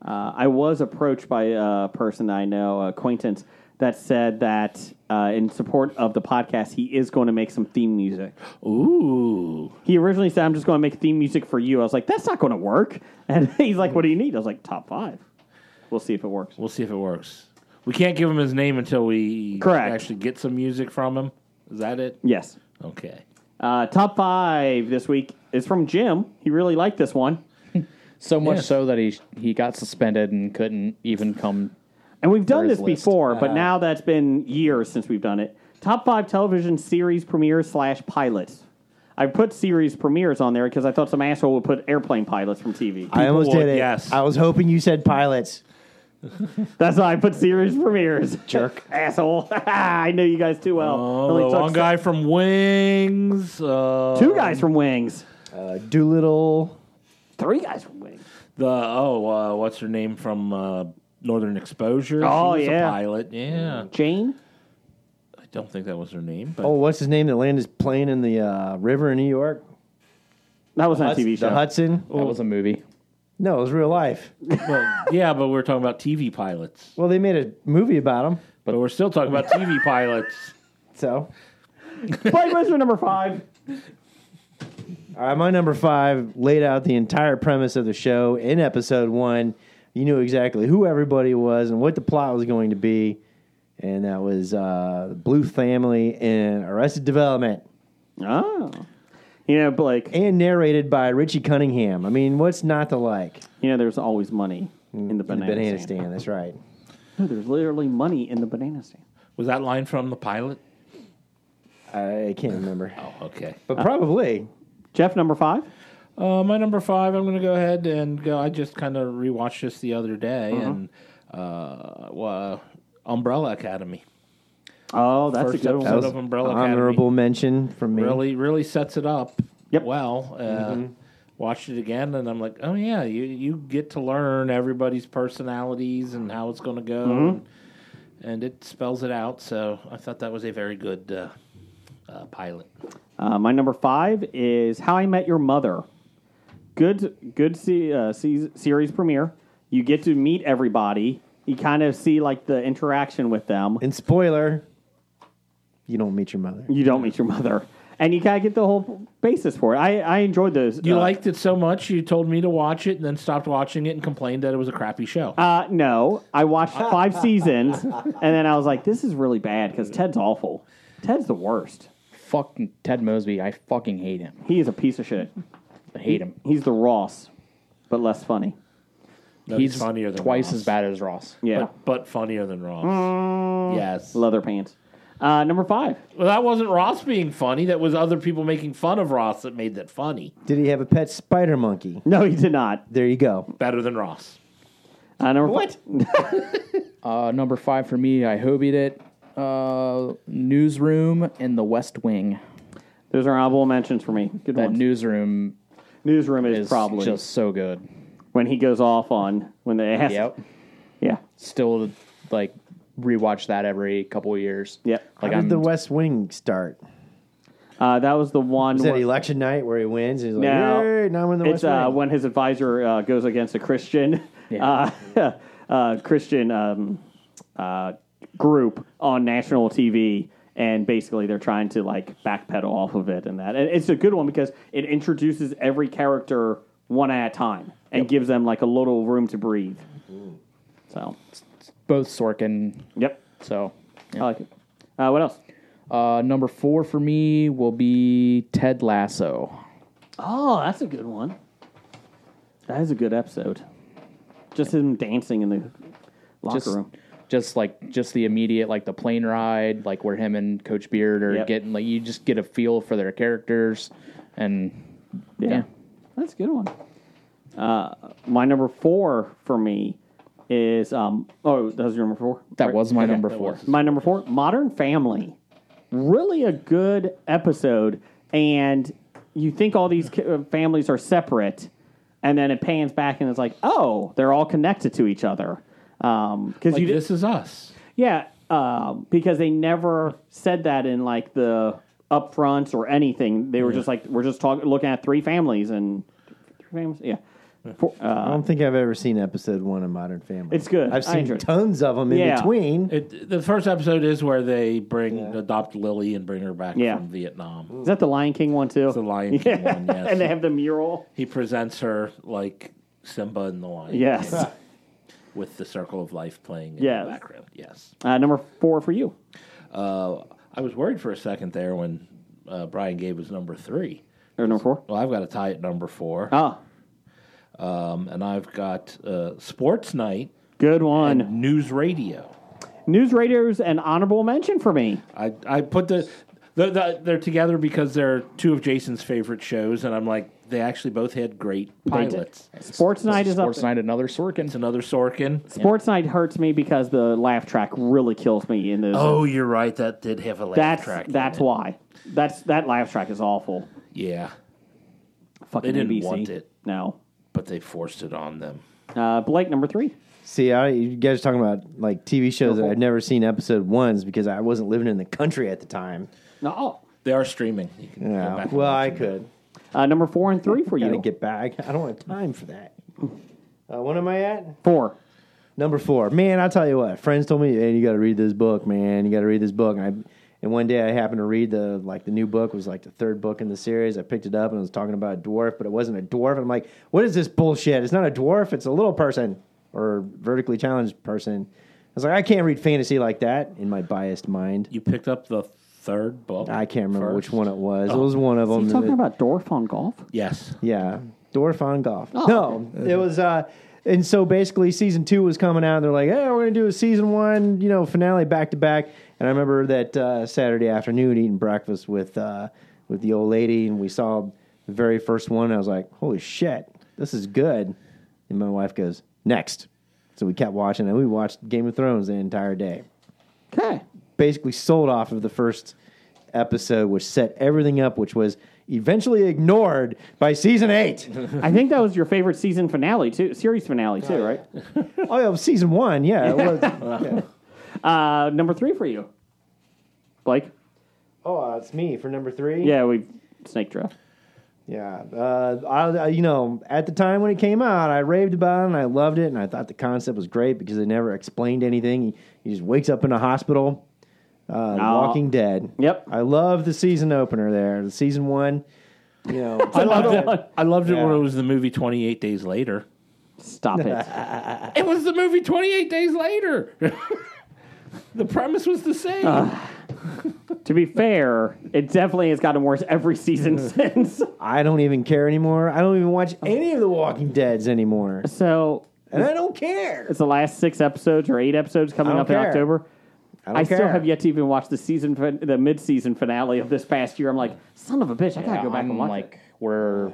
Speaker 6: Uh, I was approached by a person I know, a acquaintance, that said that uh, in support of the podcast, he is going to make some theme music.
Speaker 7: Ooh.
Speaker 6: He originally said, "I'm just going to make theme music for you." I was like, "That's not going to work." And he's like, "What do you need?" I was like, "Top five. We'll see if it works.
Speaker 7: We'll see if it works. We can't give him his name until we
Speaker 6: Correct.
Speaker 7: actually get some music from him. Is that it?
Speaker 6: Yes.
Speaker 7: Okay.
Speaker 6: Uh, top five this week is from Jim. He really liked this one.
Speaker 9: So much
Speaker 7: Yes.
Speaker 9: so that he he got suspended and couldn't even come.
Speaker 6: And we've done
Speaker 9: There
Speaker 6: this
Speaker 9: is list.
Speaker 6: before, but now that's been years since we've done it. Top five television series premieres slash pilots. I put series premieres on there because I thought some asshole would put airplane pilots from TV.
Speaker 8: I almost
Speaker 7: would,
Speaker 8: did it.
Speaker 7: yes.
Speaker 8: I was hoping you said pilots.
Speaker 6: That's why I put series premieres. Jerk. asshole. I knew you guys too well. Only
Speaker 7: Oh, the
Speaker 6: took
Speaker 7: one
Speaker 6: se-
Speaker 7: guy from Wings. Uh,
Speaker 6: Two guys from Wings.
Speaker 8: Uh, Doolittle.
Speaker 6: Three guys from Wings.
Speaker 7: The oh, uh, what's her name from uh, Northern Exposure?
Speaker 6: Oh,
Speaker 7: she was
Speaker 6: yeah.
Speaker 7: a pilot. Yeah,
Speaker 6: Jane?
Speaker 7: I don't think that was her name, but
Speaker 8: Oh, what's his name that landed his plane in the uh, river in New York?
Speaker 6: That was not a
Speaker 8: Hudson-
Speaker 6: TV show.
Speaker 8: The Hudson?
Speaker 9: That was a movie.
Speaker 8: No, it was real life.
Speaker 7: well, yeah, but we're talking about TV pilots.
Speaker 8: Well, they made a movie about him.
Speaker 7: But we're still talking about TV pilots.
Speaker 8: So,
Speaker 6: Flight Wizard number five.
Speaker 8: all right, my number five laid out the entire premise of the show in episode one. You knew exactly who everybody was and what the plot was going to be, and that was uh, Blue Family and Arrested Development,
Speaker 6: Oh. You know, Blake,
Speaker 8: and narrated by Richie Cunningham. I mean, what's not to like?
Speaker 6: you know there's always money in the
Speaker 8: In
Speaker 6: banana,
Speaker 8: the banana
Speaker 6: stand.
Speaker 8: stand. That's right.
Speaker 6: No, there's literally money in the banana stand.
Speaker 7: Was that line from the pilot?
Speaker 8: I can't remember,
Speaker 7: Oh, okay.
Speaker 8: but probably.
Speaker 6: Jeff, number five.
Speaker 7: Uh, my number five, I'm going to go ahead and go. I just kind of rewatched this the other day, and uh, well, Umbrella Academy.
Speaker 6: Oh, that's
Speaker 7: First
Speaker 6: a good
Speaker 7: episode.
Speaker 8: That
Speaker 6: one.
Speaker 8: was
Speaker 7: of Umbrella
Speaker 8: honorable mention from me.
Speaker 7: Really, really sets it up
Speaker 6: Yep.
Speaker 7: well. Uh, Watched it again, and I'm like, oh yeah, you you get to learn everybody's personalities and how it's going to go, and, it spells it out. So I thought that was a very good uh, uh, pilot.
Speaker 6: Uh, my number five is How I Met Your Mother. Good, good se- uh, se- series premiere. You get to meet everybody. You kind of see like the interaction with them.
Speaker 8: And spoiler, you don't meet your mother.
Speaker 6: You don't meet your mother, and you kind of get the whole basis for it. I, I enjoyed those.
Speaker 7: You
Speaker 6: uh,
Speaker 7: liked it so much, you told me to watch it, and then stopped watching it and complained that it was a crappy show.
Speaker 6: Uh, no, I watched five seasons, and then I was like, "This is really bad" because Ted's awful. Ted's the worst.
Speaker 9: Fucking Ted Mosby. I fucking hate him.
Speaker 6: He is a piece of shit.
Speaker 9: I hate him.
Speaker 6: He's the Ross, but less funny.
Speaker 7: No,
Speaker 9: He's,
Speaker 7: funnier than
Speaker 9: twice
Speaker 7: Ross.
Speaker 9: as bad as Ross.
Speaker 6: Yeah,
Speaker 7: but, but funnier than Ross. yes.
Speaker 6: leather pants. Uh, number five.
Speaker 7: Well, that wasn't Ross being funny. That was other people making fun of Ross that made that funny.
Speaker 8: Did he have a pet spider monkey?
Speaker 6: No, he did not.
Speaker 8: There you go.
Speaker 7: Better than Ross.
Speaker 6: Uh, number
Speaker 8: What?
Speaker 6: Five.
Speaker 9: Uh, number five for me. I hobied it. Uh, newsroom and The West Wing.
Speaker 6: Those are honorable mentions for me. Good
Speaker 9: That
Speaker 6: ones.
Speaker 9: newsroom
Speaker 6: Newsroom is,
Speaker 9: is
Speaker 6: probably
Speaker 9: just so good.
Speaker 6: when he goes off on when they ask.
Speaker 9: Yep.
Speaker 6: Yeah.
Speaker 9: Still like rewatch that every couple of years.
Speaker 6: Yep.
Speaker 9: Like
Speaker 8: How
Speaker 9: I'm
Speaker 8: did the West Wing start?
Speaker 6: Uh, that was the one.
Speaker 8: Is that
Speaker 6: where-
Speaker 8: election night where he wins? And he's like,
Speaker 6: No.
Speaker 8: "Yay, now I'm in the
Speaker 6: it's
Speaker 8: West
Speaker 6: uh,
Speaker 8: Wing."
Speaker 6: when his advisor uh, goes against a Christian,
Speaker 9: Yeah.
Speaker 6: uh, uh, Christian um, uh, group on national TV, and basically they're trying to like backpedal off of it and that. And it's a good one because it introduces every character one at a time and gives them like a little room to breathe.
Speaker 8: Mm.
Speaker 6: So,
Speaker 9: both Sorkin.
Speaker 6: yep,
Speaker 9: So
Speaker 6: I like it. Uh, what else?
Speaker 9: uh, number four for me will be Ted Lasso.
Speaker 6: Oh, that's a good one. That is a good episode. Just him dancing in the locker
Speaker 9: Just,
Speaker 6: room.
Speaker 9: just like just the immediate like the plane ride, like where him and Coach Beard are
Speaker 6: Yep.
Speaker 9: getting like you just get a feel for their characters and yeah.
Speaker 6: That's a good one. Uh, my number four for me is um oh that was your number four.
Speaker 9: That
Speaker 6: Right.
Speaker 9: was my
Speaker 6: Okay.
Speaker 9: number four.
Speaker 6: My number four, Modern Family. Really a good episode, and you think all these ki- uh, families are separate, and then it pans back and it's like, oh, they're all connected to each other. Because
Speaker 7: Like,
Speaker 6: you did-
Speaker 7: this is us.
Speaker 6: yeah, um, because they never said that in like the upfronts or anything. They were just like, we're just talking, looking at three families and three families. Yeah, Four- uh,
Speaker 8: I don't think I've ever seen episode one of Modern Family.
Speaker 6: It's good.
Speaker 8: I've
Speaker 6: I
Speaker 8: seen
Speaker 6: enjoyed it.
Speaker 8: tons of them in
Speaker 6: Yeah.
Speaker 8: between.
Speaker 7: It, the first episode is where they bring adopt Lily and bring her back
Speaker 6: Yeah.
Speaker 7: from Vietnam.
Speaker 6: is that the Lion King one too?
Speaker 7: The Lion King one, yes.
Speaker 6: and they have the mural.
Speaker 7: he presents her like Simba and the Lion.
Speaker 6: Yes,
Speaker 7: with the Circle of Life playing in
Speaker 6: Yes.
Speaker 7: the background. Yes.
Speaker 6: Uh, number four for you.
Speaker 7: Uh, I was worried for a second there when uh, Brian Gabe was number three.
Speaker 6: Or number four.
Speaker 7: Well, I've got a tie at number four,
Speaker 6: Ah,
Speaker 7: um, and I've got uh, Sports Night,
Speaker 6: good one.
Speaker 7: News Radio.
Speaker 6: News Raiders, an honorable mention for me.
Speaker 7: I I put the, the, the they're together because they're two of Jason's favorite shows, and I'm like they actually both had great
Speaker 6: did.
Speaker 7: pilots.
Speaker 6: Sports Night is
Speaker 9: Sports
Speaker 6: up.
Speaker 9: Night, another
Speaker 7: It's
Speaker 9: Sorkin.
Speaker 7: another Sorkin.
Speaker 6: Sports Night hurts me because the laugh track really kills me in those.
Speaker 7: Oh, you're right. That did have a laugh
Speaker 6: that's
Speaker 7: track. in
Speaker 6: that's
Speaker 7: it.
Speaker 6: why. That's that laugh track is awful.
Speaker 7: Yeah,
Speaker 6: Fucking
Speaker 7: didn't
Speaker 6: NBC.
Speaker 7: want it.
Speaker 6: No.
Speaker 7: but they forced it on them.
Speaker 6: Uh, Blake number three.
Speaker 8: See, I, you guys are talking about like TV shows that I've never seen episode ones because I wasn't living in the country at the time.
Speaker 6: No.
Speaker 7: They are streaming. You can go
Speaker 8: Yeah.
Speaker 7: back and
Speaker 8: Well,
Speaker 7: watch
Speaker 8: I
Speaker 7: them.
Speaker 8: could.
Speaker 6: Uh, number four and three for
Speaker 8: Gotta
Speaker 6: you.
Speaker 8: get back. I don't have time for that. Uh, when am I at?
Speaker 6: four.
Speaker 8: Number four. Man, I'll tell you what. Friends told me, hey, you got to read this book, man. You got to read this book. And I, and one day I happened to read the like the new book was like the third book in the series. I picked it up and it was talking about a dwarf, but it wasn't a dwarf. And I'm like, what is this bullshit? It's not a dwarf. It's a little person or vertically challenged person. I was like, I can't read fantasy like that in my biased mind.
Speaker 7: You picked up the third book.
Speaker 8: I can't remember which
Speaker 7: first.
Speaker 8: one it was. It was one of them.
Speaker 6: You talking
Speaker 8: that-
Speaker 6: about Dorf on golf?
Speaker 7: Yes.
Speaker 8: yeah. Dorf on golf. no, it was. Uh, and so basically, season two was coming out, and they're like, "Hey, we're going to do a season one, you know, finale back to back." And I remember that uh, Saturday afternoon eating breakfast with uh, with the old lady, and we saw the very first one. And I was like, "Holy shit, this is good!" And my wife goes, "Next." So we kept watching, and we watched Game of Thrones the entire day
Speaker 6: Okay.
Speaker 8: basically sold off of the first episode, which set everything up, which was eventually ignored by season eight.
Speaker 6: I think that was your favorite season finale too, series finale too, right?
Speaker 8: oh, yeah, season one, yeah. It was, yeah.
Speaker 6: Uh, number three for you, Blake.
Speaker 8: Oh, uh, it's me for number three.
Speaker 6: Yeah, we snake draft.
Speaker 8: yeah. Uh, I, I, you know, at the time when it came out, I raved about it and I loved it, and I thought the concept was great because they never explained anything. He, he just wakes up in a hospital. Uh, Walking Dead.
Speaker 6: Oh. Yep.
Speaker 8: I love the season opener there. The season one, you know, I
Speaker 7: loved it. I loved it
Speaker 8: Yeah.
Speaker 7: when it was the movie 28 Days Later.
Speaker 6: Stop it.
Speaker 7: It was the movie 28 Days Later. the premise was the same.
Speaker 6: To be fair, it definitely has gotten worse every season since.
Speaker 8: I don't even care anymore. I don't even watch
Speaker 6: Oh.
Speaker 8: any of the Walking Deads anymore,
Speaker 6: So
Speaker 8: and I don't care.
Speaker 6: it's the last six episodes or eight episodes coming
Speaker 8: I
Speaker 6: up
Speaker 8: don't
Speaker 6: in
Speaker 8: care.
Speaker 6: October.
Speaker 8: I,
Speaker 6: I, still have yet to even watch the season, fin- the mid-season finale of this past year. I'm like, son of a bitch, I gotta
Speaker 9: Yeah,
Speaker 6: go back
Speaker 9: I'm
Speaker 6: and watch
Speaker 9: like
Speaker 6: it.
Speaker 9: we're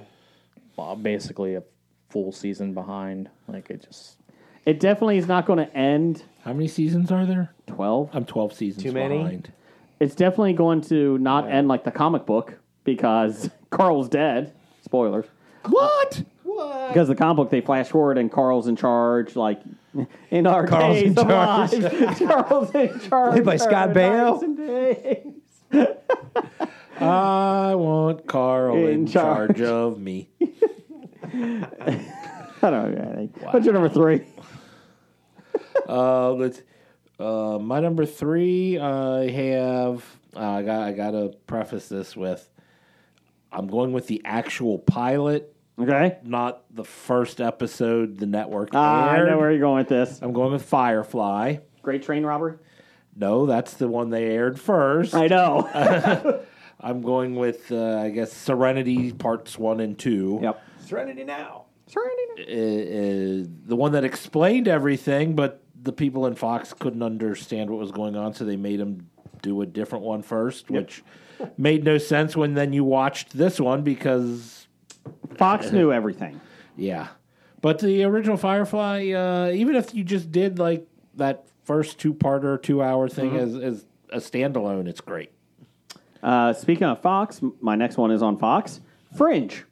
Speaker 9: well, basically a full season behind. Like it just
Speaker 6: It definitely is not going to end
Speaker 7: How many seasons are there?
Speaker 6: twelve.
Speaker 7: I'm 12 seasons
Speaker 8: Too many?
Speaker 7: behind.
Speaker 6: It's definitely going to not end like the comic book because Carl's dead. Spoilers. Uh,
Speaker 7: What?
Speaker 6: Because the comic book, they flash forward and Carl's in charge. Like in our
Speaker 8: Carl's
Speaker 6: days
Speaker 8: in
Speaker 6: of
Speaker 8: charge.
Speaker 6: life, Carl's in charge.
Speaker 8: Played by
Speaker 6: our
Speaker 8: Scott
Speaker 6: nights
Speaker 8: Baio.
Speaker 6: and days.
Speaker 7: I want Carl in,
Speaker 6: In
Speaker 7: charge.
Speaker 6: charge.
Speaker 7: of me.
Speaker 6: I don't know. I think. What's your number three?
Speaker 7: Uh, let's. Uh, my number three, I have. Uh, I got. I got to preface this with. I'm going with the actual pilot,
Speaker 6: Okay.
Speaker 7: not the first episode the network
Speaker 6: Ah, I
Speaker 7: aired.
Speaker 6: know where you're going with this.
Speaker 7: I'm going with Firefly.
Speaker 6: Great train robbery.
Speaker 7: No, that's the one they aired first.
Speaker 6: I know.
Speaker 7: I'm going with, uh, I guess, Serenity Parts 1 and 2.
Speaker 6: yep.
Speaker 8: Serenity now.
Speaker 7: Uh, uh, the one that explained everything, but the people in Fox couldn't understand what was going on, so they made them do a different one first, which made no sense when then you watched this one because,
Speaker 6: Fox knew everything.
Speaker 7: yeah. But the original Firefly, uh, even if you just did like that first two parter, two hour thing as, as a standalone, it's great.
Speaker 6: Uh, speaking of Fox, m- my next one is on Fox. Fringe.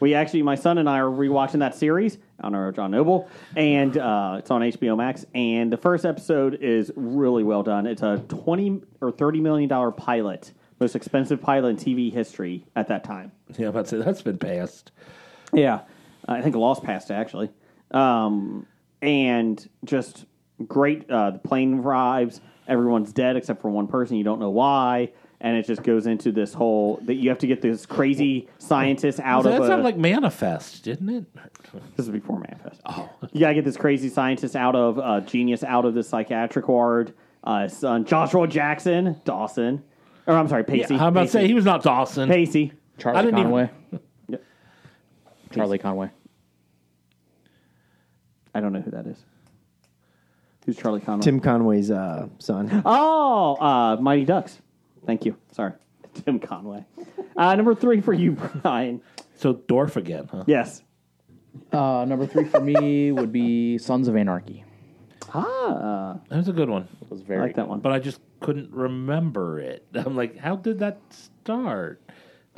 Speaker 6: We actually, my son and I are rewatching that series on our John Noble, and uh, it's on HBO Max. And the first episode is really well done. It's a twenty or thirty million dollar pilot, most expensive pilot in TV history at that time.
Speaker 7: Yeah, I'm about to say that's been passed.
Speaker 6: Yeah, I think Lost passed actually, um, and just great. Uh, the plane arrives, everyone's dead except for one person. You don't know why. and it just goes into this whole that you have to get this crazy scientist out
Speaker 7: So
Speaker 6: of
Speaker 7: that
Speaker 6: a,
Speaker 7: sounded like Manifest, didn't it?
Speaker 6: this is before Manifest. Oh, you gotta get this crazy scientist out of uh, genius out of this psychiatric ward. Uh, son Joshua Jackson Dawson, or I'm sorry, Pacey.
Speaker 7: I'm about to
Speaker 6: Pacey.
Speaker 7: say he was not Dawson.
Speaker 6: Pacey.
Speaker 9: Charlie
Speaker 7: I didn't even-
Speaker 9: Conway. Charlie Conway.
Speaker 6: I don't know who that is. Who's Charlie Conway?
Speaker 8: Tim Conway's uh, son.
Speaker 6: Oh, uh, Mighty Ducks. Thank you. Sorry, Tim Conway. Uh, number three for you, Brian.
Speaker 7: So Dorf again, huh?
Speaker 6: Yes.
Speaker 9: Uh, number three for me would be Sons of Anarchy.
Speaker 6: Ah,
Speaker 7: That was a good one,
Speaker 9: It was very
Speaker 6: I like that one.
Speaker 7: but I just couldn't remember it. I'm like, how did that start?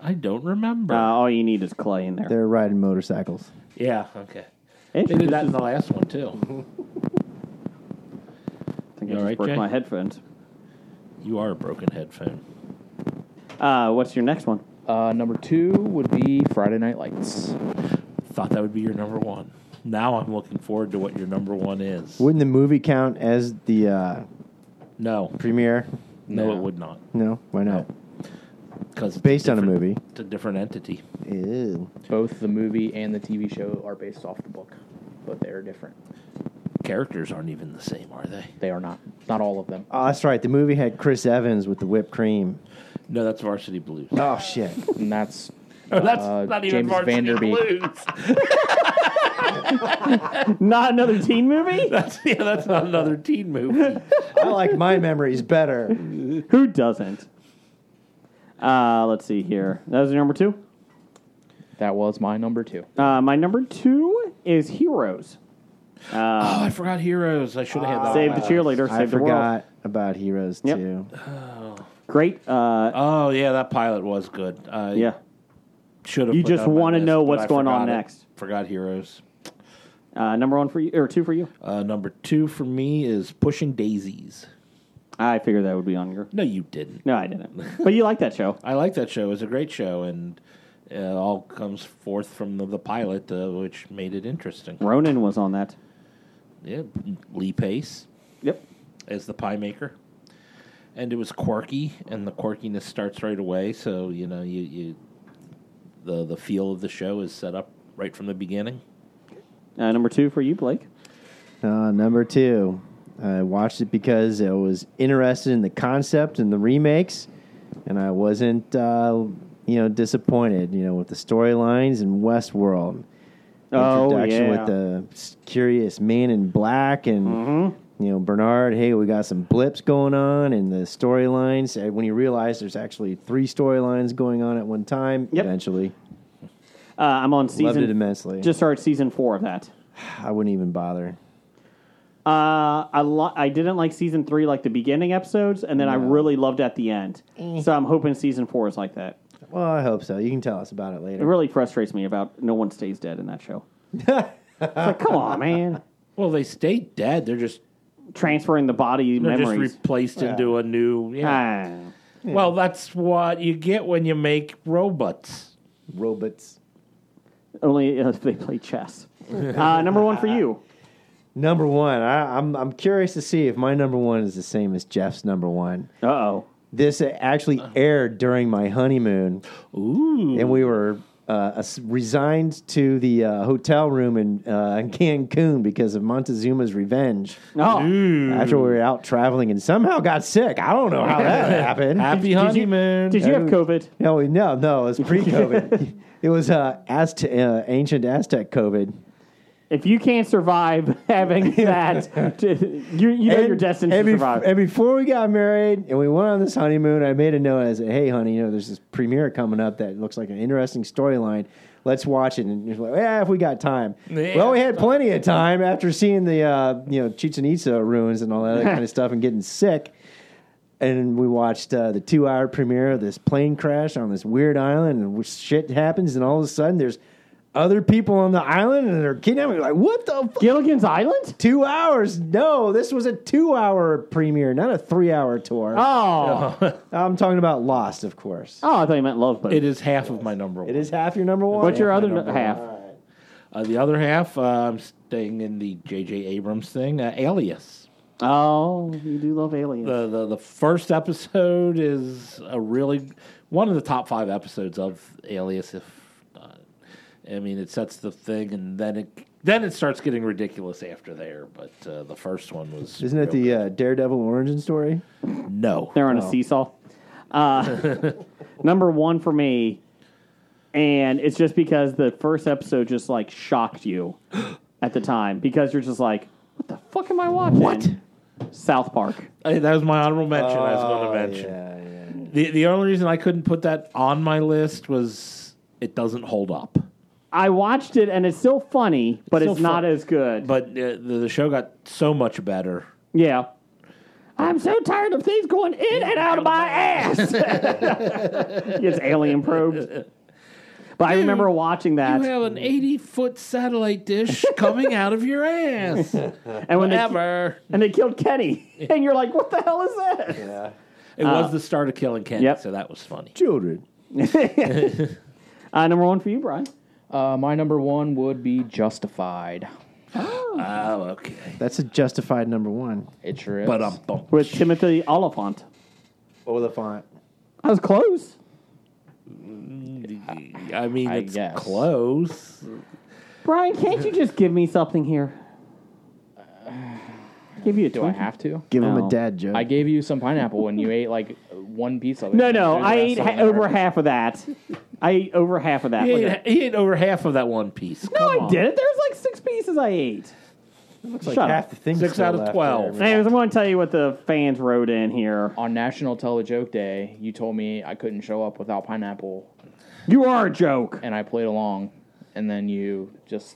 Speaker 7: I don't remember.
Speaker 6: Uh, all you need is Clay in there.
Speaker 8: They're riding motorcycles.
Speaker 7: yeah, okay.
Speaker 6: It-
Speaker 7: They did that in the last one too.
Speaker 6: I think I
Speaker 7: You all
Speaker 6: just
Speaker 7: right,
Speaker 6: broke
Speaker 7: Jay?
Speaker 6: my headphones.
Speaker 7: You are a broken headphone.
Speaker 6: Uh, what's your next one?
Speaker 9: Uh, number two would be Friday Night Lights.
Speaker 7: Thought that would be your number one. Now I'm looking forward to what your number one is.
Speaker 8: Wouldn't the movie count as the uh,
Speaker 7: No,
Speaker 8: premiere?
Speaker 7: no,
Speaker 9: No.
Speaker 7: it would not
Speaker 8: No, why not?
Speaker 7: because
Speaker 8: Based on a movie.
Speaker 7: It's a different entity.
Speaker 8: Ew.
Speaker 9: Both the movie and the TV show are based off the book, but they are different.
Speaker 7: Characters aren't even the same, are they?
Speaker 9: They are not. Not all of them.
Speaker 8: Oh, that's right. The movie had Chris Evans with the whipped cream.
Speaker 7: No, that's Varsity Blues.
Speaker 8: Oh shit!
Speaker 9: And that's
Speaker 7: Oh, that's
Speaker 9: Uh,
Speaker 7: not even
Speaker 9: James
Speaker 7: Varsity
Speaker 9: Vanderbeek.
Speaker 7: Blues.
Speaker 6: Not another teen movie?
Speaker 7: That's yeah, that's not another teen movie.
Speaker 8: I like my memories better.
Speaker 6: Who doesn't? Uh, let's see here. That was your number two.
Speaker 9: that was my number two.
Speaker 6: Uh, my number two is Heroes.
Speaker 7: oh, I forgot Heroes. I should have had that.
Speaker 6: Save
Speaker 7: on
Speaker 6: the
Speaker 7: my list.
Speaker 6: cheerleader. Save
Speaker 8: I
Speaker 6: the world.
Speaker 8: forgot about Heroes
Speaker 6: Yep.
Speaker 8: too.
Speaker 6: Great. Uh,
Speaker 7: Oh yeah, that pilot was good. I
Speaker 6: yeah.
Speaker 7: should have.
Speaker 6: You
Speaker 7: put
Speaker 6: just
Speaker 7: that on my
Speaker 6: wanna
Speaker 7: list,
Speaker 6: know
Speaker 7: but
Speaker 6: what's
Speaker 7: I
Speaker 6: going on
Speaker 7: forgot it.
Speaker 6: next.
Speaker 7: Forgot Heroes.
Speaker 6: Uh, number one for you, or two for you.
Speaker 7: Uh, number two for me is Pushing Daisies.
Speaker 6: I figured that would be on your.
Speaker 7: No, you didn't.
Speaker 6: No, I didn't. but you like that show.
Speaker 7: I like that show. It's a great show, and it all comes forth from the, the pilot, uh, which made it interesting.
Speaker 6: Ronan was on that.
Speaker 7: Yeah, Lee Pace
Speaker 6: Yep.
Speaker 7: as the pie maker, and it was quirky, and the quirkiness starts right away. So you know, you, you the the feel of the show is set up right from the beginning.
Speaker 6: Uh, number two for you, Blake.
Speaker 8: Uh, number two, I watched it because I was interested in the concept and the remakes, and I wasn't, uh, you know, disappointed. You know, with the storylines and Westworld.
Speaker 6: Oh,
Speaker 8: introduction
Speaker 6: yeah.
Speaker 8: with the s- curious man in black and
Speaker 6: Mm-hmm.
Speaker 8: you know Bernard. Hey, we got some blips going on and the storylines. Uh, When you realize there's actually three storylines going on at one time,
Speaker 6: Yep.
Speaker 8: eventually
Speaker 6: Uh, I'm on season.
Speaker 8: loved it immensely.
Speaker 6: Just started season four of that.
Speaker 8: I wouldn't even bother.
Speaker 6: Uh, I lo- I didn't like season three, like the beginning episodes, and then I really loved at the end.
Speaker 8: Eh.
Speaker 6: So I'm hoping season four is like that.
Speaker 8: Well, I hope so. You can tell us about it
Speaker 6: It
Speaker 8: later.
Speaker 6: really frustrates me about no one stays dead in that show. it's like, come on, man.
Speaker 7: Well, they stay dead. They're just
Speaker 6: Transferring the body
Speaker 7: they're
Speaker 6: memories.
Speaker 7: just replaced into a new. Yeah.
Speaker 6: Ah.
Speaker 7: Well, that's what you get when you make robots.
Speaker 8: Robots.
Speaker 6: only if they play chess. Uh, number one for you.
Speaker 8: Number one. I, I'm I'm curious to see if my number one is the same as Jeff's number one.
Speaker 6: Uh oh.
Speaker 8: This actually aired during my honeymoon.
Speaker 7: Uh-huh. Ooh.
Speaker 8: and we were uh, as- resigned to the uh, hotel room in uh, Cancun because of Montezuma's revenge.
Speaker 6: Oh,
Speaker 8: After we were out traveling and somehow got sick. I don't know how that happened.
Speaker 7: Happy honeymoon.
Speaker 6: did you have COVID?
Speaker 8: No, we- no, no. It was pre-COVID. it was uh, Azte- uh, ancient Aztec COVID.
Speaker 6: If you can't survive having that, you, you know
Speaker 8: And-
Speaker 6: you're destined to
Speaker 8: and bef-
Speaker 6: survive.
Speaker 8: And before we got married and we went on this honeymoon, I made a note. I said, "Hey, honey, you know, there's this premiere coming up that looks like an interesting storyline. Let's watch it." And you're like, "Yeah, if we got time."
Speaker 7: Yeah.
Speaker 8: Well, we had plenty of time after seeing the uh, you know Chichen Itza ruins and all that kind of stuff and getting sick. And we watched uh, the two-hour premiere of this plane crash on this weird island, and shit happens, and all of a sudden there's other people on the island, and they're kidnapping. Like, what the? Fuck?
Speaker 6: Gilligan's Island?
Speaker 8: Two hours? No, this was a two-hour premiere, not a three-hour tour.
Speaker 6: Oh.
Speaker 8: I'm talking about Lost, of course.
Speaker 6: Oh, I thought you meant Love Boat.
Speaker 7: It is half of my number one.
Speaker 8: It is half your number one.
Speaker 6: What's your other
Speaker 7: number
Speaker 6: half?
Speaker 7: Uh, the other half, uh, I'm staying in the J.J. Abrams thing, uh, Alias.
Speaker 6: Oh, you do love aliens.
Speaker 7: The, the the first episode is a really one of the top five episodes of Alias. If not, I mean, it sets the thing, and then it then it starts getting ridiculous after there. But uh, the first one was
Speaker 8: Isn't it
Speaker 7: real
Speaker 8: the uh, Daredevil origin story?
Speaker 7: good. no?
Speaker 6: They're on a seesaw. Uh, number one for me, and it's just because the first episode just like shocked you at the time because you're just like, what the fuck am I watching? What? South Park.
Speaker 7: Hey, that was my honorable mention. I was
Speaker 8: Oh,
Speaker 7: going to mention the the only reason I couldn't put that on my list was it doesn't hold up.
Speaker 6: I watched it and it's still funny, but
Speaker 7: It's
Speaker 6: it's,
Speaker 7: still
Speaker 6: not
Speaker 7: fun.
Speaker 6: as good.
Speaker 7: But uh, the, the show got so much better.
Speaker 6: yeah. I'm so tired of things going in and out of my ass. Gets alien probed. But I remember watching that.
Speaker 7: You have an eighty foot satellite dish coming out of your ass.
Speaker 6: and when they,
Speaker 7: Ever.
Speaker 6: and they killed Kenny. And you're like, what the hell is that?
Speaker 7: It was the start of Killing Kenny,
Speaker 6: yep.
Speaker 7: so that was funny.
Speaker 8: Children.
Speaker 6: Uh, number one for you, Brian.
Speaker 9: Uh, my number one would be Justified.
Speaker 7: Oh, okay.
Speaker 8: That's a justified number one.
Speaker 9: It sure is.
Speaker 7: But um, bum.
Speaker 6: with Timothy Oliphant.
Speaker 8: Oliphant.
Speaker 6: I was close.
Speaker 7: I mean,
Speaker 9: I
Speaker 7: it's
Speaker 9: guess.
Speaker 7: close.
Speaker 6: Brian, can't you just give me something here? Give you a
Speaker 9: do I have to?
Speaker 8: Give him
Speaker 6: No.
Speaker 8: a dad joke.
Speaker 9: I gave you some pineapple and you ate like one piece of it.
Speaker 6: No, no,
Speaker 9: Threw the
Speaker 6: I
Speaker 9: rest
Speaker 6: ate
Speaker 9: of it
Speaker 6: ha-
Speaker 9: in the
Speaker 6: over
Speaker 9: garbage.
Speaker 6: half of that. I ate over half of that.
Speaker 7: He
Speaker 6: Look
Speaker 7: ate,
Speaker 6: at-
Speaker 7: he ate over half of that one piece.
Speaker 6: No,
Speaker 7: Come
Speaker 6: I
Speaker 7: on.
Speaker 6: did it. There's like six pieces I ate.
Speaker 8: Looks like
Speaker 6: Shut
Speaker 8: half
Speaker 6: up.
Speaker 8: the thing's
Speaker 7: Six
Speaker 8: still
Speaker 7: out of
Speaker 8: left
Speaker 7: 12.
Speaker 8: there.
Speaker 6: Anyways, I'm going to tell you what the fans wrote in here.
Speaker 9: On National Tell a Joke Day, you told me I couldn't show up without pineapple,
Speaker 6: You are a joke.
Speaker 9: and I played along, and then you just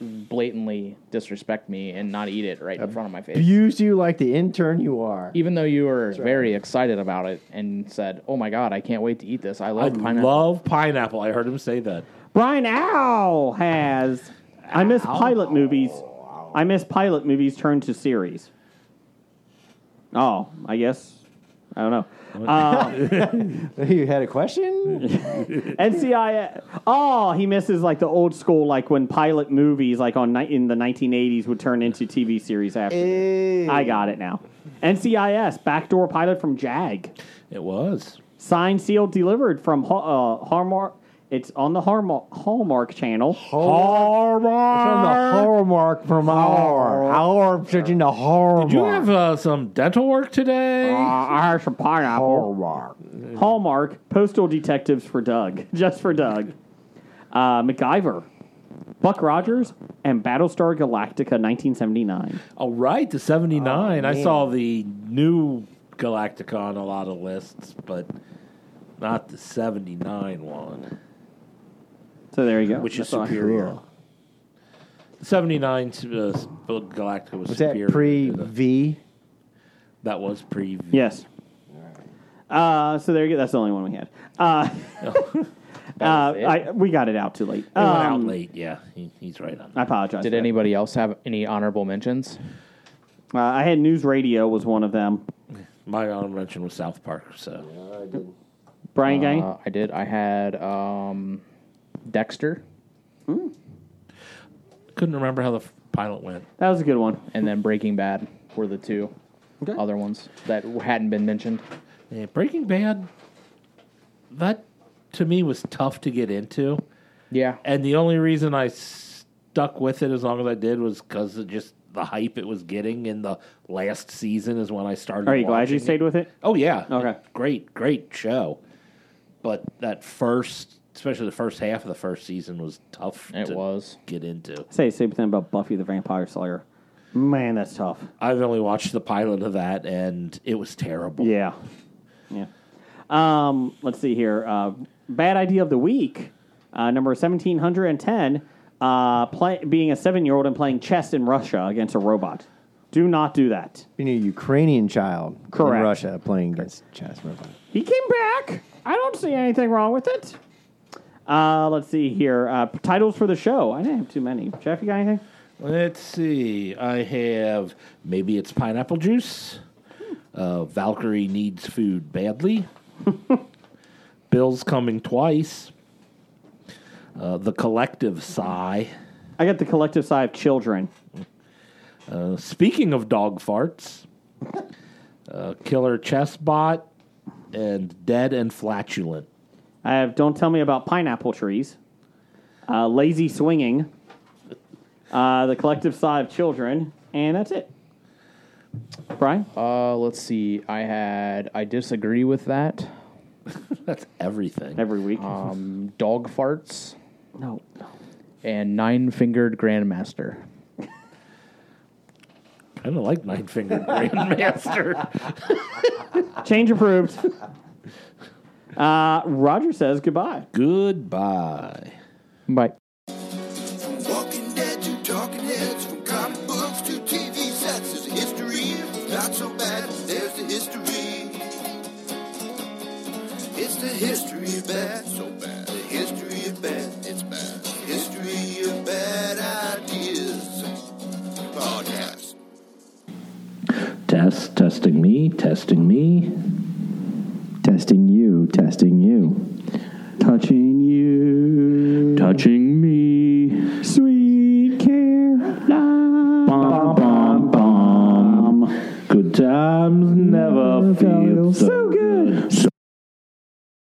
Speaker 9: blatantly disrespect me and not eat it right in front of my face.
Speaker 8: Abuse you like the intern you are.
Speaker 9: Even though you were very excited about it and said, "Oh my God, I can't wait to eat this! I
Speaker 7: I
Speaker 9: love pineapple."
Speaker 7: love pineapple. I heard him say that.
Speaker 6: Brian Owl has. I miss pilot movies. I miss pilot movies turned to series. Oh, I guess. I don't know.
Speaker 8: You had a question?
Speaker 6: NCIS. Oh, he misses like the old school, like when pilot movies, like on ni- in the 1980s, would turn into TV series after.
Speaker 8: Eh.
Speaker 6: I got it now. NCIS backdoor pilot from Jag,
Speaker 7: It was.
Speaker 6: signed, sealed, delivered from Ha- uh, Hallmark. It's on the Hallmark, Hallmark Channel.
Speaker 8: Oh, From the horror mark from our our searching the horror
Speaker 7: Did you
Speaker 8: mark.
Speaker 7: have uh, some dental work today?
Speaker 9: Oh,
Speaker 6: Uh, I heard some pineapple.
Speaker 8: horror mark.
Speaker 6: Hallmark postal detectives for Doug, just for Doug. Uh, MacGyver, Buck Rogers, and Battlestar Galactica, 1979.
Speaker 7: All Oh, right, the 79. I saw the new Galactica on a lot of lists, but not the 79 one,
Speaker 6: So there you go.
Speaker 7: which is
Speaker 6: That's all I-
Speaker 7: superior. The 79 uh, Galactica was,
Speaker 8: Was
Speaker 7: superior.
Speaker 8: that pre
Speaker 7: to the-
Speaker 8: V?
Speaker 7: That was pre V.
Speaker 6: Yes. Uh, so there you go. That's the only one we had. Uh, uh,
Speaker 9: it?
Speaker 6: I, we got it out too late.
Speaker 7: It went out
Speaker 6: Um,
Speaker 7: late. Yeah, he, he's right on.
Speaker 6: I apologize.
Speaker 9: Did
Speaker 6: for that.
Speaker 9: anybody else have any honorable mentions?
Speaker 6: Uh, I had news radio was one of them.
Speaker 7: My own mention was South Park. So
Speaker 6: Brian Gang.
Speaker 9: Uh, I did. I had um, Dexter,
Speaker 7: couldn't remember how the f- pilot went.
Speaker 6: That was a good one.
Speaker 9: and then Breaking Bad were the two other ones that hadn't been mentioned.
Speaker 7: Yeah, Breaking Bad. That to me was tough to get into,
Speaker 9: Yeah,
Speaker 7: and the only reason I stuck with it as long as I did was because of just the hype it was getting. In the last season is when I started.
Speaker 6: Are you glad
Speaker 7: watching
Speaker 6: you
Speaker 7: it.
Speaker 6: stayed with it?
Speaker 7: Oh yeah.
Speaker 6: Okay.
Speaker 7: Great, great show. But that first, especially the first half of the first season, was tough.
Speaker 9: it
Speaker 7: to
Speaker 9: was.
Speaker 7: get into.
Speaker 6: Say the same thing about Buffy the Vampire Slayer. Man, that's tough.
Speaker 7: I've only watched the pilot of that, and it was terrible.
Speaker 6: Yeah. Yeah. Um, let's see here. Uh, bad idea of the week, uh, number 1710, uh, play, being a seven year old and playing chess in Russia against a robot. Do not do that.
Speaker 8: Being a Ukrainian child
Speaker 6: Correct.
Speaker 8: in Russia playing against chess robot.
Speaker 6: He came back. I don't see anything wrong with it. Uh, let's see here. Uh, titles for the show. I didn't have too many. Jeff, you got anything?
Speaker 7: Let's see. I have maybe it's pineapple juice. Uh, Valkyrie needs food badly. Bill's coming twice. Uh, the collective sigh.
Speaker 6: I got the collective sigh of children.
Speaker 7: Uh, speaking of dog farts, uh, Killer Chess Bot and Dead and Flatulent.
Speaker 6: I have Don't Tell Me About Pineapple Trees, uh, Lazy Swinging, uh, The Collective Sigh of Children, and that's it. Brian?
Speaker 9: Uh, let's see. I had I disagree with that.
Speaker 7: That's everything.
Speaker 6: Every week.
Speaker 9: Um, dog farts
Speaker 6: no.
Speaker 9: and nine fingered grandmaster.
Speaker 7: I don't like Nine Fingered Grandmaster.
Speaker 6: Change approved. uh, Roger says goodbye.
Speaker 7: Goodbye.
Speaker 9: Bye.
Speaker 3: Walking dead to talking heads, from comic books to TV sets. There's a history, not so bad. There's the history. It's the history of bad, so bad. The history of bad, it's bad. History of bad ideas. Podcast.
Speaker 10: Test, testing me, testing me. Testing you, testing you. Touching you. Touching me. Sweet Caroline. Bum, bum, bum. Good times never feel so